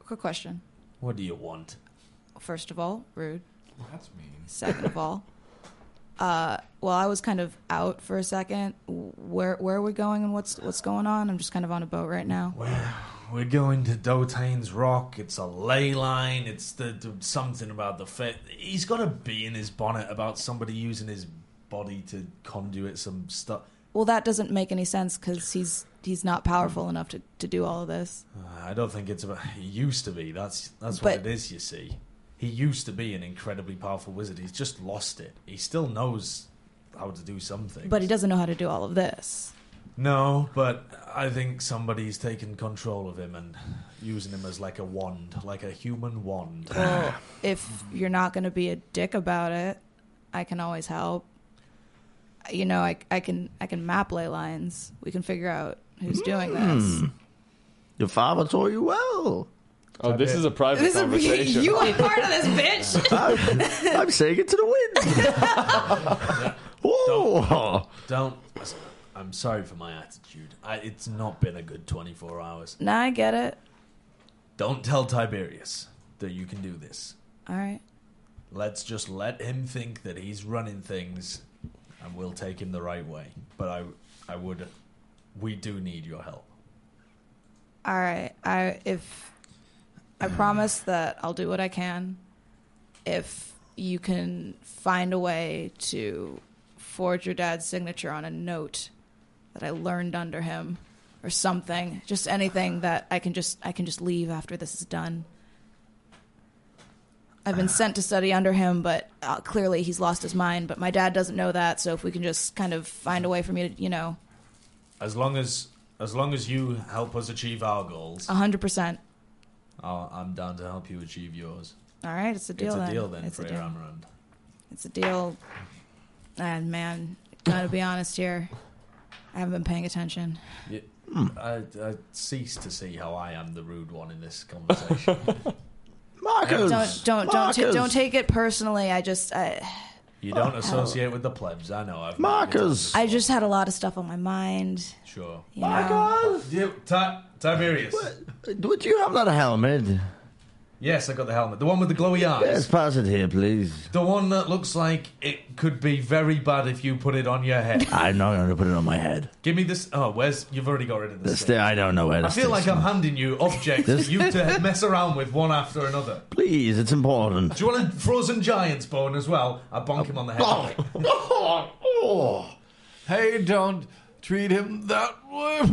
[SPEAKER 2] quick question.
[SPEAKER 8] What do you want?
[SPEAKER 2] First of all, rude.
[SPEAKER 5] That's mean.
[SPEAKER 2] Second of all, uh, well, I was kind of out for a second. Where where are we going and what's what's going on? I'm just kind of on a boat right now.
[SPEAKER 8] We're going to Dotain's Rock. It's a ley line. It's the, the- something about the fit. He's got a bee in his bonnet about somebody using his body to conduit some stuff.
[SPEAKER 2] well, that doesn't make any sense because he's he's not powerful enough to, to do all of this.
[SPEAKER 8] Uh, I don't think it's about. He used to be. That's that's what
[SPEAKER 2] But-
[SPEAKER 8] it is. You see, he used to be an incredibly powerful wizard. He's just lost it. He still knows how to do something.
[SPEAKER 2] But he doesn't know how to do all of this.
[SPEAKER 8] no. But I think somebody's taken control of him and using him as like a wand, like a human wand.
[SPEAKER 2] Well, if you're not going to be a dick about it, I can always help. You know, I, I can I can map ley lines. We can figure out who's doing this.
[SPEAKER 9] Your father taught you well.
[SPEAKER 1] Oh, this is a private
[SPEAKER 2] This
[SPEAKER 1] conversation.
[SPEAKER 2] is you are part of this, bitch.
[SPEAKER 9] I'm, I'm saying it to the wind. Whoa.
[SPEAKER 8] Don't. I'm sorry for my attitude. I, it's not been a good 24 hours.
[SPEAKER 2] nah, I get it.
[SPEAKER 8] Don't tell Tiberius that you can do this.
[SPEAKER 2] All right.
[SPEAKER 8] Let's just let him think that he's running things, and we'll take him the right way. But I, I would, we do need your help.
[SPEAKER 2] All right. I if I promise that I'll do what I can. If you can find a way to forge your dad's signature on a note that I learned under him or something, just anything that I can just I can just leave after this is done. I've been sent to study under him, but uh, clearly he's lost his mind. But my dad doesn't know that, so if we can just kind of find a way for me to, you know,
[SPEAKER 8] As long as, as long as you help us achieve our goals,
[SPEAKER 2] hundred percent.
[SPEAKER 8] I'll- I'm down to help you achieve yours.
[SPEAKER 2] All right, it's a deal.
[SPEAKER 8] it's a
[SPEAKER 2] then.
[SPEAKER 8] deal then,
[SPEAKER 2] It's a
[SPEAKER 8] Freya
[SPEAKER 2] deal.
[SPEAKER 8] Amarand.
[SPEAKER 2] It's a deal. And man, gotta be honest here. I haven't been paying attention.
[SPEAKER 9] Hmm.
[SPEAKER 8] I, I cease to see how I am the rude one in this conversation.
[SPEAKER 9] Marcus.
[SPEAKER 2] Don't don't don't ta-
[SPEAKER 9] Marcus.
[SPEAKER 2] don't take it personally. I just I,
[SPEAKER 8] you
[SPEAKER 2] Oh,
[SPEAKER 8] don't associate with the plebs. I know. I've
[SPEAKER 9] Marcus.
[SPEAKER 2] I just had a lot of stuff on my mind.
[SPEAKER 8] Sure.
[SPEAKER 2] You know?
[SPEAKER 8] You, Ti- Tiberius.
[SPEAKER 9] Would you have that helmet?
[SPEAKER 8] Yes, I got the helmet. The one with the glowy eyes.
[SPEAKER 9] Yes, pass it here, please.
[SPEAKER 8] The one that looks like it could be very bad if you put it on your head.
[SPEAKER 9] I'm not going to put it on my head.
[SPEAKER 8] Give me this. Oh, where's. You've already got rid of
[SPEAKER 9] The
[SPEAKER 8] this.
[SPEAKER 9] sta- I don't know where to
[SPEAKER 8] I feel like I'm handing you objects for
[SPEAKER 9] This-
[SPEAKER 8] you to mess around with one after another.
[SPEAKER 9] Please, it's important.
[SPEAKER 8] Do you want a frozen giant's bone as well? I bonk him on the head.
[SPEAKER 5] Hey, don't treat him that way.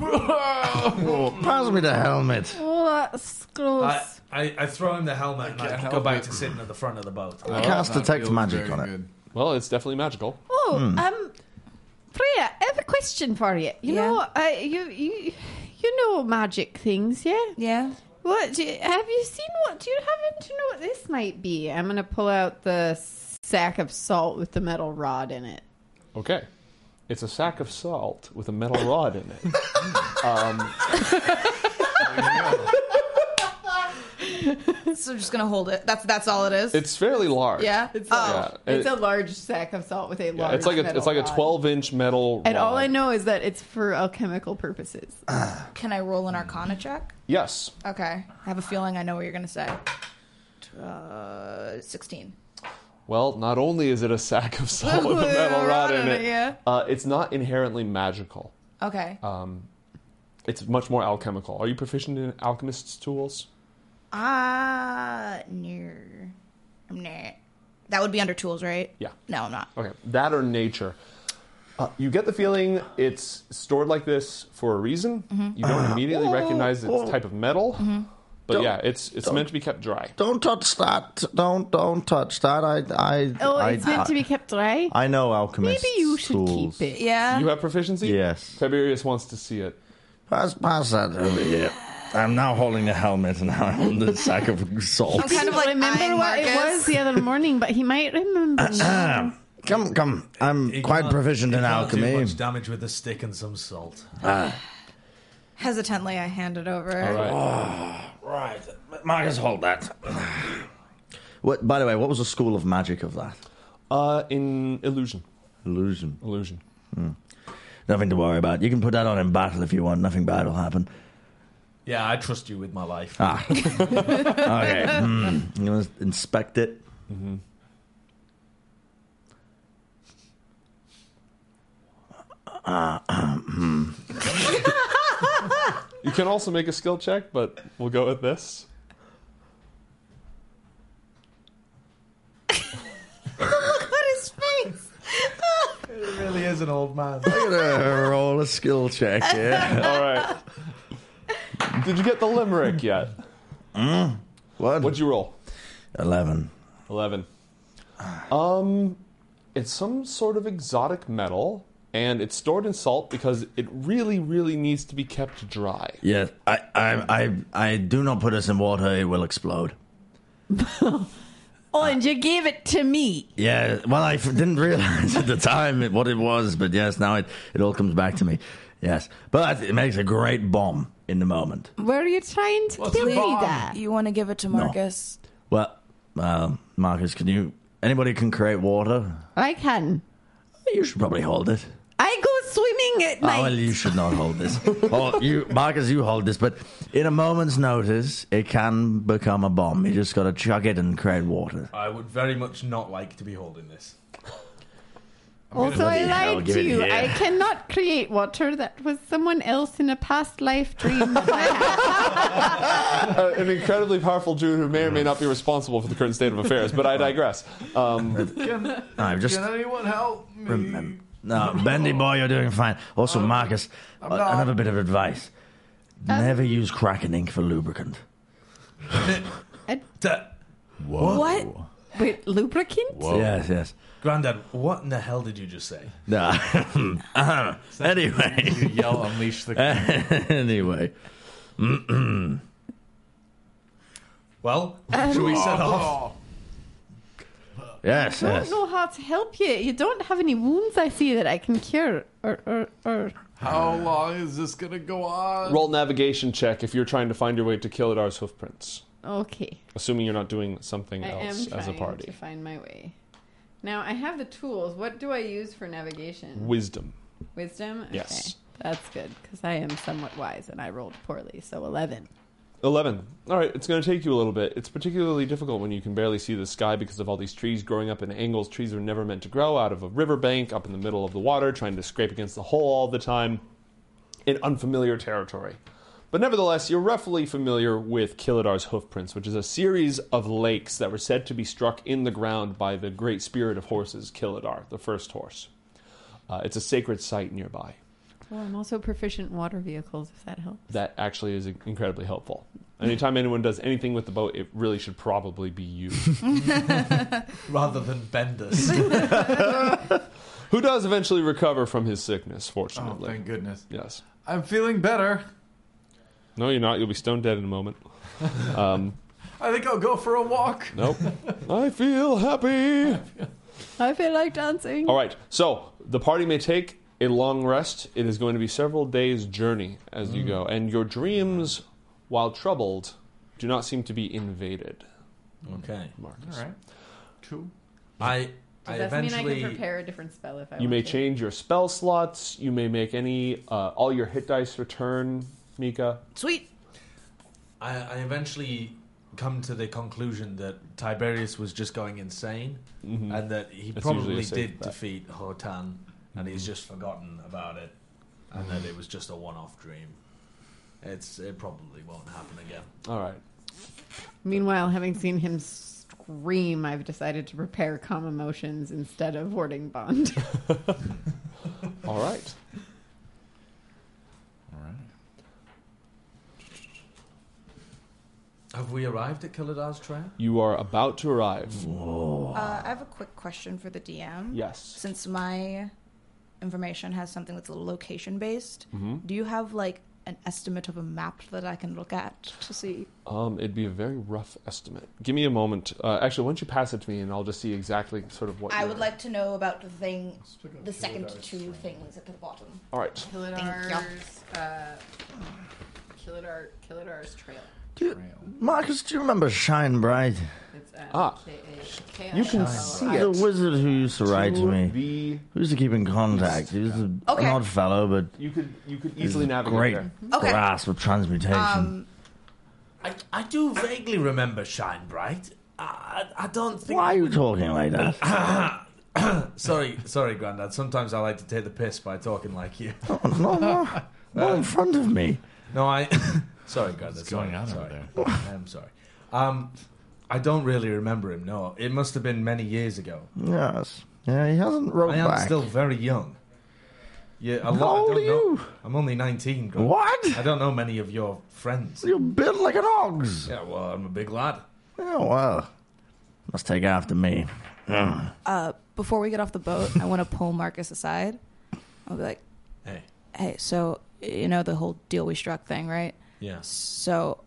[SPEAKER 9] Oh, pass me the helmet.
[SPEAKER 6] Oh, that's gross.
[SPEAKER 8] I, I, I throw him the helmet and
[SPEAKER 5] can't
[SPEAKER 8] I go
[SPEAKER 5] help
[SPEAKER 8] back
[SPEAKER 5] it.
[SPEAKER 8] to sitting at the front of the boat.
[SPEAKER 9] I cast
[SPEAKER 5] That
[SPEAKER 9] detect
[SPEAKER 5] feels
[SPEAKER 9] magic
[SPEAKER 5] very
[SPEAKER 9] on it.
[SPEAKER 5] good.
[SPEAKER 1] well, it's definitely magical.
[SPEAKER 6] Oh,
[SPEAKER 9] hmm.
[SPEAKER 6] um, Freya, I have a question for you. You
[SPEAKER 2] Yeah.
[SPEAKER 6] know, uh, you you you know magic things, yeah?
[SPEAKER 2] Yeah.
[SPEAKER 6] What do you, have you seen? What do you happen to know what this might be? I'm gonna pull out the sack of salt with the metal rod in it.
[SPEAKER 1] Okay. It's a sack of salt with a metal rod in it.
[SPEAKER 2] So I'm just gonna hold it. That's that's all it is.
[SPEAKER 1] It's fairly large.
[SPEAKER 6] Yeah, it's
[SPEAKER 1] Yeah, it-
[SPEAKER 6] it's a large sack of salt with a
[SPEAKER 1] Uh, Yeah,
[SPEAKER 6] large.
[SPEAKER 1] it's like a
[SPEAKER 6] metal
[SPEAKER 1] it's like a
[SPEAKER 6] rod.
[SPEAKER 1] twelve inch metal.
[SPEAKER 6] And all
[SPEAKER 1] rod.
[SPEAKER 6] I know is that it's for alchemical purposes.
[SPEAKER 2] Can I roll an Arcana check?
[SPEAKER 1] Yes.
[SPEAKER 2] Okay. I have a feeling I know what you're gonna say. Uh, Sixteen.
[SPEAKER 1] Well, not only is it a sack of salt with a Oh, metal rod in it,
[SPEAKER 2] yeah.
[SPEAKER 1] uh, it's not inherently magical.
[SPEAKER 2] Okay.
[SPEAKER 1] It's much more alchemical. Are you proficient in alchemist's tools?
[SPEAKER 2] Ah, uh, no, I'm not. That would be under tools, right?
[SPEAKER 1] Yeah.
[SPEAKER 2] No, I'm not.
[SPEAKER 1] Okay, that or nature. Uh, you get the feeling it's stored like this for a reason. You don't immediately recognize its type of metal, but
[SPEAKER 9] Don't-
[SPEAKER 1] yeah, it's it's meant to be kept dry.
[SPEAKER 9] Don't touch that. Don't don't touch that. I I
[SPEAKER 6] Oh,
[SPEAKER 9] I,
[SPEAKER 6] it's meant to be kept dry.
[SPEAKER 9] I know alchemy.
[SPEAKER 6] Maybe you should keep it.
[SPEAKER 2] Yeah.
[SPEAKER 1] You have proficiency.
[SPEAKER 9] Yes.
[SPEAKER 1] Tiberius wants to see it.
[SPEAKER 9] Pass pass that over here. I'm now holding the helmet and now I hold the sack of salt.
[SPEAKER 2] kind of like
[SPEAKER 6] Remember
[SPEAKER 2] eyeing
[SPEAKER 6] what it
[SPEAKER 2] Marcus.
[SPEAKER 6] was the other morning, but he might remember. now.
[SPEAKER 9] Come come. I'm
[SPEAKER 8] He
[SPEAKER 9] quite
[SPEAKER 8] can't-
[SPEAKER 9] proficient
[SPEAKER 8] he
[SPEAKER 9] in
[SPEAKER 8] can't Do
[SPEAKER 9] alchemy.
[SPEAKER 8] much damage with a stick and some salt.
[SPEAKER 2] Hesitantly, I hand it over.
[SPEAKER 1] All right.
[SPEAKER 9] Right, Marcus, hold that. What? By the way, what was the school of magic of that
[SPEAKER 1] Uh, in illusion,
[SPEAKER 9] illusion?
[SPEAKER 1] illusion.
[SPEAKER 9] Nothing to worry about. You can put that on in battle if you want. Nothing bad will happen.
[SPEAKER 8] Yeah, I trust you with my life.
[SPEAKER 9] Ah. okay. Hmm. You want to inspect it?
[SPEAKER 1] You can also make a skill check, but we'll go with this.
[SPEAKER 2] Look at his face.
[SPEAKER 7] really is an old man.
[SPEAKER 9] I'm gonna roll a skill check here.
[SPEAKER 1] All right. Did you get the limerick yet?
[SPEAKER 9] What?
[SPEAKER 1] What'd you roll?
[SPEAKER 9] Eleven.
[SPEAKER 1] 11. Um, it's some sort of exotic metal, and it's stored in salt because it really, really needs to be kept dry.
[SPEAKER 9] Yes, I, I, I, I do not put this in water. It will explode.
[SPEAKER 6] Oh, and you gave it to me.
[SPEAKER 9] Yeah, well, I f- didn't realize at the time it, what it was, but yes, now it, it all comes back to me. Yes, but it makes a great bomb in the moment.
[SPEAKER 6] Were you trying to
[SPEAKER 5] What's
[SPEAKER 6] kill
[SPEAKER 5] the
[SPEAKER 6] me
[SPEAKER 5] bomb?
[SPEAKER 6] there?
[SPEAKER 2] You want to give it to Marcus?
[SPEAKER 9] Well, uh, Marcus, can you? Anybody can create water.
[SPEAKER 6] I can.
[SPEAKER 9] You should probably hold it.
[SPEAKER 6] I go swimming at
[SPEAKER 9] Oh,
[SPEAKER 6] night.
[SPEAKER 9] well, you should not hold this. oh, you, Marcus, you hold this, but in a moment's notice, it can become a bomb. You just got to chuck it and create water.
[SPEAKER 8] I would very much not like to be holding this.
[SPEAKER 6] also, I
[SPEAKER 9] hell,
[SPEAKER 6] lied
[SPEAKER 9] give
[SPEAKER 6] to
[SPEAKER 9] it
[SPEAKER 6] you.
[SPEAKER 9] here.
[SPEAKER 6] I cannot create water. That was someone else in a past life dream. that I had.
[SPEAKER 1] Uh, an incredibly powerful Jew who may or may not be responsible for the current state of affairs, but I digress. Um,
[SPEAKER 5] Can,
[SPEAKER 9] I'm just
[SPEAKER 5] can anyone help me?
[SPEAKER 9] remember. No, Bendy boy, you're doing fine. Also, Marcus, uh,
[SPEAKER 5] not.
[SPEAKER 9] another bit of advice: never use Kraken ink for lubricant.
[SPEAKER 8] Da-
[SPEAKER 5] Whoa.
[SPEAKER 2] What?
[SPEAKER 6] Wait, lubricant?
[SPEAKER 5] Whoa.
[SPEAKER 9] Yes, yes.
[SPEAKER 8] Grandad, what in the hell did you just say?
[SPEAKER 9] No. Uh, anyway,
[SPEAKER 5] You yell, unleash the.
[SPEAKER 9] anyway,
[SPEAKER 8] Well, should we set off?
[SPEAKER 5] "Oh,
[SPEAKER 9] yes,
[SPEAKER 6] I don't
[SPEAKER 9] yes.
[SPEAKER 6] know how to help you. You don't have any wounds I see that I can cure. Er, Or, or, or.
[SPEAKER 5] How long is this gonna go on? Oh,
[SPEAKER 1] roll navigation check if you're trying to find your way to Kilidar's hoofprints,
[SPEAKER 6] Okay.
[SPEAKER 1] assuming you're not doing something
[SPEAKER 6] I am
[SPEAKER 1] else
[SPEAKER 6] trying
[SPEAKER 1] as a
[SPEAKER 6] to
[SPEAKER 1] party.
[SPEAKER 6] find my way. Now, I have the tools. What do I use for navigation?
[SPEAKER 1] Wisdom.
[SPEAKER 6] Wisdom?
[SPEAKER 1] Yes.
[SPEAKER 6] Okay. That's good, because I am somewhat wise and I rolled poorly, so 11.
[SPEAKER 1] 11. All right, it's going to take you a little bit. It's particularly difficult when you can barely see the sky because of all these trees growing up in angles. Trees are never meant to grow out of a riverbank, up in the middle of the water, trying to scrape against the hole all the time in unfamiliar territory. But nevertheless, you're roughly familiar with Kilidar's hoofprints, which is a series of lakes that were said to be struck in the ground by the great spirit of horses, Kilidar, the first horse. Uh, it's a sacred site nearby.
[SPEAKER 6] Well, I'm also proficient in water vehicles, if that helps.
[SPEAKER 1] that actually is incredibly helpful. Anytime anyone does anything with the boat, it really should probably be you.
[SPEAKER 5] Um,
[SPEAKER 8] Rather than Bendis.
[SPEAKER 1] Who does eventually recover from his sickness,
[SPEAKER 5] Oh,
[SPEAKER 1] fortunately.
[SPEAKER 5] thank goodness.
[SPEAKER 1] yes.
[SPEAKER 5] I'm feeling better.
[SPEAKER 1] No, you're not. You'll be stone dead in a moment. Um,
[SPEAKER 5] I think I'll go for a walk.
[SPEAKER 1] nope. I feel happy.
[SPEAKER 6] I feel like dancing.
[SPEAKER 1] All right. So the party may take a long rest. It is going to be several days' journey as
[SPEAKER 5] Mm.
[SPEAKER 1] you go, and your dreams, while troubled, do not seem to be invaded,
[SPEAKER 7] Okay.
[SPEAKER 1] Marcus.
[SPEAKER 5] All right. Two.
[SPEAKER 8] I, I
[SPEAKER 6] Does that
[SPEAKER 8] eventually.
[SPEAKER 6] mean I can prepare a different spell if I
[SPEAKER 1] You
[SPEAKER 6] want
[SPEAKER 1] may
[SPEAKER 6] to?
[SPEAKER 1] change your spell slots. You may make any uh, all your hit dice return, Mika.
[SPEAKER 2] Sweet.
[SPEAKER 8] I, I eventually come to the conclusion that Tiberius was just going insane
[SPEAKER 5] Mm-hmm.
[SPEAKER 8] and that he
[SPEAKER 1] That's usually
[SPEAKER 8] probably
[SPEAKER 1] a safe
[SPEAKER 8] did
[SPEAKER 1] bet.
[SPEAKER 8] defeat Hotan and
[SPEAKER 5] Mm-hmm.
[SPEAKER 8] he's just forgotten about it and that it was just a one off dream. It's It probably won't happen again.
[SPEAKER 1] All right.
[SPEAKER 6] Meanwhile, having seen him scream, I've decided to prepare calm emotions instead of hoarding bond.
[SPEAKER 1] All right.
[SPEAKER 8] Have we arrived at Kilidar's trail?
[SPEAKER 1] You are about to arrive.
[SPEAKER 2] Uh, I have a quick question for the DM.
[SPEAKER 1] Yes.
[SPEAKER 2] Since my information has something that's a little location based, do you have like an estimate of a map that I can look at to see?
[SPEAKER 1] Um, it'd be a very rough estimate. Give me a moment. Uh, actually, why don't you pass it to me, and I'll just see exactly sort of what.
[SPEAKER 2] I
[SPEAKER 1] you're-
[SPEAKER 2] would like to know about the thing, the second two things at the bottom.
[SPEAKER 1] All right.
[SPEAKER 6] Kilidar's, uh, Kilidar, Kilidar's trail.
[SPEAKER 9] Marcus, do you remember Shine Bright?
[SPEAKER 6] It's uh,
[SPEAKER 1] Ah.
[SPEAKER 6] K-A-
[SPEAKER 1] You can
[SPEAKER 6] K-I-L-L-I.
[SPEAKER 1] see
[SPEAKER 9] The
[SPEAKER 1] it.
[SPEAKER 9] wizard who used to write to me.
[SPEAKER 1] The
[SPEAKER 9] Who used to keep in contact. He was a,
[SPEAKER 2] Okay.
[SPEAKER 9] an odd fellow, but
[SPEAKER 1] you could you could
[SPEAKER 9] he's
[SPEAKER 1] easily navigate
[SPEAKER 9] great
[SPEAKER 1] there.
[SPEAKER 2] Okay.
[SPEAKER 9] grasp of transmutation.
[SPEAKER 2] Um,
[SPEAKER 8] I, I do vaguely remember Shine Bright. I, I I don't think.
[SPEAKER 9] Why are you talking like that?
[SPEAKER 8] Sorry, sorry, Grandad. Sometimes I like to take the piss by talking like you.
[SPEAKER 9] no, no, no. Not in front of me.
[SPEAKER 8] No, I. sorry, God, that's
[SPEAKER 5] going
[SPEAKER 8] sorry,
[SPEAKER 5] on
[SPEAKER 8] sorry.
[SPEAKER 5] over
[SPEAKER 8] I'm sorry. Um, I don't really remember him. No, it must have been many years ago.
[SPEAKER 9] Yes. Yeah, he hasn't wrote
[SPEAKER 8] I am
[SPEAKER 9] back.
[SPEAKER 8] still very young. Yeah, a
[SPEAKER 9] How
[SPEAKER 8] lot.
[SPEAKER 9] old
[SPEAKER 8] I
[SPEAKER 9] are
[SPEAKER 8] don't know.
[SPEAKER 9] you?
[SPEAKER 8] I'm only 19. Grant.
[SPEAKER 9] What?
[SPEAKER 8] I don't know many of your friends.
[SPEAKER 9] You're built like an ox.
[SPEAKER 8] Yeah, well, I'm a big lad.
[SPEAKER 9] Oh, well. Must take after me.
[SPEAKER 2] Uh, before we get off the boat, I want to pull Marcus aside. I'll be like,
[SPEAKER 7] Hey.
[SPEAKER 2] hey, so you know the whole deal we struck thing, right?
[SPEAKER 7] Yeah.
[SPEAKER 2] So,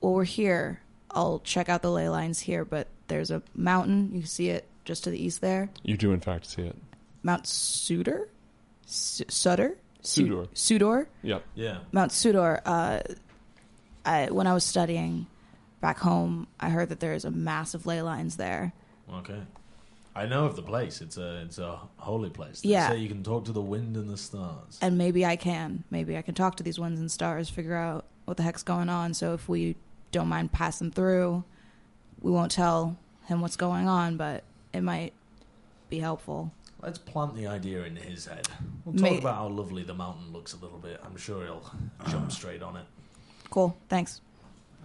[SPEAKER 2] while we're here, I'll check out the ley lines here, but there's a mountain. You can see it just to the east there.
[SPEAKER 1] You do, in fact, see it.
[SPEAKER 2] Mount Suder? Su- Sutter? Su-
[SPEAKER 1] Sudor.
[SPEAKER 2] Sudor?
[SPEAKER 1] Yep.
[SPEAKER 7] Yeah.
[SPEAKER 2] Mount Sudor, uh, I, when I was studying back home, I heard that there is a massive ley lines there.
[SPEAKER 7] Okay. I know of the place. It's a it's a holy place. They
[SPEAKER 2] Yeah.
[SPEAKER 7] say you can talk to the wind and the stars.
[SPEAKER 2] And maybe I can. Maybe I can talk to these winds and stars, figure out what the heck's going on. So if we don't mind passing through, we won't tell him what's going on, but it might be helpful.
[SPEAKER 7] Let's plant the idea in his head. We'll
[SPEAKER 2] May-
[SPEAKER 7] talk about how lovely the mountain looks a little bit. I'm sure he'll jump straight on it.
[SPEAKER 2] Cool. Thanks.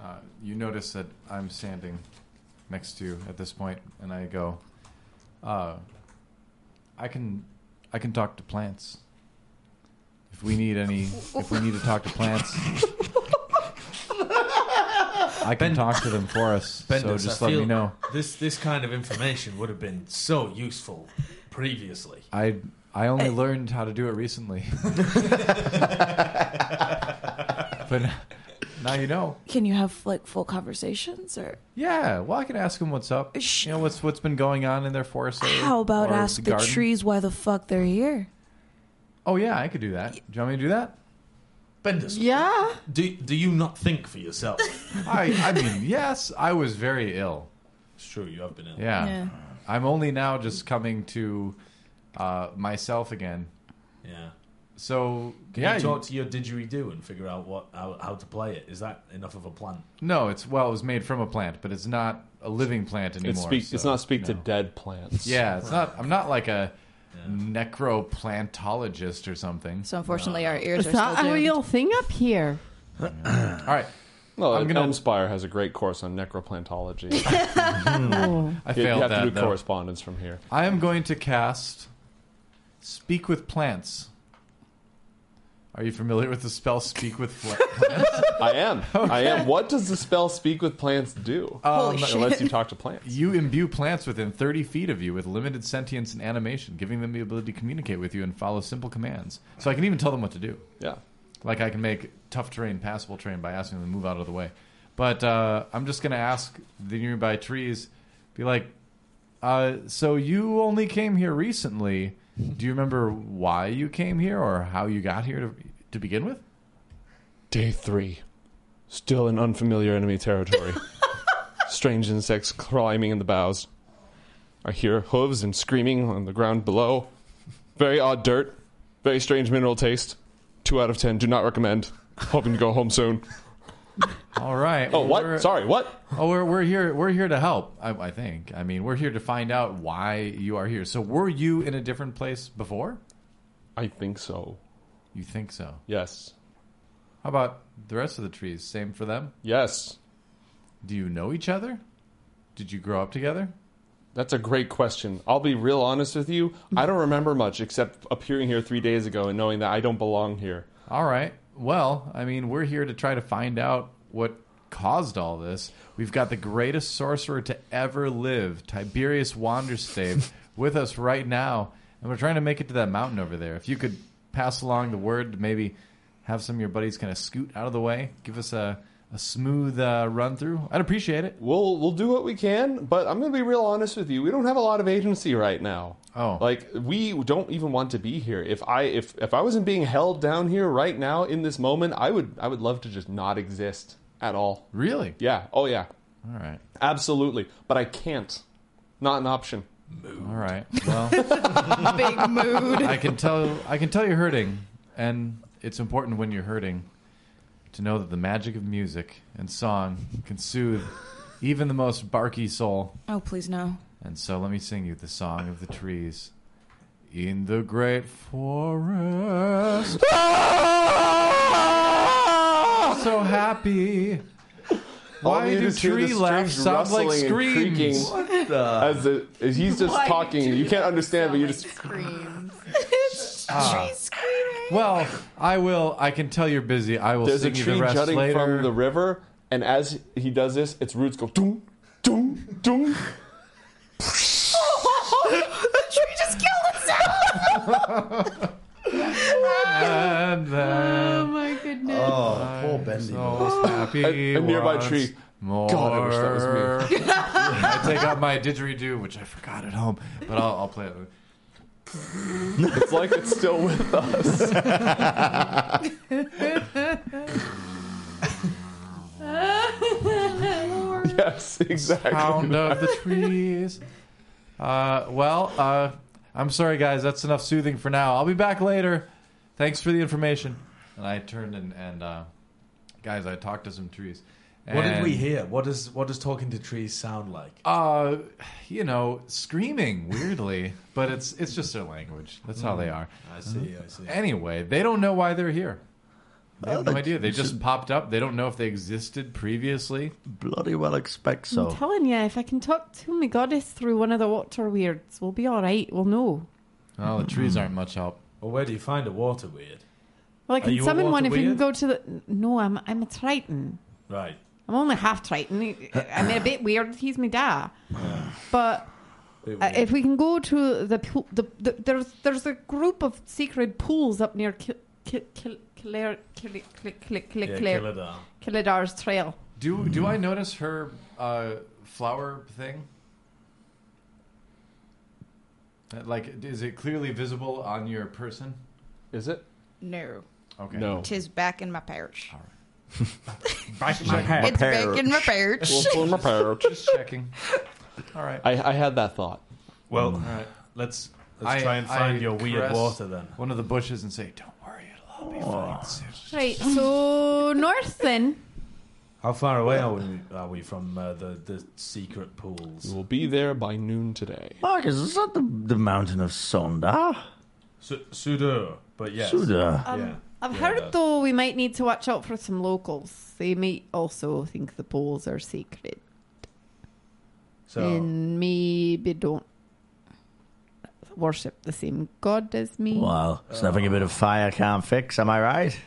[SPEAKER 5] Uh, you notice that I'm standing next to you at this point, and I go, uh, "I can, I can talk to plants. If we need any, if we need to talk to plants, I can talk to them for us. so
[SPEAKER 8] Bendis,
[SPEAKER 5] just
[SPEAKER 8] I
[SPEAKER 5] let me
[SPEAKER 8] feel
[SPEAKER 5] know.
[SPEAKER 8] This this kind of information would have been so useful previously.
[SPEAKER 5] I, I only learned how to do it recently, but now you know."
[SPEAKER 2] Can you have like full conversations or
[SPEAKER 5] Yeah, well, I can ask them what's up.
[SPEAKER 2] Sh-
[SPEAKER 5] You know what's what's been going on in their forest. area
[SPEAKER 2] how about
[SPEAKER 5] or
[SPEAKER 2] ask the
[SPEAKER 5] garden.
[SPEAKER 2] trees why the fuck they're here?
[SPEAKER 5] Oh yeah, I could do that. Do you want me to do that?
[SPEAKER 8] Bendis,
[SPEAKER 6] Yeah.
[SPEAKER 8] do do you not think for yourself?
[SPEAKER 5] I I mean, yes, I was very ill.
[SPEAKER 8] it's true, you have been ill.
[SPEAKER 1] Ah.
[SPEAKER 5] Yeah. I'm only now just coming to uh, myself again.
[SPEAKER 8] Yeah.
[SPEAKER 5] So
[SPEAKER 8] Can
[SPEAKER 5] yeah,
[SPEAKER 8] you talk to your didgeridoo and figure out what how, how to play it? Is that enough of a plant?
[SPEAKER 5] no, it's well, it was made from a plant, but it's not a living plant anymore.
[SPEAKER 1] It's speak. it's
[SPEAKER 5] so,
[SPEAKER 1] not speak to
[SPEAKER 5] no.
[SPEAKER 1] dead plants.
[SPEAKER 5] Yeah, it's not. I'm not like a necroplantologist or something.
[SPEAKER 2] So unfortunately, our ears
[SPEAKER 6] Is
[SPEAKER 2] are
[SPEAKER 6] that
[SPEAKER 2] still
[SPEAKER 6] a
[SPEAKER 2] doomed.
[SPEAKER 6] real thing up here?
[SPEAKER 5] All right,
[SPEAKER 1] No,
[SPEAKER 5] I'm gonna-
[SPEAKER 1] Elmspire has a great course on necroplantology.
[SPEAKER 5] I
[SPEAKER 1] you, you
[SPEAKER 5] failed
[SPEAKER 1] have
[SPEAKER 5] that.
[SPEAKER 1] to do
[SPEAKER 5] though.
[SPEAKER 1] correspondence from here.
[SPEAKER 5] I am going to cast Speak with Plants. Are you familiar with the spell Speak with Fla- Plants?
[SPEAKER 1] I am. I am. What does the spell "Speak with Plants" do?
[SPEAKER 2] Holy
[SPEAKER 1] Um,
[SPEAKER 2] shit.
[SPEAKER 1] Unless you talk to plants.
[SPEAKER 5] you imbue plants within 30 feet of you with limited sentience and animation, giving them the ability to communicate with you and follow simple commands. So I can even tell them what to do.
[SPEAKER 1] Yeah.
[SPEAKER 5] Like I can make tough terrain passable terrain by asking them to move out of the way. But uh, I'm just going to ask the nearby trees, be like, uh, so you only came here recently. Do you remember why you came here or how you got here to, to begin with?
[SPEAKER 1] Day three. Still in unfamiliar enemy territory. Strange insects climbing in the boughs. I hear hooves and screaming on the ground below. Very odd dirt. Very strange mineral taste. Two out of ten. Do not recommend. Hoping to go home soon.
[SPEAKER 5] All right.
[SPEAKER 1] Oh,
[SPEAKER 5] We're-
[SPEAKER 1] what? Sorry, what?
[SPEAKER 5] Oh, we're, we're here. We're here to help. I, I think. I mean, we're here to find out why you are here. So, were you in a different place before?
[SPEAKER 1] I think so.
[SPEAKER 5] You think so?
[SPEAKER 1] Yes.
[SPEAKER 5] How about the rest of the trees? Same for them.
[SPEAKER 1] Yes.
[SPEAKER 5] Do you know each other? Did you grow up together?
[SPEAKER 1] That's a great question. I'll be real honest with you. I don't remember much except appearing here three days ago and knowing that I don't belong here.
[SPEAKER 5] All right. Well, I mean, we're here to try to find out what caused all this. We've got the greatest sorcerer to ever live, Tiberius Wanderstave, with us right now, and we're trying to make it to that mountain over there. If you could pass along the word, to maybe have some of your buddies kind of scoot out of the way, give us a, a smooth uh, run through. I'd appreciate it.
[SPEAKER 1] We'll we'll do what we can, but I'm going to be real honest with you. We don't have a lot of agency right now.
[SPEAKER 5] Oh.
[SPEAKER 1] like we don't even want to be here. If I if if I wasn't being held down here right now in this moment, I would I would love to just not exist at all.
[SPEAKER 5] Really?
[SPEAKER 1] Yeah. Oh yeah.
[SPEAKER 5] All right.
[SPEAKER 1] Absolutely. But I can't. Not an option.
[SPEAKER 5] All right. Well.
[SPEAKER 2] big mood?
[SPEAKER 5] I can tell. I can tell you're hurting, and it's important when you're hurting to know that the magic of music and song can soothe even the most barky soul.
[SPEAKER 2] Oh, please no.
[SPEAKER 5] And so, let me sing you the song of the trees. In the great forest, so happy.
[SPEAKER 1] All
[SPEAKER 5] Why
[SPEAKER 1] you
[SPEAKER 5] do
[SPEAKER 1] just hear
[SPEAKER 5] tree
[SPEAKER 1] the
[SPEAKER 5] laughs
[SPEAKER 1] strings
[SPEAKER 5] sound like
[SPEAKER 1] rustling and creaking
[SPEAKER 5] screams?
[SPEAKER 1] As, the, as he's just talking, you can't understand, but you just
[SPEAKER 2] screams.
[SPEAKER 5] Ah.
[SPEAKER 2] She's screaming.
[SPEAKER 5] Well, I will. I can tell you're busy. I will
[SPEAKER 1] There's a
[SPEAKER 5] sing you
[SPEAKER 1] tree
[SPEAKER 5] the rest
[SPEAKER 1] jutting
[SPEAKER 5] later.
[SPEAKER 1] from the river, and as he does this, its roots go doom, doom, doom.
[SPEAKER 2] the tree just killed itself.
[SPEAKER 5] and then
[SPEAKER 6] my goodness.
[SPEAKER 10] Oh, poor Bendy.
[SPEAKER 5] so happy.
[SPEAKER 1] A- a nearby
[SPEAKER 5] once
[SPEAKER 1] tree.
[SPEAKER 5] More.
[SPEAKER 1] God, I wish that
[SPEAKER 5] me. I take out my didgeridoo, which I forgot at home, but I'll, I'll play it.
[SPEAKER 1] It's like it's still with us. yes, exactly.
[SPEAKER 5] Sound of the trees. Uh, well, uh, I'm sorry, guys. That's enough soothing for now. I'll be back later. Thanks for the information. And I turned and, and uh, guys, I talked to some trees.
[SPEAKER 8] What did we
[SPEAKER 5] And-
[SPEAKER 8] hear? What does what does talking to trees sound like?
[SPEAKER 5] Uh, you know, screaming weirdly, but it's it's just their language. That's how
[SPEAKER 1] Mm.
[SPEAKER 5] they are.
[SPEAKER 8] I see, I see.
[SPEAKER 5] Anyway, they don't know why they're here. They have
[SPEAKER 9] Well,
[SPEAKER 5] no
[SPEAKER 9] they
[SPEAKER 5] idea. They just popped up. They don't know if they existed previously.
[SPEAKER 9] Bloody well expect
[SPEAKER 6] I'm
[SPEAKER 9] so.
[SPEAKER 6] telling you, if I can talk to my goddess through one of the water weirds, we'll be all right. We'll know.
[SPEAKER 5] Oh, the trees aren't much help.
[SPEAKER 8] Well, where do you find a water weird?
[SPEAKER 6] Well, I
[SPEAKER 8] you
[SPEAKER 6] can
[SPEAKER 8] a
[SPEAKER 6] summon one
[SPEAKER 8] water
[SPEAKER 6] if you can
[SPEAKER 8] weird?
[SPEAKER 6] go to the. No, I'm I'm a Triton.
[SPEAKER 8] Right.
[SPEAKER 6] I'm only half Triton. I'm a bit weird. He's my dad. But
[SPEAKER 8] Bit
[SPEAKER 6] uh,
[SPEAKER 8] weird.
[SPEAKER 6] if we can go to the, pool, the, the there's there's a group of sacred pools up near Kil- Kil- Kil- Kilar- Kil- Kil- Kil- Kil-
[SPEAKER 8] yeah,
[SPEAKER 6] Kil-
[SPEAKER 8] Kiladar.
[SPEAKER 6] Kiladar's trail.
[SPEAKER 5] Do do I notice her uh, flower thing? Uh, Like, is it clearly visible on your person?
[SPEAKER 1] Is it?
[SPEAKER 2] No,
[SPEAKER 5] Okay.
[SPEAKER 1] No.
[SPEAKER 2] tis back in my pouch.
[SPEAKER 8] Back in my head.
[SPEAKER 2] It's back in my pouch.
[SPEAKER 1] Well, for my parrot.
[SPEAKER 5] Just checking. All right.
[SPEAKER 1] I, I had that thought.
[SPEAKER 11] Well,
[SPEAKER 5] All right.
[SPEAKER 8] Mm. Let's
[SPEAKER 5] I-
[SPEAKER 8] let's try and find
[SPEAKER 5] I
[SPEAKER 8] your weird
[SPEAKER 5] caress-
[SPEAKER 8] water then.
[SPEAKER 5] One of the bushes and say, "Don't worry, it'll all be fine soon."
[SPEAKER 6] Right. So north then.
[SPEAKER 8] How far away are we, are we from uh, the the secret
[SPEAKER 1] We
[SPEAKER 8] pools?
[SPEAKER 1] will be there by noon today.
[SPEAKER 9] Marcus, is that the, the mountain of Sonda?
[SPEAKER 8] Su- Sudur, but yes.
[SPEAKER 9] Suda.
[SPEAKER 8] yeah.
[SPEAKER 6] Um, I've
[SPEAKER 8] Yeah,
[SPEAKER 6] heard
[SPEAKER 8] that-
[SPEAKER 6] though we might need to watch out for some locals. They might also think the poles are sacred,
[SPEAKER 8] So
[SPEAKER 6] and maybe don't worship the same god as me.
[SPEAKER 9] Well, it's nothing a bit of fire can't fix, am I right?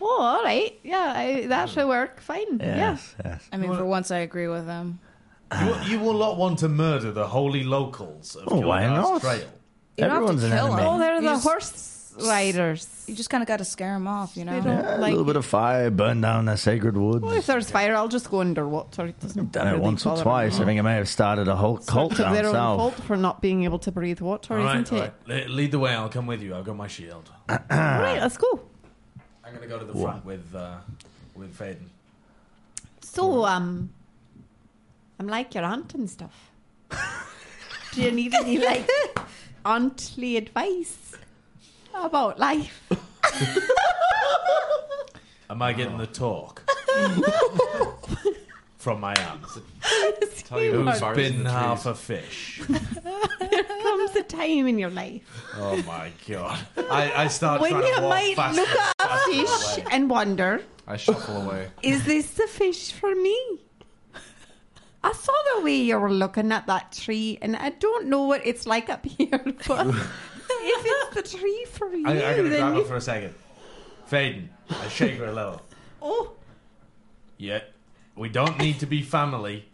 [SPEAKER 6] Oh, all right. Yeah, I, that should work. Fine.
[SPEAKER 9] Yes, yes.
[SPEAKER 2] I mean, for once, I agree with him.
[SPEAKER 8] you, you will not want to murder the holy locals of
[SPEAKER 9] Oh,
[SPEAKER 8] oh,
[SPEAKER 9] why not?
[SPEAKER 8] Trail.
[SPEAKER 2] You don't
[SPEAKER 9] Everyone's
[SPEAKER 2] have
[SPEAKER 9] an
[SPEAKER 2] to kill
[SPEAKER 9] enemy.
[SPEAKER 6] Yeah. Oh,
[SPEAKER 2] them.
[SPEAKER 6] they're
[SPEAKER 2] You
[SPEAKER 6] the
[SPEAKER 2] just-
[SPEAKER 6] horse riders.
[SPEAKER 2] You just kind of got to scare them off, you
[SPEAKER 6] They
[SPEAKER 2] know.
[SPEAKER 6] don't
[SPEAKER 9] A
[SPEAKER 6] like.
[SPEAKER 9] little bit of fire, burn down the sacred woods.
[SPEAKER 6] Well, if there's fire, I'll just go underwater. It doesn't
[SPEAKER 9] Done it
[SPEAKER 6] really
[SPEAKER 9] once or
[SPEAKER 6] bother me.
[SPEAKER 9] twice. I think I may have started a whole
[SPEAKER 6] Sort
[SPEAKER 9] cult
[SPEAKER 6] of
[SPEAKER 9] down
[SPEAKER 6] their own
[SPEAKER 9] south.
[SPEAKER 6] fault for not being able to breathe water,
[SPEAKER 8] All right,
[SPEAKER 6] isn't
[SPEAKER 8] all
[SPEAKER 6] it?
[SPEAKER 8] right. Le- Lead the way. I'll come with you. I've got my shield.
[SPEAKER 6] All right, let's go.
[SPEAKER 8] I'm going to go to the front with uh, with Faden.
[SPEAKER 6] So, um, I'm like your aunt and stuff. Do you need any like auntly advice about life?
[SPEAKER 8] Am I
[SPEAKER 5] Oh.
[SPEAKER 8] getting the talk from my aunt,
[SPEAKER 5] Tell you
[SPEAKER 8] who's
[SPEAKER 5] who's bars in
[SPEAKER 8] been
[SPEAKER 5] the
[SPEAKER 8] half a
[SPEAKER 5] trees.
[SPEAKER 8] fish?
[SPEAKER 6] Comes a time in your life
[SPEAKER 8] Oh my god! I, I start
[SPEAKER 6] when
[SPEAKER 8] trying
[SPEAKER 6] you
[SPEAKER 8] to walk
[SPEAKER 6] might
[SPEAKER 8] faster.
[SPEAKER 6] look at a fish and wonder,
[SPEAKER 5] I shuffle away.
[SPEAKER 6] is this the fish for me? I saw the way you were looking at that tree, and I don't know what it's like up here, but if it's the tree for you,
[SPEAKER 8] I, I'm going to
[SPEAKER 6] then
[SPEAKER 8] grab her
[SPEAKER 6] you,
[SPEAKER 8] for a second. Faden, I shake her a little.
[SPEAKER 6] oh,
[SPEAKER 8] Yeah, we don't need to be family.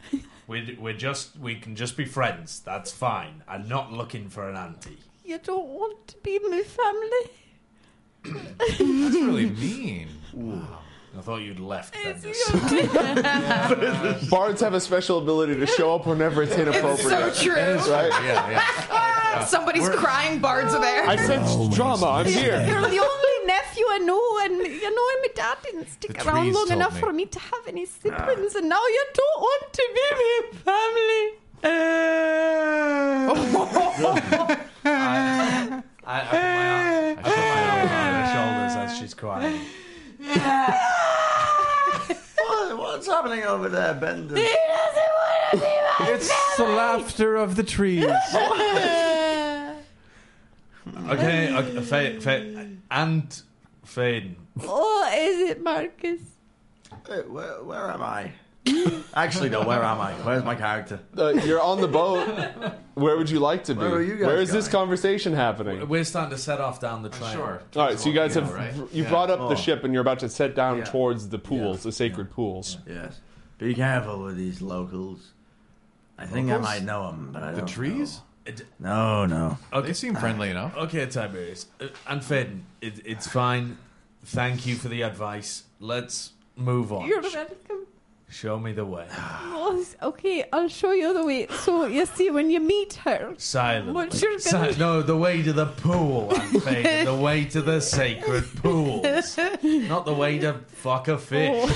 [SPEAKER 8] We're, we're just we can just be friends. That's fine. I'm not looking for an auntie.
[SPEAKER 6] you don't want to be my family.
[SPEAKER 5] That's really mean.
[SPEAKER 8] I thought you'd left. Then
[SPEAKER 6] It's
[SPEAKER 8] just-
[SPEAKER 1] Bards have a special ability to show up whenever it's inappropriate.
[SPEAKER 2] true.
[SPEAKER 1] right?
[SPEAKER 5] Yeah, yeah.
[SPEAKER 2] Somebody's crying. Bards are there.
[SPEAKER 1] I sense drama. I'm here.
[SPEAKER 6] You're the only nephew I know, and you know, and my dad didn't stick
[SPEAKER 5] The
[SPEAKER 6] around
[SPEAKER 5] trees
[SPEAKER 6] long
[SPEAKER 5] told
[SPEAKER 6] enough
[SPEAKER 5] me.
[SPEAKER 6] for me to have any siblings, and now you don't want to be my family. Uh,
[SPEAKER 8] I, I put my arm, I put my arm around her shoulders as she's crying.
[SPEAKER 9] What- what's happening over there, Bender?
[SPEAKER 6] Eh?
[SPEAKER 5] It's the laughter of the trees.
[SPEAKER 8] Okay, okay Fa- Fa- and Faden.
[SPEAKER 6] oh, is it Marcus?
[SPEAKER 9] Eh, Where, where am I? Actually, no. Where am I? Where's my character?
[SPEAKER 1] Uh, you're on the boat. Where would you like to be?
[SPEAKER 9] Where are you guys
[SPEAKER 1] Where is this
[SPEAKER 9] going?
[SPEAKER 1] conversation happening?
[SPEAKER 8] We're starting to set off down the trail.
[SPEAKER 5] Sure.
[SPEAKER 1] All right, so you guys
[SPEAKER 5] Yeah,
[SPEAKER 1] have
[SPEAKER 5] right.
[SPEAKER 1] you
[SPEAKER 5] Yeah.
[SPEAKER 1] brought up
[SPEAKER 9] Oh.
[SPEAKER 1] the ship and you're about to set down
[SPEAKER 9] Yeah.
[SPEAKER 1] towards the pools, the sacred pools.
[SPEAKER 9] Yes. Be careful with these locals. I think I
[SPEAKER 5] Locals?
[SPEAKER 9] might know them, but I
[SPEAKER 5] The
[SPEAKER 9] don't
[SPEAKER 5] trees?
[SPEAKER 9] know. No, no.
[SPEAKER 5] They seem friendly enough.
[SPEAKER 8] Okay, Tiberius. Uh, and Faden, it, it's fine. Thank you for the advice. Let's move on.
[SPEAKER 6] You're welcome.
[SPEAKER 8] Show me the way.
[SPEAKER 6] Ross. Okay, I'll show you the way. So you see, when you meet her,
[SPEAKER 8] Silent.
[SPEAKER 6] Well, sure,
[SPEAKER 8] Si-
[SPEAKER 6] can-
[SPEAKER 8] no, the way to the pool, and Faden. the way to the sacred pools. Not the way to fuck a
[SPEAKER 6] Oh.
[SPEAKER 8] fish.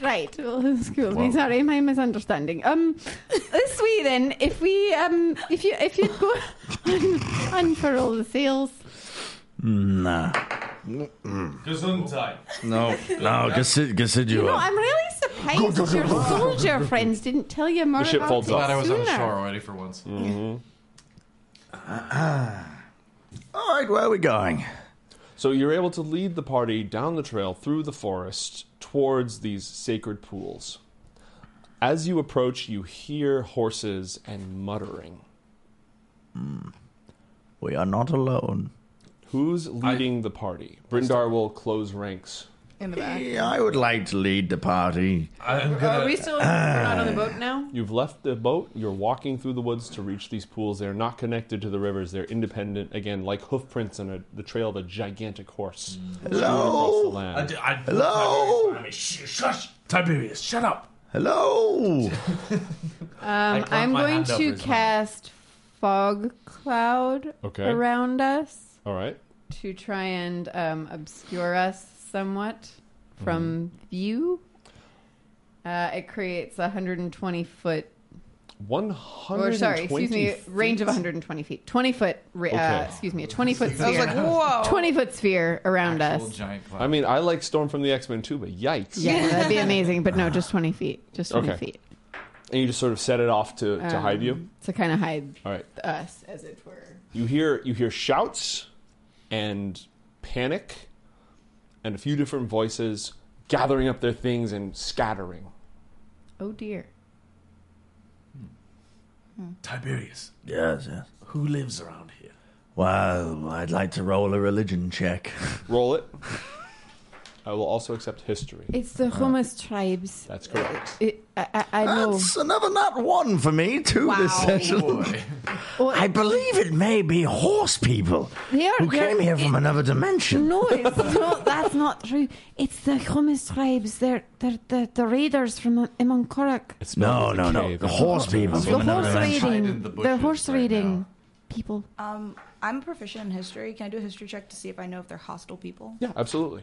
[SPEAKER 6] right? Well, excuse me. Sorry, my misunderstanding. Um, this way then. If we, um, if you, if you go un- unfurl the sails,
[SPEAKER 9] Nah.
[SPEAKER 8] Gesundheit.
[SPEAKER 9] No. No, consider, consider
[SPEAKER 6] you know, I'm really surprised your soldier friends didn't tell you more
[SPEAKER 1] The ship
[SPEAKER 6] about
[SPEAKER 1] folds
[SPEAKER 6] it
[SPEAKER 1] up.
[SPEAKER 5] Glad I was on
[SPEAKER 6] sooner.
[SPEAKER 5] shore already for once.
[SPEAKER 9] All right, where are we going?
[SPEAKER 1] So you're able to lead the party down the trail through the forest towards these sacred pools. As you approach, you hear horses and muttering.
[SPEAKER 9] We are not alone.
[SPEAKER 1] Who's leading the party? Brindar will close ranks.
[SPEAKER 2] in the back.
[SPEAKER 9] Yeah, I would like to lead the party.
[SPEAKER 8] I'm
[SPEAKER 6] Are
[SPEAKER 8] gonna.
[SPEAKER 6] we still not on the boat now?
[SPEAKER 1] You've left the boat. You're walking through the woods to reach these pools. They're not connected to the rivers. They're independent, again, like hoofprints on a, the trail of a gigantic horse. strewn across the
[SPEAKER 9] Hello?
[SPEAKER 1] land.
[SPEAKER 7] I, d- I,
[SPEAKER 9] Hello?
[SPEAKER 7] Tiberius, Sh- shush, Tiberius, shut up.
[SPEAKER 6] Um,
[SPEAKER 9] Hello?
[SPEAKER 8] clap
[SPEAKER 6] I'm
[SPEAKER 8] my
[SPEAKER 6] going
[SPEAKER 8] hand over
[SPEAKER 6] to
[SPEAKER 8] his mouth.
[SPEAKER 6] cast fog cloud
[SPEAKER 1] Okay.
[SPEAKER 6] around us.
[SPEAKER 1] All right.
[SPEAKER 6] to try and um, obscure us somewhat from
[SPEAKER 1] Mm-hmm.
[SPEAKER 6] view. Uh, it creates a 120 foot,
[SPEAKER 1] 120
[SPEAKER 6] or sorry, excuse me,
[SPEAKER 1] feet.
[SPEAKER 6] range of 120 feet, 20 foot, ra-
[SPEAKER 1] Okay.
[SPEAKER 6] uh, excuse me, a 20 foot
[SPEAKER 2] I was like,
[SPEAKER 6] sphere,
[SPEAKER 2] whoa.
[SPEAKER 6] 20 foot sphere around
[SPEAKER 5] Actual
[SPEAKER 6] us.
[SPEAKER 5] giant cloud.
[SPEAKER 1] I mean, I like Storm from the X Men too, but yikes.
[SPEAKER 6] Yeah, that'd be amazing, but no, just 20 feet, just 20
[SPEAKER 1] Okay.
[SPEAKER 6] feet
[SPEAKER 1] And you just sort of set it off to, to hide you.
[SPEAKER 6] to kind of hide
[SPEAKER 1] All right.
[SPEAKER 6] us, as it were.
[SPEAKER 1] You hear you hear shouts and panic and a few different voices gathering up their things and scattering.
[SPEAKER 6] Oh dear.
[SPEAKER 7] Tiberius,
[SPEAKER 9] yes, yes.
[SPEAKER 7] who lives around here?
[SPEAKER 9] Well, I'd like to roll a religion check.
[SPEAKER 1] Roll it. I will also accept history.
[SPEAKER 6] It's the Hummus tribes.
[SPEAKER 1] That's correct.
[SPEAKER 6] It, I, I, I know.
[SPEAKER 5] Oh.
[SPEAKER 9] That's another not one for me, too, this session. I believe it may be horse people
[SPEAKER 6] They are-
[SPEAKER 9] who
[SPEAKER 6] they're-
[SPEAKER 9] came here from another dimension.
[SPEAKER 6] No, it's not. That's not true. It's the Hummus tribes. They're, they're the, the raiders from Imon Korak.
[SPEAKER 1] It
[SPEAKER 9] No,
[SPEAKER 1] smells
[SPEAKER 9] no,
[SPEAKER 1] like a
[SPEAKER 9] no.
[SPEAKER 1] cave.
[SPEAKER 9] The horse people
[SPEAKER 6] The
[SPEAKER 9] from another
[SPEAKER 6] horse
[SPEAKER 9] dimension.
[SPEAKER 5] hide in
[SPEAKER 6] raiding.
[SPEAKER 5] the
[SPEAKER 6] The
[SPEAKER 5] bushes
[SPEAKER 6] horse
[SPEAKER 5] right
[SPEAKER 6] raiding
[SPEAKER 5] now.
[SPEAKER 6] people.
[SPEAKER 2] Um, I'm proficient in history. Can I do a history check to see if I know if they're hostile people?
[SPEAKER 1] Yeah, absolutely.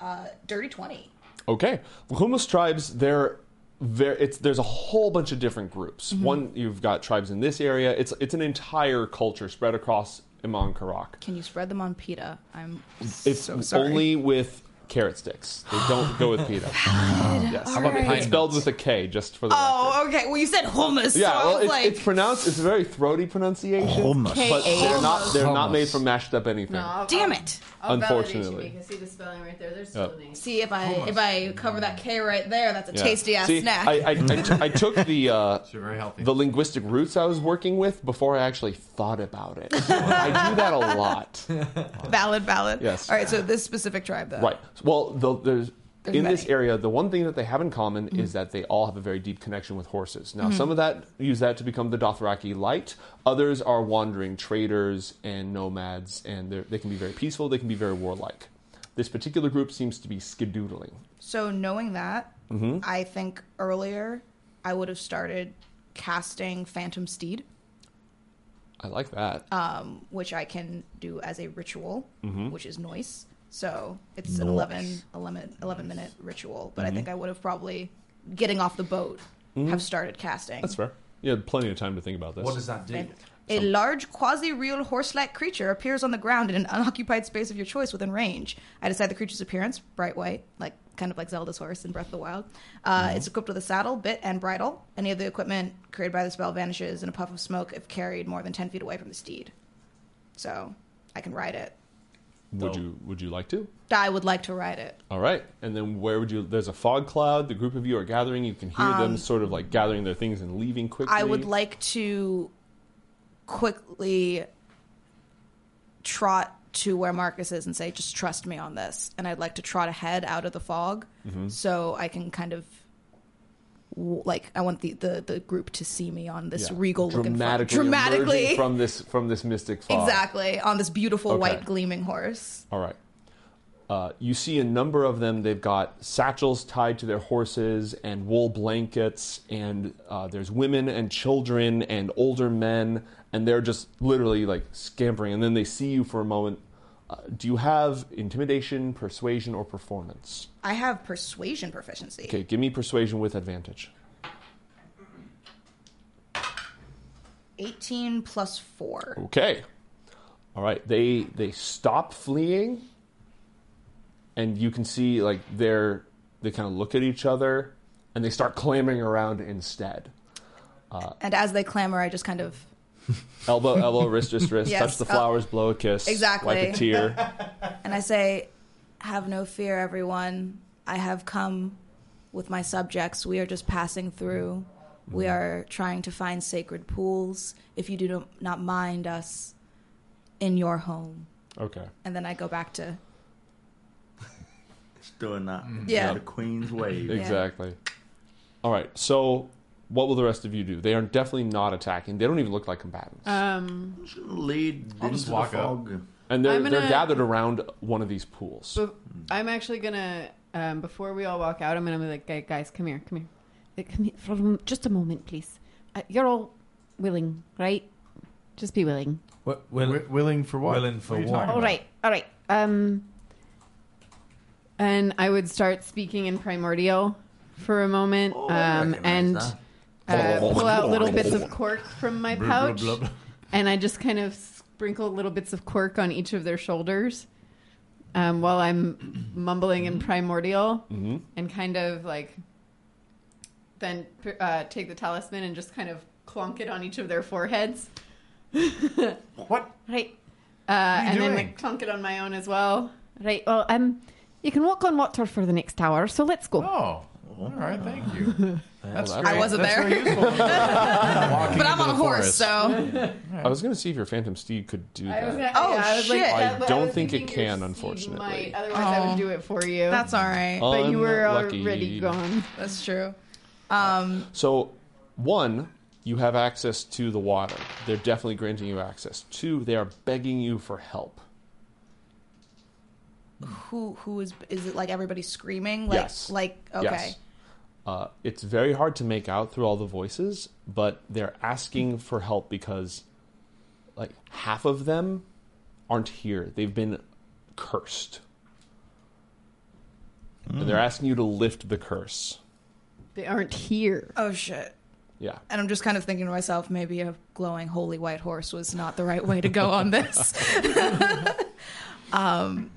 [SPEAKER 2] Uh, dirty 20.
[SPEAKER 1] Okay, the Humus tribes. They're very, it's there's a whole bunch of different groups.
[SPEAKER 2] Mm-hmm.
[SPEAKER 1] One, you've got tribes in this area. It's it's an entire culture spread across Iman Karak.
[SPEAKER 2] Can you spread them on PETA? I'm
[SPEAKER 1] It's
[SPEAKER 2] so sorry.
[SPEAKER 1] only with carrot sticks. They don't go with pita. yes.
[SPEAKER 2] How about Alright. pine
[SPEAKER 1] It's spelled with a K, just for the record.
[SPEAKER 2] Oh, okay. Well, you said hummus.
[SPEAKER 1] Yeah,
[SPEAKER 2] so I
[SPEAKER 1] well,
[SPEAKER 2] was
[SPEAKER 1] it's,
[SPEAKER 2] like,
[SPEAKER 1] it's pronounced. It's a very throaty pronunciation.
[SPEAKER 9] Hummus.
[SPEAKER 1] But they're not. They're not
[SPEAKER 5] Hummus.
[SPEAKER 1] made from mashed up anything.
[SPEAKER 2] damn it.
[SPEAKER 1] Unfortunately.
[SPEAKER 6] I see the spelling right there. There's still names.
[SPEAKER 2] See if I if I cover that K right there, that's a
[SPEAKER 1] Yeah.
[SPEAKER 2] tasty ass
[SPEAKER 1] See,
[SPEAKER 2] snack.
[SPEAKER 1] I, I, I, t- I took the uh,
[SPEAKER 5] They're very healthy.
[SPEAKER 1] the linguistic roots I was working with before I actually thought about it. I do that a lot.
[SPEAKER 2] valid, valid.
[SPEAKER 1] Yes.
[SPEAKER 2] All right. So this specific tribe, though.
[SPEAKER 1] Right. Well, the, there's,
[SPEAKER 2] There's
[SPEAKER 1] in this
[SPEAKER 2] many. Mm-hmm.
[SPEAKER 1] area, the one thing that they have in common is that they all have a very deep connection with horses. Now, some of that use that to become the Dothraki light. Others are wandering traders and nomads, and they're- they can be very peaceful. They can be very warlike. This particular group seems to be skidoodling.
[SPEAKER 2] So knowing that,
[SPEAKER 9] Mm-hmm.
[SPEAKER 2] I think earlier I would have started casting Phantom Steed,
[SPEAKER 1] I like that.
[SPEAKER 2] Um, which I can do as a ritual, which is noise. So it's an 11, 11, 11 minute ritual, but I think I would have probably getting off the boat have started casting.
[SPEAKER 1] That's fair. You had plenty of time to think about this.
[SPEAKER 8] What does that do?
[SPEAKER 2] A large, quasi-real horse-like creature appears on the ground in an unoccupied space of your choice within range. I decide the creature's appearance: bright white, like kind of like Zelda's horse in Breath of the Wild. Uh, It's equipped with a saddle, bit, and bridle. Any of the equipment created by the spell vanishes in a puff of smoke if carried more than ten feet away from the steed. So I can ride it.
[SPEAKER 1] Would you Would you like to?
[SPEAKER 2] I would like to ride it.
[SPEAKER 1] All right. And then where would you? There's a fog cloud. The group of you are gathering. You can hear them sort of like gathering their things and leaving quickly.
[SPEAKER 2] Um, I would like to quickly trot to where Marcus is and say, just trust me on this. And I'd like to trot ahead out of the fog
[SPEAKER 1] Mm-hmm.
[SPEAKER 2] so I can kind of. w- Like I want the, the, the group to see me on this
[SPEAKER 1] Yeah.
[SPEAKER 2] regal looking fog.
[SPEAKER 1] dramatically, emerging from this from this mystic fog.
[SPEAKER 2] exactly on this beautiful
[SPEAKER 1] Okay.
[SPEAKER 2] white gleaming horse.
[SPEAKER 1] All right. Uh, you see a number of them. They've got satchels tied to their horses and wool blankets, and uh, there's women and children and older men, and they're just literally like scampering. And then they see you for a moment. Uh, do you have intimidation, persuasion, or performance?
[SPEAKER 2] I have persuasion proficiency.
[SPEAKER 1] Okay, give me persuasion with advantage.
[SPEAKER 2] 18 plus 4.
[SPEAKER 1] Okay. All right. They they stop fleeing, and you can see like they're they kind of look at each other, and they start clambering around instead.
[SPEAKER 2] And as they clamor, I just kind of
[SPEAKER 1] Elbow, elbow, wrist, wrist, wrist.
[SPEAKER 2] Yes,
[SPEAKER 1] touch the
[SPEAKER 2] uh,
[SPEAKER 1] flowers, blow a kiss,
[SPEAKER 2] exactly.
[SPEAKER 1] wipe a tear.
[SPEAKER 2] and I say, "Have no fear, everyone. I have come with my subjects. We are just passing through.
[SPEAKER 5] Mm-hmm.
[SPEAKER 2] We are trying to find sacred pools. If you do not mind us in your home."
[SPEAKER 1] Okay.
[SPEAKER 2] And then I go back to
[SPEAKER 9] Just doing that.
[SPEAKER 5] Mm.
[SPEAKER 2] Yeah.
[SPEAKER 9] The Queen's wave.
[SPEAKER 1] Exactly. All right. So, what will the rest of you do? They are definitely not attacking. They don't even look like combatants,
[SPEAKER 12] Uh,
[SPEAKER 6] Um,
[SPEAKER 9] I'm just gonna lead
[SPEAKER 5] I'll just
[SPEAKER 9] into
[SPEAKER 5] walk
[SPEAKER 9] the
[SPEAKER 5] up.
[SPEAKER 9] fog.
[SPEAKER 1] and they're
[SPEAKER 12] I'm
[SPEAKER 1] they're
[SPEAKER 12] gonna-
[SPEAKER 1] gathered around one of these pools.
[SPEAKER 12] So I'm actually gonna um, before we all walk out, I'm gonna be like, "Gu- guys, come here, come here,
[SPEAKER 6] Like, come here for a m- just a moment, please. Uh, you're all willing, right? Just be willing.
[SPEAKER 5] What,
[SPEAKER 7] Will-
[SPEAKER 5] wi- willing for what?
[SPEAKER 7] willing for
[SPEAKER 5] What are you
[SPEAKER 7] what?
[SPEAKER 5] talking
[SPEAKER 6] All
[SPEAKER 5] about?
[SPEAKER 6] right, all right. Um,
[SPEAKER 12] and I would start speaking in primordial for a moment,
[SPEAKER 9] Oh, I
[SPEAKER 12] um,
[SPEAKER 9] recognize
[SPEAKER 12] and
[SPEAKER 9] that.
[SPEAKER 12] uh, pull out little bits of cork from my
[SPEAKER 5] blah,
[SPEAKER 12] pouch,
[SPEAKER 5] blah, blah.
[SPEAKER 12] and I just kind of sprinkle little bits of cork on each of their shoulders um, while I'm mumbling in primordial, and kind of like then uh, take the talisman and just kind of clonk it on each of their foreheads.
[SPEAKER 5] What?
[SPEAKER 6] right,
[SPEAKER 12] Uh,
[SPEAKER 5] you
[SPEAKER 12] and then
[SPEAKER 5] doing?
[SPEAKER 12] like clunk it on my own as well.
[SPEAKER 6] right. Well, um, you can walk on water for the next hour, so let's go.
[SPEAKER 5] Oh, all right. Thank you. That's
[SPEAKER 1] that's-
[SPEAKER 5] great.
[SPEAKER 2] I wasn't
[SPEAKER 5] That's
[SPEAKER 2] there.
[SPEAKER 5] very useful. Walking
[SPEAKER 2] But I'm
[SPEAKER 5] into
[SPEAKER 2] on a
[SPEAKER 5] the
[SPEAKER 2] horse,
[SPEAKER 5] forest.
[SPEAKER 2] so
[SPEAKER 1] I was going to see if your phantom steed could do that.
[SPEAKER 12] I was gonna,
[SPEAKER 2] Oh,
[SPEAKER 12] yeah, I was
[SPEAKER 2] shit.
[SPEAKER 12] Like,
[SPEAKER 1] I
[SPEAKER 12] that, but
[SPEAKER 1] don't
[SPEAKER 12] was
[SPEAKER 1] think it
[SPEAKER 12] thinking your
[SPEAKER 1] can,
[SPEAKER 12] seed
[SPEAKER 1] unfortunately.
[SPEAKER 12] might, otherwise, I
[SPEAKER 2] Oh.
[SPEAKER 12] would do it for you.
[SPEAKER 2] that's all right.
[SPEAKER 12] but you were
[SPEAKER 1] Unlucky.
[SPEAKER 12] already gone.
[SPEAKER 2] That's true.
[SPEAKER 1] So, one, you have access to the water. They're definitely granting you access. Two, they are begging you for help.
[SPEAKER 2] Who who is is it like everybody screaming like
[SPEAKER 1] Yes.
[SPEAKER 2] like okay.
[SPEAKER 1] Yes. Uh, it's very hard to make out through all the voices, but they're asking for help because, like, half of them aren't here. They've been cursed. And they're asking you to lift the curse.
[SPEAKER 12] They aren't here.
[SPEAKER 2] Oh shit.
[SPEAKER 1] Yeah.
[SPEAKER 2] And I'm just kind of thinking to myself, maybe a glowing holy white horse was not the right way to go on this. um,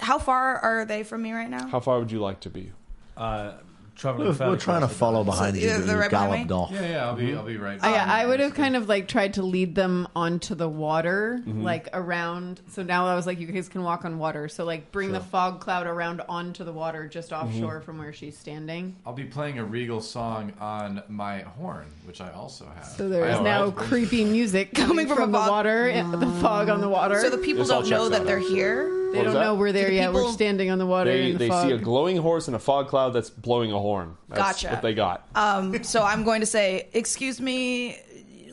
[SPEAKER 2] how far are they from me right now?
[SPEAKER 1] How far would you like to be?
[SPEAKER 7] Uh, traveling
[SPEAKER 9] We're,
[SPEAKER 7] fairly
[SPEAKER 9] we're trying to
[SPEAKER 7] close
[SPEAKER 9] follow behind you,
[SPEAKER 2] they're-
[SPEAKER 9] but
[SPEAKER 2] they're
[SPEAKER 9] you
[SPEAKER 2] right behind
[SPEAKER 9] galloped
[SPEAKER 2] me?
[SPEAKER 9] off.
[SPEAKER 5] Yeah, yeah. I'll be. I'll be right.
[SPEAKER 12] Oh, yeah, I would have kind of like tried to lead them onto the water,
[SPEAKER 1] Mm-hmm.
[SPEAKER 12] like around. So now I was like, you guys can walk on water. So like, bring the fog cloud around onto the water, just
[SPEAKER 1] Mm-hmm.
[SPEAKER 12] offshore from where she's standing.
[SPEAKER 5] I'll be playing a regal song on my horn, which I also have.
[SPEAKER 12] So there is
[SPEAKER 5] I-
[SPEAKER 12] now
[SPEAKER 5] I-
[SPEAKER 12] creepy music coming
[SPEAKER 2] from
[SPEAKER 12] from,
[SPEAKER 2] a
[SPEAKER 12] the
[SPEAKER 2] fog-
[SPEAKER 12] water, and the fog on the water.
[SPEAKER 2] So the people
[SPEAKER 1] This all
[SPEAKER 2] don't know
[SPEAKER 1] checks
[SPEAKER 2] that
[SPEAKER 1] out.
[SPEAKER 2] they're here.
[SPEAKER 12] they
[SPEAKER 1] What was
[SPEAKER 12] don't
[SPEAKER 1] that?
[SPEAKER 12] know we're there
[SPEAKER 2] the
[SPEAKER 12] yet. We're
[SPEAKER 2] people-
[SPEAKER 12] standing on the water
[SPEAKER 1] They,
[SPEAKER 12] in the
[SPEAKER 1] they
[SPEAKER 12] fog.
[SPEAKER 1] see a glowing horse and a fog cloud that's blowing a horn. That's
[SPEAKER 2] Gotcha.
[SPEAKER 1] what they got.
[SPEAKER 12] Uh,
[SPEAKER 2] Um, so I'm going to say, "Excuse me,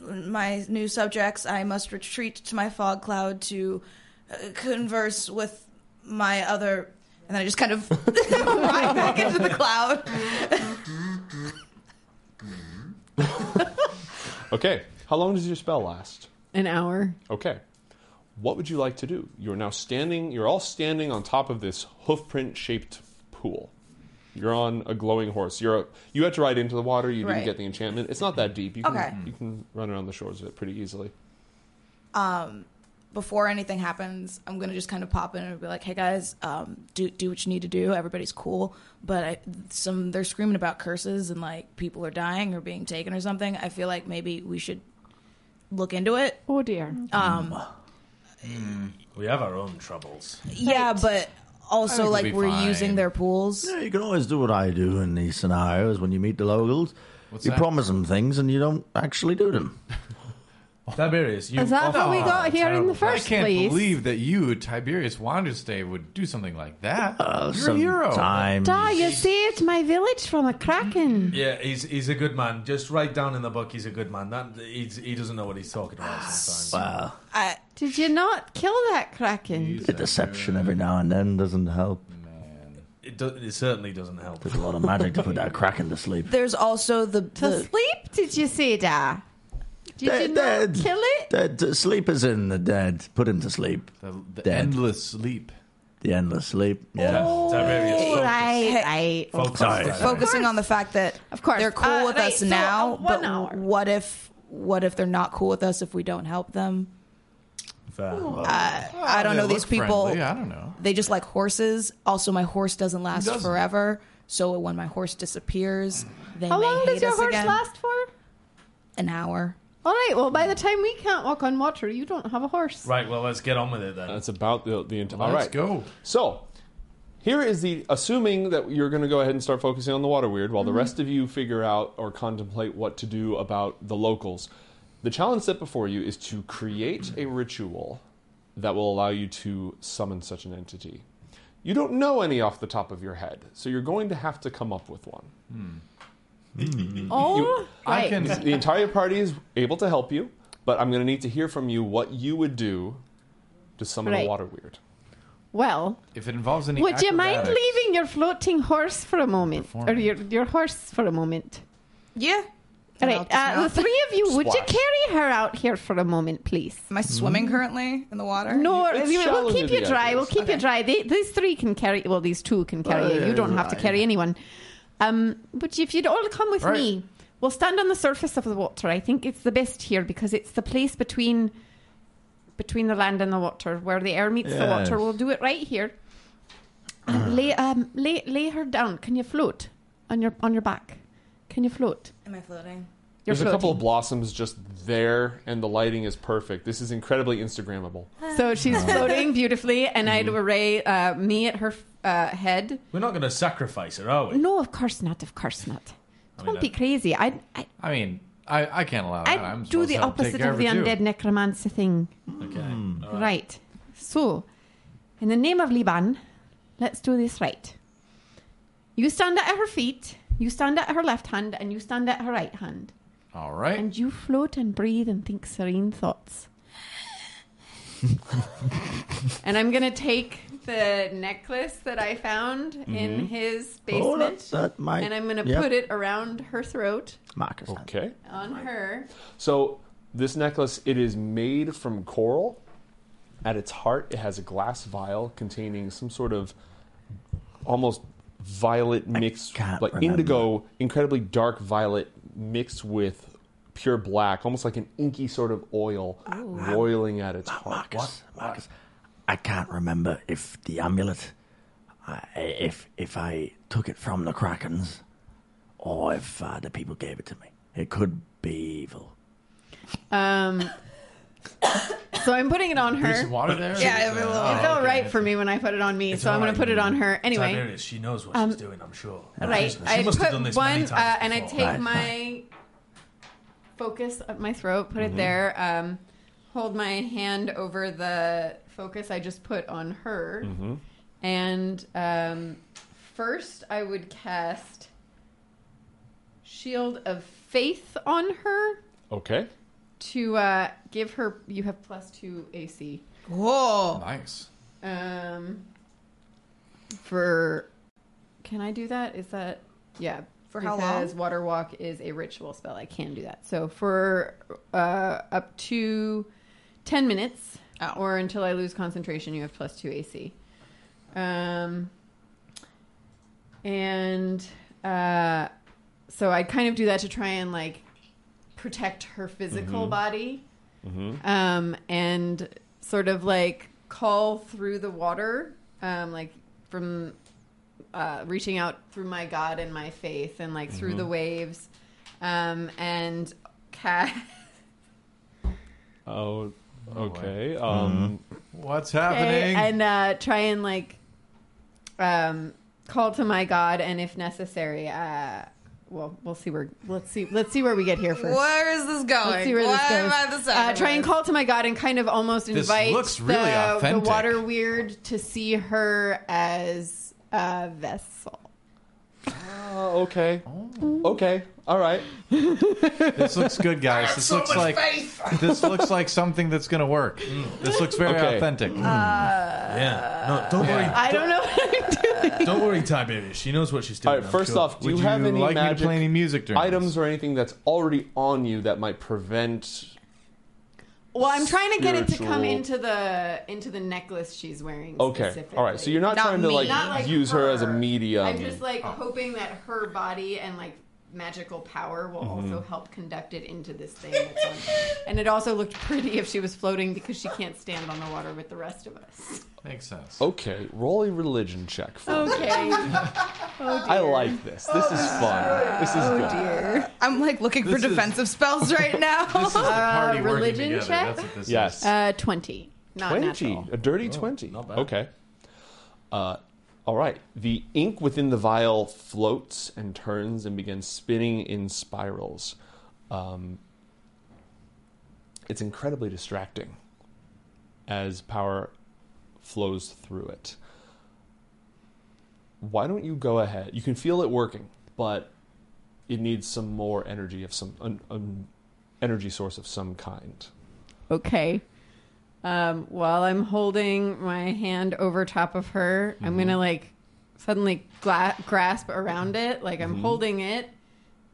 [SPEAKER 2] my new subjects. I must retreat to my fog cloud to uh, converse with my other." And then I just kind of ride back into the cloud.
[SPEAKER 1] Okay. How long does your spell last?
[SPEAKER 12] An hour.
[SPEAKER 1] Okay. What would you like to do? You're now standing, you're all standing on top of this hoofprint shaped pool. You're on a glowing horse. You're a, you had to ride into the water. You
[SPEAKER 2] Right.
[SPEAKER 1] didn't get the enchantment. It's not that deep. You can,
[SPEAKER 2] Okay.
[SPEAKER 1] you can run around the shores of it pretty easily.
[SPEAKER 2] before anything happens, I'm gonna just kind of pop in and be like, "Hey guys, um, do do what you need to do. Everybody's cool, but I, some they're screaming about curses and like people are dying or being taken or something. I feel like maybe we should look into it.
[SPEAKER 12] Oh dear.
[SPEAKER 2] Um,
[SPEAKER 8] We have our own troubles.
[SPEAKER 2] Yeah, but also
[SPEAKER 5] we'll
[SPEAKER 2] like
[SPEAKER 5] be
[SPEAKER 2] we're
[SPEAKER 5] fine.
[SPEAKER 2] using their pools.
[SPEAKER 9] Yeah, you can always do what I do in these scenarios when you meet the locals. you
[SPEAKER 5] that?
[SPEAKER 9] promise them things and you don't actually do them.
[SPEAKER 8] Tiberius, you
[SPEAKER 6] Is that what we
[SPEAKER 8] often-
[SPEAKER 6] got here in the
[SPEAKER 8] Terrible.
[SPEAKER 5] I
[SPEAKER 6] first
[SPEAKER 5] can't
[SPEAKER 6] place?
[SPEAKER 5] believe that you, Tiberius Wanderstay, would do something like that.
[SPEAKER 9] Uh,
[SPEAKER 5] You're a hero.
[SPEAKER 9] sometimes-
[SPEAKER 6] Da, you saved my village from a kraken.
[SPEAKER 8] Yeah, he's he's a good man. Just write down in the book he's a good man. That he's, he doesn't know what he's talking
[SPEAKER 9] Ah,
[SPEAKER 8] about sometimes.
[SPEAKER 9] Well,
[SPEAKER 2] I,
[SPEAKER 6] Did you not kill that kraken?
[SPEAKER 9] the deception every now and then doesn't help.
[SPEAKER 8] It, do, it certainly doesn't help.
[SPEAKER 9] There's a lot of magic to put that kraken to sleep.
[SPEAKER 2] there's also the,
[SPEAKER 6] To
[SPEAKER 2] the
[SPEAKER 6] sleep? Did you say da? Did
[SPEAKER 9] Dead,
[SPEAKER 6] you
[SPEAKER 9] dead.
[SPEAKER 6] not kill it?
[SPEAKER 9] Dead, the sleep is in the dead. Put him to sleep.
[SPEAKER 5] The, the
[SPEAKER 9] Dead.
[SPEAKER 5] endless sleep.
[SPEAKER 9] The endless sleep. Yeah.
[SPEAKER 8] Tiberius, focus.
[SPEAKER 6] Right, right.
[SPEAKER 8] Focus,
[SPEAKER 9] Sorry.
[SPEAKER 8] Tiberius.
[SPEAKER 2] focusing on the fact that
[SPEAKER 6] Of course.
[SPEAKER 2] they're cool
[SPEAKER 6] Uh,
[SPEAKER 2] with
[SPEAKER 6] right,
[SPEAKER 2] us
[SPEAKER 6] so,
[SPEAKER 2] now,
[SPEAKER 6] uh,
[SPEAKER 2] but
[SPEAKER 6] one hour.
[SPEAKER 2] what if what if they're not cool with us if we don't help them?
[SPEAKER 8] Fair.
[SPEAKER 2] I don't
[SPEAKER 5] They
[SPEAKER 2] know these
[SPEAKER 5] look
[SPEAKER 2] people.
[SPEAKER 5] friendly, I don't know.
[SPEAKER 2] They just like horses. Also, my horse doesn't last
[SPEAKER 5] doesn't.
[SPEAKER 2] forever. So when my horse disappears, they
[SPEAKER 6] How
[SPEAKER 2] may
[SPEAKER 6] long
[SPEAKER 2] hate
[SPEAKER 6] does your
[SPEAKER 2] us
[SPEAKER 6] horse
[SPEAKER 2] again.
[SPEAKER 6] last for?
[SPEAKER 2] An hour.
[SPEAKER 6] All right. Well, by the time we can't walk on water, you don't have a horse.
[SPEAKER 8] Right, well, let's get on with it then.
[SPEAKER 9] Uh,
[SPEAKER 1] That's about the the entire.
[SPEAKER 5] Let's
[SPEAKER 1] all right,
[SPEAKER 5] go.
[SPEAKER 1] So, here is the assuming that you're going to go ahead and start focusing on the water weird,
[SPEAKER 5] Mm-hmm.
[SPEAKER 1] while the rest of you figure out or contemplate what to do about the locals. The challenge set before you is to create a ritual that will allow you to summon such an entity. You don't know any off the top of your head, so you're going to have to come up with one.
[SPEAKER 6] Oh,
[SPEAKER 1] You-
[SPEAKER 5] I
[SPEAKER 6] right.
[SPEAKER 5] can.
[SPEAKER 1] The entire party is able to help you, but I'm going to need to hear from you what you would do to summon a
[SPEAKER 6] Right.
[SPEAKER 1] water weird.
[SPEAKER 6] Well,
[SPEAKER 5] If it involves any,
[SPEAKER 6] would you mind
[SPEAKER 5] acrobatics-
[SPEAKER 6] leaving your floating horse for a moment, or
[SPEAKER 5] Performance.
[SPEAKER 6] your your horse for a moment?
[SPEAKER 2] Yeah.
[SPEAKER 6] All
[SPEAKER 2] And
[SPEAKER 6] right.
[SPEAKER 2] I'll
[SPEAKER 6] Uh, the
[SPEAKER 2] just not-
[SPEAKER 6] three of you, would you
[SPEAKER 1] Splash.
[SPEAKER 6] carry her out here for a moment, please?
[SPEAKER 2] Am I swimming currently in the water?
[SPEAKER 6] No,
[SPEAKER 1] It's
[SPEAKER 6] we-
[SPEAKER 1] shallow
[SPEAKER 6] we'll
[SPEAKER 1] to
[SPEAKER 6] keep you
[SPEAKER 1] the
[SPEAKER 6] dry.
[SPEAKER 1] ideas.
[SPEAKER 6] We'll keep you dry. They, these three can carry. Well, these two can
[SPEAKER 1] Oh,
[SPEAKER 6] carry
[SPEAKER 9] Well,
[SPEAKER 6] you. You
[SPEAKER 9] yeah,
[SPEAKER 6] don't have to
[SPEAKER 9] right.
[SPEAKER 6] carry anyone. Um, but if you'd all come with
[SPEAKER 5] Right.
[SPEAKER 6] me, we'll stand on the surface of the water. I think it's the best here because it's the place between between the land and the water where the air meets the water.
[SPEAKER 9] Yes.
[SPEAKER 6] We'll do it right here. And lay um lay lay her down. Can you float on your on your back? Can you float?
[SPEAKER 2] Am I floating?
[SPEAKER 6] You're
[SPEAKER 1] There's a couple of
[SPEAKER 6] floating.
[SPEAKER 1] blossoms just there, and the lighting is perfect. This is incredibly Instagrammable.
[SPEAKER 6] So she's floating beautifully, and I'd
[SPEAKER 1] Mm-hmm.
[SPEAKER 6] array uh, me at her uh, head.
[SPEAKER 8] We're not going to sacrifice her, are we?
[SPEAKER 6] No, of course not. Of course not.
[SPEAKER 8] I mean, Uh,
[SPEAKER 6] Don't be crazy. I I
[SPEAKER 5] I mean, I, I can't allow that.
[SPEAKER 6] I
[SPEAKER 5] I'm
[SPEAKER 6] do
[SPEAKER 5] supposed
[SPEAKER 6] the
[SPEAKER 5] to help take
[SPEAKER 6] opposite
[SPEAKER 5] care
[SPEAKER 6] of the
[SPEAKER 5] it, too.
[SPEAKER 6] undead necromancer thing.
[SPEAKER 9] Mm.
[SPEAKER 8] Okay. All
[SPEAKER 6] Right.
[SPEAKER 8] right.
[SPEAKER 6] So, in the name of Liban, let's do this right. You stand at her feet. You stand at her left hand, and you stand at her right hand,
[SPEAKER 5] All right.
[SPEAKER 6] and you float and breathe and think serene thoughts. and I'm gonna take the necklace that I found
[SPEAKER 1] Mm-hmm.
[SPEAKER 6] in his
[SPEAKER 9] Oh,
[SPEAKER 6] basement,
[SPEAKER 9] that's that might.
[SPEAKER 6] and I'm gonna
[SPEAKER 9] yep.
[SPEAKER 6] put it around her throat.
[SPEAKER 9] Marcus.
[SPEAKER 1] Okay.
[SPEAKER 6] on her.
[SPEAKER 1] So this necklace, it is made from coral. At its heart, it has a glass vial containing some sort of almost violet mixed,
[SPEAKER 9] can't
[SPEAKER 1] like
[SPEAKER 9] remember.
[SPEAKER 1] indigo, incredibly dark violet mixed with pure black, almost like an inky sort of oil roiling at its heart.
[SPEAKER 9] Marcus. Marcus. I can't remember if the amulet, I, if if I took it from the krakens, or if uh, the people gave it to me. It could be evil.
[SPEAKER 6] Um, so I'm putting it on
[SPEAKER 5] There's
[SPEAKER 6] her.
[SPEAKER 5] some water there.
[SPEAKER 2] Yeah, it'll be
[SPEAKER 5] Uh,
[SPEAKER 6] It felt right for me when I put it on me,
[SPEAKER 8] Oh, It's
[SPEAKER 6] so I'm
[SPEAKER 8] all
[SPEAKER 6] going
[SPEAKER 8] right.
[SPEAKER 6] to put it on her anyway. Um,
[SPEAKER 8] Tiberius, she knows what she's doing, I'm sure.
[SPEAKER 6] Right,
[SPEAKER 8] She
[SPEAKER 6] I
[SPEAKER 8] must have done
[SPEAKER 6] put
[SPEAKER 8] this
[SPEAKER 6] one,
[SPEAKER 8] many
[SPEAKER 6] uh,
[SPEAKER 8] times
[SPEAKER 6] and I
[SPEAKER 8] before.
[SPEAKER 6] take
[SPEAKER 9] Right,
[SPEAKER 6] my focus up my throat, put it there, um, hold my hand over the focus I just put on her,
[SPEAKER 1] Mm. Mm-hmm.
[SPEAKER 6] and um, first I would cast Shield of Faith on her.
[SPEAKER 1] Okay.
[SPEAKER 6] to uh, give her. You have plus two AC
[SPEAKER 2] Whoa.
[SPEAKER 5] Nice.
[SPEAKER 6] um, for. Can I do that? Is that yeah?
[SPEAKER 2] For how
[SPEAKER 6] Because water walk is a ritual spell. I can do that. So for uh, up to ten minutes,
[SPEAKER 2] Oh.
[SPEAKER 6] or until I lose concentration, you have plus two AC. Um, and uh, so I kind of do that to try and like protect her physical body um, and sort of like call through the water, um, like from uh, reaching out through my God and my faith and like through the waves, um, and cast.
[SPEAKER 1] Oh, okay. Um,
[SPEAKER 5] What's
[SPEAKER 12] Okay,
[SPEAKER 5] happening?
[SPEAKER 12] and uh, try and like um, call to my God, and if necessary, uh, well, we'll see where let's see let's see where we get here first.
[SPEAKER 2] Where is this going?
[SPEAKER 12] Let's see where
[SPEAKER 2] Why
[SPEAKER 12] this goes.
[SPEAKER 2] am I the
[SPEAKER 12] uh, try and
[SPEAKER 2] sacrifice?
[SPEAKER 12] call to my God and kind of almost invite
[SPEAKER 5] looks really
[SPEAKER 12] the, the
[SPEAKER 5] authentic.
[SPEAKER 12] water weird to see her as a vessel.
[SPEAKER 1] Oh, okay. Okay. All right.
[SPEAKER 5] this looks good, guys. This looks like this looks like something that's gonna work. This looks very
[SPEAKER 1] Okay.
[SPEAKER 5] authentic.
[SPEAKER 8] yeah. No, don't worry.
[SPEAKER 12] I don't know. What I'm doing.
[SPEAKER 8] Don't worry, Tiberius. She knows what she's doing.
[SPEAKER 1] All right.
[SPEAKER 8] I'm
[SPEAKER 1] First
[SPEAKER 8] sure.
[SPEAKER 1] off, do
[SPEAKER 5] Would
[SPEAKER 1] you
[SPEAKER 5] you,
[SPEAKER 1] have any
[SPEAKER 5] like me to
[SPEAKER 1] magic
[SPEAKER 5] play any music during
[SPEAKER 1] items
[SPEAKER 5] this?
[SPEAKER 1] or anything that's already on you that might prevent?
[SPEAKER 12] Well, I'm trying to get it to come
[SPEAKER 1] Spiritual.
[SPEAKER 12] into the into the necklace she's wearing.
[SPEAKER 1] Okay. All right. So you're not,
[SPEAKER 2] Not
[SPEAKER 1] trying to
[SPEAKER 2] me.
[SPEAKER 1] like,
[SPEAKER 12] Not like
[SPEAKER 1] use her. as a
[SPEAKER 12] her.
[SPEAKER 1] medium.
[SPEAKER 12] I'm just like hoping that her body and like magical power will
[SPEAKER 1] Mm-hmm.
[SPEAKER 12] also help conduct it into this thing. That's on. and it also looked pretty if she was floating because she can't stand on the water with the rest of us.
[SPEAKER 5] Makes sense.
[SPEAKER 1] okay. Roll a religion check for me.
[SPEAKER 12] Okay.
[SPEAKER 1] I like this. This is fun.
[SPEAKER 12] Oh,
[SPEAKER 1] This is good.
[SPEAKER 2] I'm like looking for
[SPEAKER 5] This is-
[SPEAKER 2] defensive spells right now.
[SPEAKER 5] This is the party working
[SPEAKER 12] Uh-huh. religion
[SPEAKER 5] together.
[SPEAKER 12] check?
[SPEAKER 5] That's what this
[SPEAKER 1] Yes.
[SPEAKER 12] Uh, twenty. Not
[SPEAKER 1] 20.
[SPEAKER 12] natural.
[SPEAKER 1] A dirty 20.
[SPEAKER 8] not bad.
[SPEAKER 1] Okay. Uh, all right. The ink within the vial floats and turns and begins spinning in spirals. Um, it's incredibly distracting as power flows through it. Why don't you go ahead? You can feel it working, but it needs some more energy of some an, an energy source of some kind.
[SPEAKER 12] Okay. Um, while I'm holding my hand over top of her, I'm gonna
[SPEAKER 1] Mm-hmm.
[SPEAKER 12] like suddenly gla- grasp around it. Like
[SPEAKER 1] Mm-hmm.
[SPEAKER 12] I'm holding it.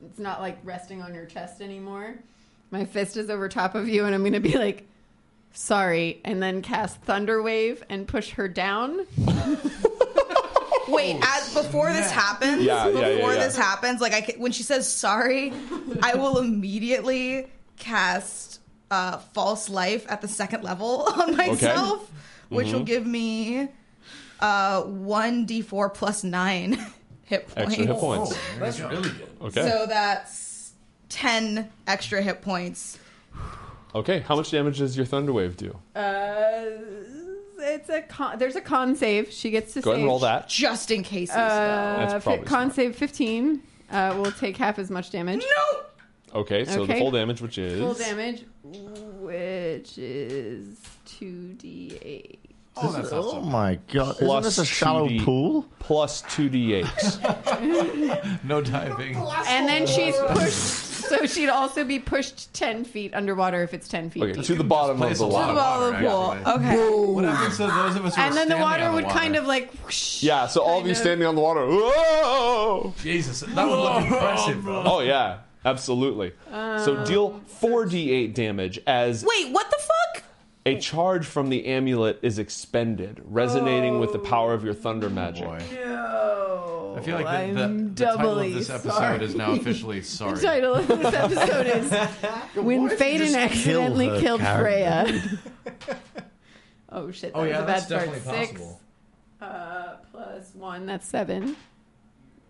[SPEAKER 12] It's not like resting on your chest anymore. My fist is over top of you, and I'm gonna be like, "Sorry," and then cast Thunder Wave and push her down.
[SPEAKER 2] Wait, as before this happens,
[SPEAKER 1] Yeah, yeah,
[SPEAKER 2] before
[SPEAKER 1] yeah, yeah.
[SPEAKER 2] this happens, like I ca- when she says sorry, I will immediately cast uh, false life at the second level on myself, which
[SPEAKER 1] Mm-hmm.
[SPEAKER 2] will give me uh, one d four plus nine hit points.
[SPEAKER 1] Extra hit
[SPEAKER 7] Oh,
[SPEAKER 1] points.
[SPEAKER 8] that's really good.
[SPEAKER 1] Okay.
[SPEAKER 2] So that's ten extra hit points.
[SPEAKER 1] Okay, how much damage does your Thunder Wave do?
[SPEAKER 12] Uh, it's a con. There's a con save. She gets to
[SPEAKER 1] Go ahead
[SPEAKER 12] save.
[SPEAKER 1] and roll that.
[SPEAKER 2] Just in case. you spell.
[SPEAKER 12] Uh,
[SPEAKER 1] That's
[SPEAKER 12] fi-
[SPEAKER 1] probably
[SPEAKER 12] con
[SPEAKER 1] smart.
[SPEAKER 12] save 15. Uh, will take half as much damage.
[SPEAKER 2] no.
[SPEAKER 1] Okay, so the
[SPEAKER 12] okay.
[SPEAKER 1] full damage, which is
[SPEAKER 12] Full damage, which is 2d8.
[SPEAKER 5] Oh, that's not
[SPEAKER 9] Oh
[SPEAKER 5] so
[SPEAKER 9] my god! Isn't
[SPEAKER 1] Plus
[SPEAKER 9] this a shallow
[SPEAKER 1] 2D.
[SPEAKER 9] pool?
[SPEAKER 1] plus two d8.
[SPEAKER 5] No diving.
[SPEAKER 12] And then she's pushed, so she'd also be pushed 10 feet underwater if it's 10 feet
[SPEAKER 1] Okay,
[SPEAKER 12] deep.
[SPEAKER 1] to the bottom of
[SPEAKER 5] place
[SPEAKER 1] the
[SPEAKER 5] a
[SPEAKER 1] lot.
[SPEAKER 5] lot of
[SPEAKER 2] Well,
[SPEAKER 5] water,
[SPEAKER 2] cool.
[SPEAKER 5] actually.
[SPEAKER 2] Okay.
[SPEAKER 5] What happens to those of us who
[SPEAKER 12] And
[SPEAKER 5] are
[SPEAKER 12] then the
[SPEAKER 5] standing
[SPEAKER 12] water
[SPEAKER 5] on
[SPEAKER 12] would
[SPEAKER 5] water?
[SPEAKER 12] kind of like whoosh.
[SPEAKER 1] Yeah, so all of you
[SPEAKER 12] Kind of.
[SPEAKER 1] standing on the water. Whoa!
[SPEAKER 8] Jesus, that would look impressive, though.
[SPEAKER 1] Oh yeah, absolutely. so deal four d8 damage as
[SPEAKER 2] Wait, what the fuck?
[SPEAKER 1] a charge from the amulet is expended, resonating with the power of your thunder magic.
[SPEAKER 5] Boy.
[SPEAKER 12] No.
[SPEAKER 5] I feel like the- the,
[SPEAKER 12] I'm
[SPEAKER 5] the title
[SPEAKER 12] doubly
[SPEAKER 5] of this episode
[SPEAKER 12] sorry.
[SPEAKER 5] is now officially sorry.
[SPEAKER 12] The title of this episode is When Faden Accidentally
[SPEAKER 9] her
[SPEAKER 12] Killed
[SPEAKER 9] character?
[SPEAKER 12] Freya. oh shit, that
[SPEAKER 5] Oh yeah,
[SPEAKER 12] was a bad
[SPEAKER 5] that's
[SPEAKER 12] start.
[SPEAKER 5] definitely
[SPEAKER 12] Six.
[SPEAKER 5] possible.
[SPEAKER 12] Uh, plus one, that's seven.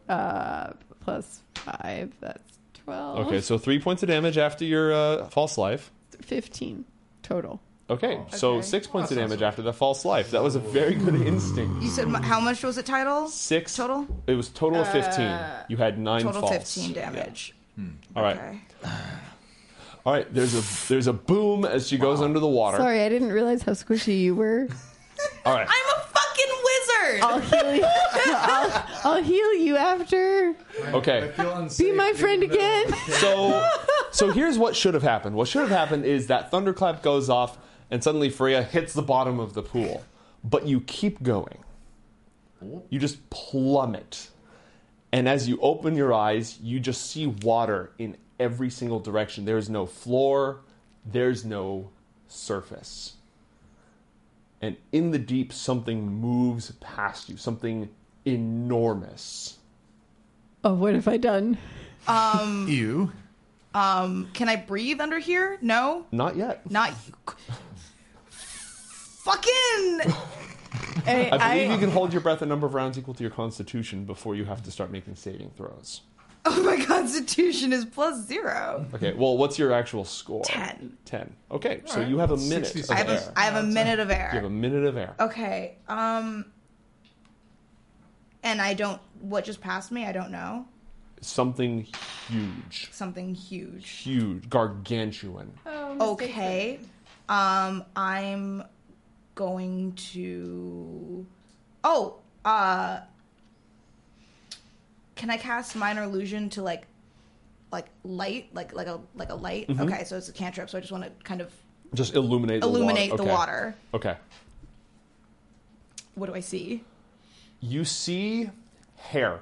[SPEAKER 12] Uh, plus five, that's 12.
[SPEAKER 1] Okay, so three points of damage after your uh, false life.
[SPEAKER 12] 15 total.
[SPEAKER 1] Okay, so
[SPEAKER 12] Okay.
[SPEAKER 1] six points of damage after the false life. That was a very good instinct.
[SPEAKER 2] You said mu- how much was it? Title
[SPEAKER 1] Six
[SPEAKER 2] Total?
[SPEAKER 1] It was total of fifteen. you had nine
[SPEAKER 2] Uh, total
[SPEAKER 1] false.
[SPEAKER 2] fifteen damage.
[SPEAKER 1] All right.
[SPEAKER 2] Okay.
[SPEAKER 1] All right, there's a there's a boom as she goes under the water.
[SPEAKER 12] Sorry, I didn't realize how squishy you were.
[SPEAKER 1] All right,
[SPEAKER 2] I'm a fucking wizard.
[SPEAKER 12] I'll heal you. I'll, I'll heal you after.
[SPEAKER 1] okay.
[SPEAKER 12] Be my friend again.
[SPEAKER 1] So so here's what should have happened. What should have happened is that thunderclap goes off and suddenly Freya hits the bottom of the pool, but you keep going. You just plummet, and as you open your eyes, you just see water in every single direction. There is no floor. There's no surface. and in the deep something moves past you something enormous
[SPEAKER 12] Oh, what have I done?
[SPEAKER 5] You.
[SPEAKER 2] Um, Can I breathe under here? No,
[SPEAKER 1] not yet
[SPEAKER 2] not. Fucking.
[SPEAKER 12] I,
[SPEAKER 1] i believe you can hold your breath a number of rounds equal to your constitution before you have to start making saving throws
[SPEAKER 2] Oh, my constitution is plus zero.
[SPEAKER 1] Okay, well, what's your actual score?
[SPEAKER 2] Ten.
[SPEAKER 1] Ten. Okay, so you have a minute of
[SPEAKER 5] 66.
[SPEAKER 2] I have
[SPEAKER 1] air.
[SPEAKER 2] a, I have a minute of
[SPEAKER 1] You have a
[SPEAKER 2] air.
[SPEAKER 1] minute of air.
[SPEAKER 2] Oh. Okay. Um. And I don't. What just passed me? I don't know.
[SPEAKER 1] Something huge.
[SPEAKER 2] Something huge.
[SPEAKER 1] Huge. Gargantuan.
[SPEAKER 2] Okay. Um. I'm going to. Oh. Uh. Can I cast minor illusion to like, like light, like like a like a light?
[SPEAKER 5] Mm-hmm.
[SPEAKER 2] Okay, so it's a cantrip. So I just want to kind of
[SPEAKER 1] Just illuminate the
[SPEAKER 2] illuminate
[SPEAKER 1] water.
[SPEAKER 2] the
[SPEAKER 1] Okay.
[SPEAKER 2] water.
[SPEAKER 1] Okay.
[SPEAKER 2] What do I see?
[SPEAKER 1] You see hair.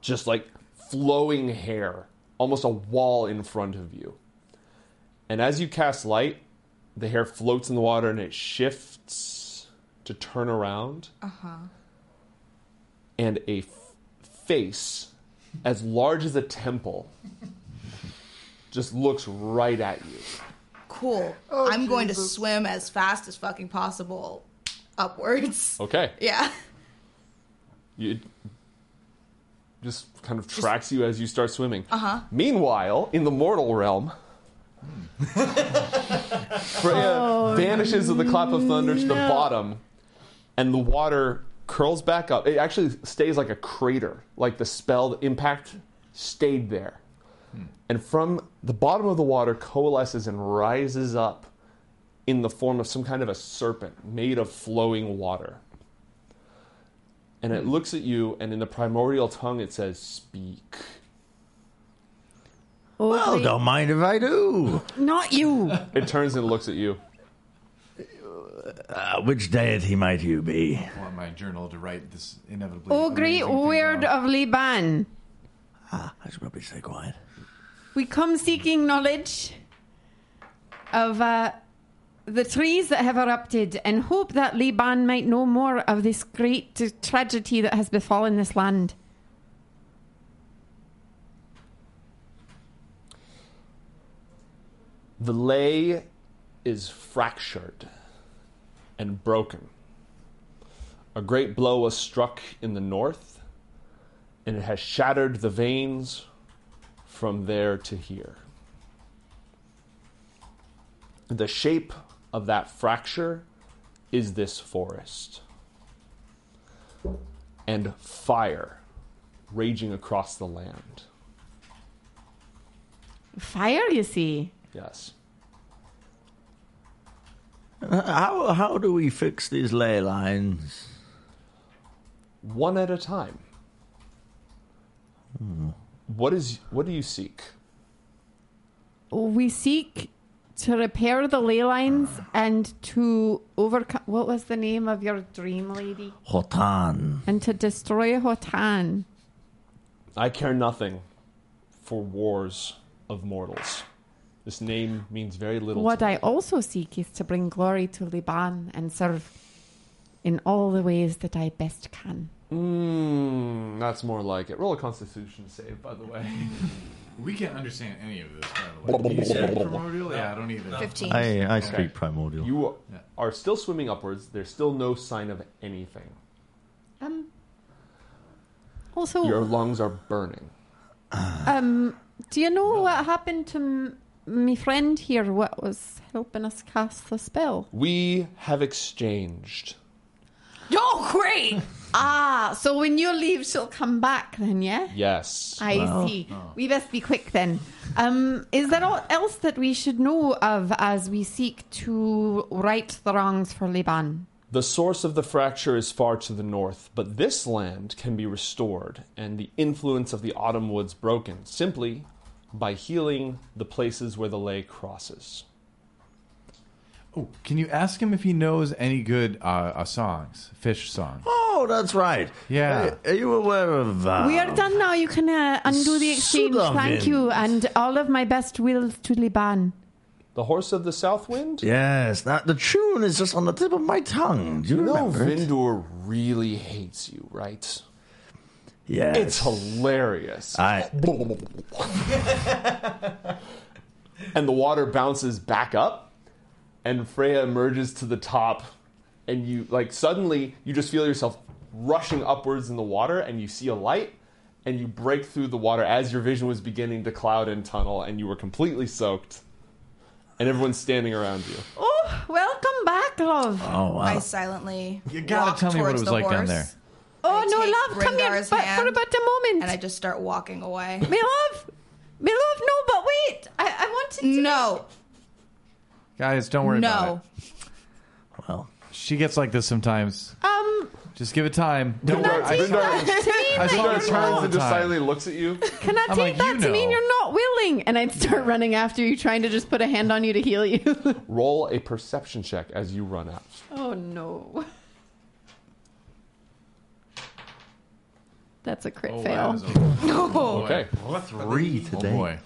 [SPEAKER 1] Just like flowing hair. Almost a wall in front of you. And as you cast light, the hair floats in the water and it shifts to turn around. Uh huh. And a f- face as large as a temple just looks right at you.
[SPEAKER 2] Cool. I'm going to swim as fast as fucking possible upwards.
[SPEAKER 1] Okay.
[SPEAKER 2] Yeah.
[SPEAKER 1] you just kind of tracks you as you start swimming. Uh-huh. Meanwhile, in the mortal realm, Hmm. Freya vanishes with a clap of thunder to the bottom, and the water curls back up. It actually stays like a crater, like the spell the impact stayed there. And from the bottom of the water coalesces and rises up in the form of some kind of a serpent made of flowing water and it looks at you, and in the primordial tongue, it says, "Speak."
[SPEAKER 9] Well, don't mind if I do.
[SPEAKER 6] Not you.
[SPEAKER 1] It turns and looks at you.
[SPEAKER 9] Uh, which deity might you be?
[SPEAKER 5] I want my journal to write this inevitably.
[SPEAKER 12] Oh, great
[SPEAKER 5] amazing thing
[SPEAKER 12] weird
[SPEAKER 5] down.
[SPEAKER 12] of Liban.
[SPEAKER 9] Ah, I should probably stay quiet.
[SPEAKER 12] We come seeking knowledge of uh, the trees that have erupted and hope that Liban might know more of this great uh, tragedy that has befallen this land.
[SPEAKER 1] The lay is fractured and broken. A great blow was struck in the north, and it has shattered the veins from there to here. The shape of that fracture is this forest. And fire raging across the land.
[SPEAKER 12] Fire, you see.
[SPEAKER 1] Yes.
[SPEAKER 9] Uh, How how do we fix these ley lines?
[SPEAKER 1] one at a time. What is what do you seek?
[SPEAKER 12] We seek to repair the ley lines and to overcome. What was the name of your dream lady?
[SPEAKER 9] Hotan.
[SPEAKER 12] And to destroy Hotan.
[SPEAKER 1] I care nothing for wars of mortals. This name means very little.
[SPEAKER 12] What
[SPEAKER 1] to me.
[SPEAKER 12] I also seek is to bring glory to Liban and serve in all the ways that I best can.
[SPEAKER 1] Mm, that's more like it. Roll a Constitution save, by the way.
[SPEAKER 5] We can't understand any of this, by the way. You said primordial? Yeah, I don't either.
[SPEAKER 2] Fifteen.
[SPEAKER 9] I I speak primordial.
[SPEAKER 1] You are still swimming upwards. There's still no sign of anything.
[SPEAKER 12] Um. Also,
[SPEAKER 1] Your lungs are burning.
[SPEAKER 12] um, do you know what happened to m- my friend here? What was helping us cast the spell?
[SPEAKER 1] We have exchanged.
[SPEAKER 2] Oh, great!
[SPEAKER 12] Ah, so when you leave, she'll come back then, yeah?
[SPEAKER 1] Yes.
[SPEAKER 12] I see.
[SPEAKER 2] oh.
[SPEAKER 12] We best be quick then. Um, is there all else that we should know of as we seek to right the wrongs for Liban?
[SPEAKER 1] The source of the fracture is far to the north, but this land can be restored and the influence of the autumn woods broken simply by healing the places where the lay crosses.
[SPEAKER 5] Oh, can you ask him if he knows any good uh, uh, songs, fish songs?
[SPEAKER 9] Oh, that's right. Uh,
[SPEAKER 5] Yeah.
[SPEAKER 9] Are, are you aware of? Uh,
[SPEAKER 12] We are done now. You can uh, undo the exchange. Thank you, and all of my best will to Liban.
[SPEAKER 1] The horse of the south wind?
[SPEAKER 9] Yes, that the tune is just on the tip of my tongue. Do you
[SPEAKER 1] You know
[SPEAKER 9] remember? it?
[SPEAKER 1] Vindur really hates you, right?
[SPEAKER 9] Yes.
[SPEAKER 1] It's hilarious.
[SPEAKER 9] I,
[SPEAKER 1] and the water bounces back up and Freya emerges to the top and you like suddenly you just feel yourself rushing upwards in the water and you see a light and you break through the water as your vision was beginning to cloud and tunnel, and you were completely soaked, and everyone's standing around you.
[SPEAKER 6] Oh, welcome back, love.
[SPEAKER 9] Oh
[SPEAKER 2] I
[SPEAKER 9] wow!
[SPEAKER 2] silently.
[SPEAKER 5] You gotta
[SPEAKER 2] walk
[SPEAKER 5] tell me what
[SPEAKER 2] towards
[SPEAKER 5] it was
[SPEAKER 2] the
[SPEAKER 5] like down
[SPEAKER 2] horse,
[SPEAKER 5] there.
[SPEAKER 6] Oh
[SPEAKER 2] I
[SPEAKER 6] no,
[SPEAKER 2] take
[SPEAKER 6] love, come here,
[SPEAKER 2] Grindar's
[SPEAKER 6] but for
[SPEAKER 2] hand,
[SPEAKER 6] about a moment.
[SPEAKER 2] And I just start walking away.
[SPEAKER 6] Me love, me love, no, but wait, I, I wanted to.
[SPEAKER 2] No,
[SPEAKER 5] Guys, don't worry about
[SPEAKER 2] no.
[SPEAKER 5] it.
[SPEAKER 9] Well,
[SPEAKER 5] She gets like this sometimes.
[SPEAKER 6] Um,
[SPEAKER 5] Just give it time. Don't
[SPEAKER 1] Brindar-
[SPEAKER 5] worry. Mm. I-
[SPEAKER 1] Brindar-
[SPEAKER 6] to me,
[SPEAKER 5] I saw
[SPEAKER 1] Brindar
[SPEAKER 5] this all
[SPEAKER 1] turns
[SPEAKER 5] the
[SPEAKER 1] and just
[SPEAKER 5] time.
[SPEAKER 1] silently looks at you.
[SPEAKER 12] Can I
[SPEAKER 5] I'm like,
[SPEAKER 12] take that
[SPEAKER 5] you
[SPEAKER 12] to mean
[SPEAKER 5] know.
[SPEAKER 12] you're not willing? And I'd start running after you, trying to just put a hand on you to heal you.
[SPEAKER 1] Roll a perception check as you run out.
[SPEAKER 12] oh no. That's a crit fail.
[SPEAKER 1] Okay.
[SPEAKER 9] three
[SPEAKER 5] Oh
[SPEAKER 9] today.
[SPEAKER 5] boy.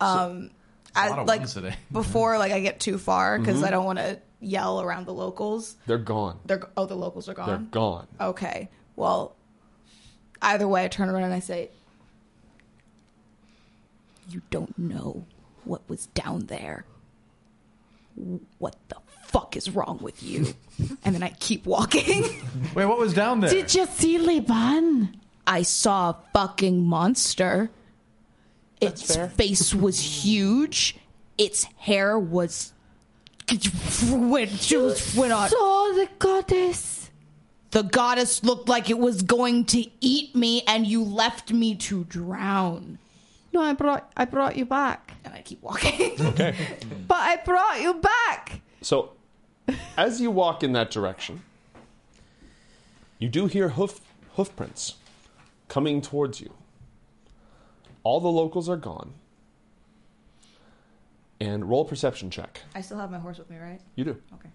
[SPEAKER 2] I,
[SPEAKER 5] A lot of
[SPEAKER 2] like
[SPEAKER 5] ones today.
[SPEAKER 2] before, like I get too far because I don't want to yell around the locals.
[SPEAKER 1] They're gone.
[SPEAKER 2] They're oh, the locals are
[SPEAKER 1] They're
[SPEAKER 2] gone.
[SPEAKER 1] gone.
[SPEAKER 2] Okay. Well, either way, I turn around and I say, You don't know what was down there. What the fuck is wrong with you? and then I keep walking.
[SPEAKER 5] Wait, what was down there?
[SPEAKER 12] Did you see Liban?
[SPEAKER 2] I saw a fucking monster. Its face was huge. Its hair was. Went, just went on.
[SPEAKER 6] saw the goddess.
[SPEAKER 2] The goddess looked like it was going to eat me, and you left me to drown.
[SPEAKER 6] No, I brought, I brought you back,
[SPEAKER 2] And I keep walking.
[SPEAKER 6] but I brought you back.
[SPEAKER 1] So, as you walk in that direction, you do hear hoof hoofprints coming towards you. All the locals are gone. And roll a perception check.
[SPEAKER 2] I still have my horse with me, right?
[SPEAKER 1] You do.
[SPEAKER 2] Okay.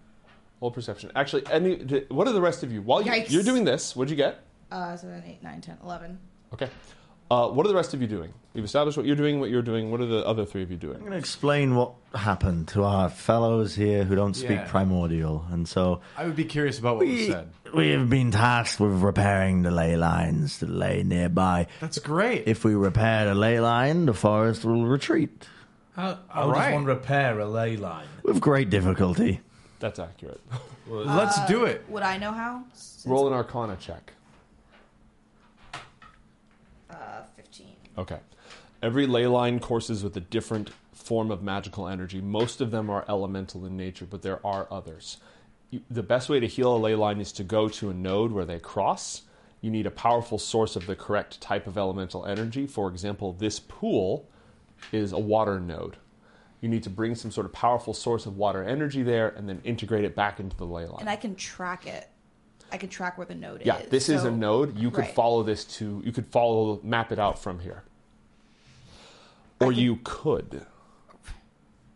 [SPEAKER 1] Roll perception. Actually, any th- what are the rest of you? While you,
[SPEAKER 2] Yikes.
[SPEAKER 1] you're doing this, what'd you get?
[SPEAKER 2] Uh, seven, eight, nine, ten, eleven.
[SPEAKER 1] Okay. Uh, what are the rest of you doing? We've established what you're doing, what you're doing. What are the other three of you doing?
[SPEAKER 9] I'm going to explain what happened to our fellows here who don't speak
[SPEAKER 5] Yeah.
[SPEAKER 9] primordial, and so
[SPEAKER 5] I would be curious about what was
[SPEAKER 9] we,
[SPEAKER 5] said.
[SPEAKER 9] we have been tasked with repairing the ley lines that lay nearby.
[SPEAKER 5] That's great.
[SPEAKER 9] If we repair the ley line, the forest will retreat
[SPEAKER 7] How,
[SPEAKER 5] All
[SPEAKER 7] how
[SPEAKER 5] right.
[SPEAKER 7] does one repair a ley line?
[SPEAKER 9] with great difficulty.
[SPEAKER 1] That's accurate.
[SPEAKER 5] Let's do it.
[SPEAKER 2] Would I know how? Since-
[SPEAKER 1] Roll an Arcana check.
[SPEAKER 2] Uh, fifteen.
[SPEAKER 1] Okay. Every ley line courses with a different form of magical energy. Most of them are elemental in nature, but there are others. You, the best way to heal a ley line is to go to a node where they cross. You need a powerful source of the correct type of elemental energy. For example, this pool is a water node. You need to bring some sort of powerful source of water energy there and then integrate it back into the ley line.
[SPEAKER 2] And I can track it. I can track where the node
[SPEAKER 1] yeah,
[SPEAKER 2] is.
[SPEAKER 1] this is a
[SPEAKER 2] so-
[SPEAKER 1] node. You could
[SPEAKER 2] right.
[SPEAKER 1] follow this to, you could follow, map it out from here. Or you could,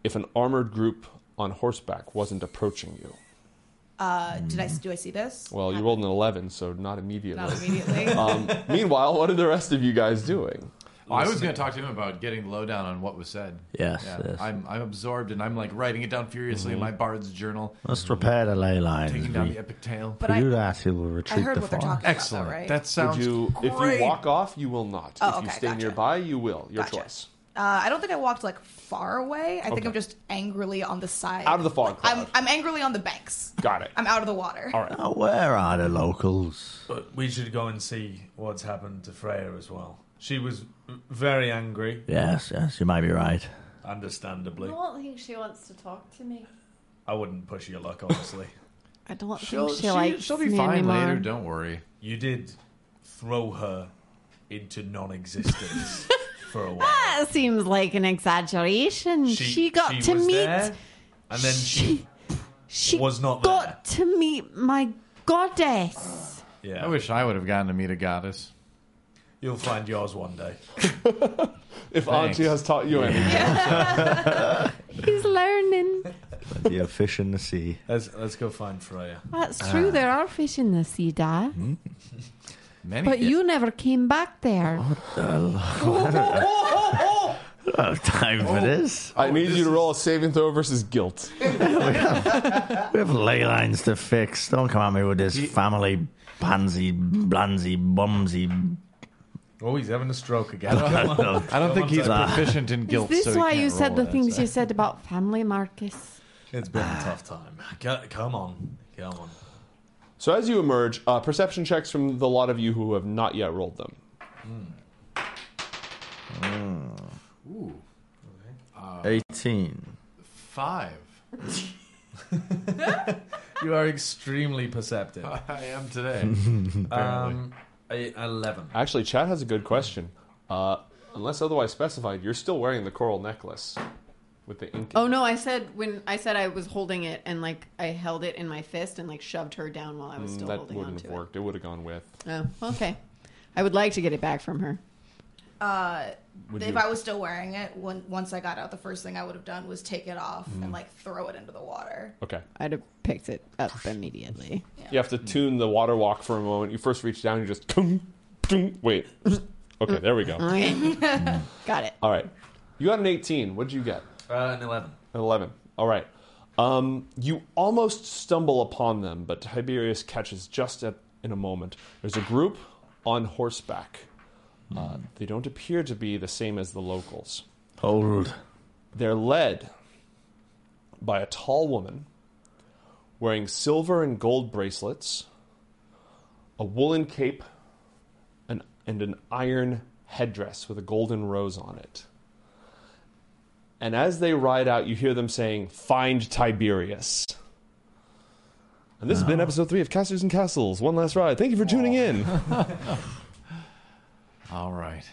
[SPEAKER 1] if an armored group on horseback wasn't approaching you.
[SPEAKER 2] Uh, did I do I see this?
[SPEAKER 1] Well, you rolled an 11, so not immediately.
[SPEAKER 2] Not immediately.
[SPEAKER 1] um, meanwhile, what are the rest of you guys doing?
[SPEAKER 5] Oh, I was going to talk to him about getting the lowdown on what was said.
[SPEAKER 9] Yes,
[SPEAKER 5] Yeah.
[SPEAKER 9] yes.
[SPEAKER 5] I'm, I'm absorbed and I'm like writing it down furiously in my bard's journal,
[SPEAKER 9] Let's repair the ley lines.
[SPEAKER 5] taking
[SPEAKER 9] If
[SPEAKER 5] down
[SPEAKER 9] we-
[SPEAKER 5] the epic tale.
[SPEAKER 2] but
[SPEAKER 9] we
[SPEAKER 2] I,
[SPEAKER 9] do that, it will retreat
[SPEAKER 2] I heard
[SPEAKER 9] the
[SPEAKER 2] what they're
[SPEAKER 9] forest.
[SPEAKER 2] talking
[SPEAKER 5] Excellent.
[SPEAKER 2] about, though, right?
[SPEAKER 5] That
[SPEAKER 1] Would
[SPEAKER 5] sounds
[SPEAKER 1] you,
[SPEAKER 5] great.
[SPEAKER 1] if you walk off, you will not.
[SPEAKER 2] Oh,
[SPEAKER 1] if you
[SPEAKER 2] okay,
[SPEAKER 1] stay
[SPEAKER 2] gotcha.
[SPEAKER 1] nearby, you will. Your
[SPEAKER 2] Gotcha.
[SPEAKER 1] choice.
[SPEAKER 2] Uh, I don't think I walked like far away. I think
[SPEAKER 1] Okay.
[SPEAKER 2] I'm just angrily on the side.
[SPEAKER 1] Out of the fog
[SPEAKER 2] I'm
[SPEAKER 1] cloud.
[SPEAKER 2] I'm angrily on the banks.
[SPEAKER 1] Got it.
[SPEAKER 2] I'm out of the water.
[SPEAKER 1] All right.
[SPEAKER 9] Now, where are the locals?
[SPEAKER 7] But we should go and see what's happened to Freya as well. She was very angry,
[SPEAKER 9] Yes, yes, you might be right.
[SPEAKER 7] understandably.
[SPEAKER 12] I don't think she wants to talk to me.
[SPEAKER 7] I wouldn't push your luck, honestly.
[SPEAKER 12] I don't
[SPEAKER 5] She'll,
[SPEAKER 12] think she,
[SPEAKER 5] she-
[SPEAKER 12] likes
[SPEAKER 5] she'll be
[SPEAKER 12] me
[SPEAKER 5] fine
[SPEAKER 12] anymore.
[SPEAKER 5] later. Don't worry.
[SPEAKER 7] you did throw her into non-existence for a while.
[SPEAKER 12] That seems like an exaggeration. She, got to
[SPEAKER 7] was
[SPEAKER 12] meet.
[SPEAKER 7] there, and then she,
[SPEAKER 12] She
[SPEAKER 7] was not
[SPEAKER 12] got to meet my goddess.
[SPEAKER 7] yeah.
[SPEAKER 5] I wish I would have gotten to meet a goddess.
[SPEAKER 7] You'll find yours one day.
[SPEAKER 1] If
[SPEAKER 5] Thanks.
[SPEAKER 1] Auntie has taught you anything.
[SPEAKER 12] He's learning.
[SPEAKER 9] You're fish in the sea.
[SPEAKER 7] Let's let's go find Freya.
[SPEAKER 12] That's true. There are fish in the sea, Da.
[SPEAKER 1] Mm.
[SPEAKER 5] Many.
[SPEAKER 12] But you never came back there.
[SPEAKER 1] Oh,
[SPEAKER 9] I don't have Oh, time for this.
[SPEAKER 1] I need you to roll a saving throw versus guilt.
[SPEAKER 9] We have ley lines to fix. Don't come at me with this family pansy, blansy, bumsy.
[SPEAKER 7] Oh, he's having a stroke again.
[SPEAKER 5] I don't think he's proficient in
[SPEAKER 12] Is
[SPEAKER 5] guilt.
[SPEAKER 12] this
[SPEAKER 5] so he
[SPEAKER 12] why
[SPEAKER 5] can't
[SPEAKER 12] you said
[SPEAKER 5] roll
[SPEAKER 12] the
[SPEAKER 5] it.
[SPEAKER 12] things you said about family, Marcus?
[SPEAKER 7] it's been a tough time. Go- Come on, come on.
[SPEAKER 1] So as you emerge, uh, perception checks from the lot of you who have not yet rolled them.
[SPEAKER 9] 18.
[SPEAKER 5] Five.
[SPEAKER 8] You are extremely perceptive.
[SPEAKER 5] I am today.
[SPEAKER 8] Um, a- eleven.
[SPEAKER 1] Actually, Chad has a good question. Uh, unless otherwise specified, you're still wearing the coral necklace with the ink.
[SPEAKER 12] Oh no, I said when I said I was holding it and like I held it in my fist and like shoved her down while I was
[SPEAKER 1] Mm,
[SPEAKER 12] still
[SPEAKER 1] that
[SPEAKER 12] holding on
[SPEAKER 1] wouldn't
[SPEAKER 12] to
[SPEAKER 1] have worked. It would have gone with.
[SPEAKER 12] it. Oh, okay. I would like to get it back from her.
[SPEAKER 2] Uh,
[SPEAKER 1] Would
[SPEAKER 2] if
[SPEAKER 1] you-
[SPEAKER 2] I was still wearing it, when, once I got out, the first thing I would have done was take it off
[SPEAKER 1] Mm.
[SPEAKER 2] and like throw it into the water.
[SPEAKER 1] Okay.
[SPEAKER 12] I'd have picked it up immediately.
[SPEAKER 1] You have to tune the water walk for a moment. You first reach down, you just. tung, tung. Wait. Okay, there we go.
[SPEAKER 12] Got
[SPEAKER 1] Mm.
[SPEAKER 12] it.
[SPEAKER 1] All right. You got an 18. What did you get?
[SPEAKER 8] Uh, an eleven.
[SPEAKER 1] An 11. All right. Um, you almost stumble upon them, but Tiberius catches just at, in a moment. There's a group on horseback. Uh, they don't appear to be the same as the locals.
[SPEAKER 9] Hold.
[SPEAKER 1] They're led by a tall woman wearing silver and gold bracelets, a woolen cape, and, and an iron headdress with a golden rose on it. And as they ride out, you hear them saying, Find Tiberius. And this has been episode three of Casters and Castles. One last ride. Thank you for tuning in.
[SPEAKER 5] All right.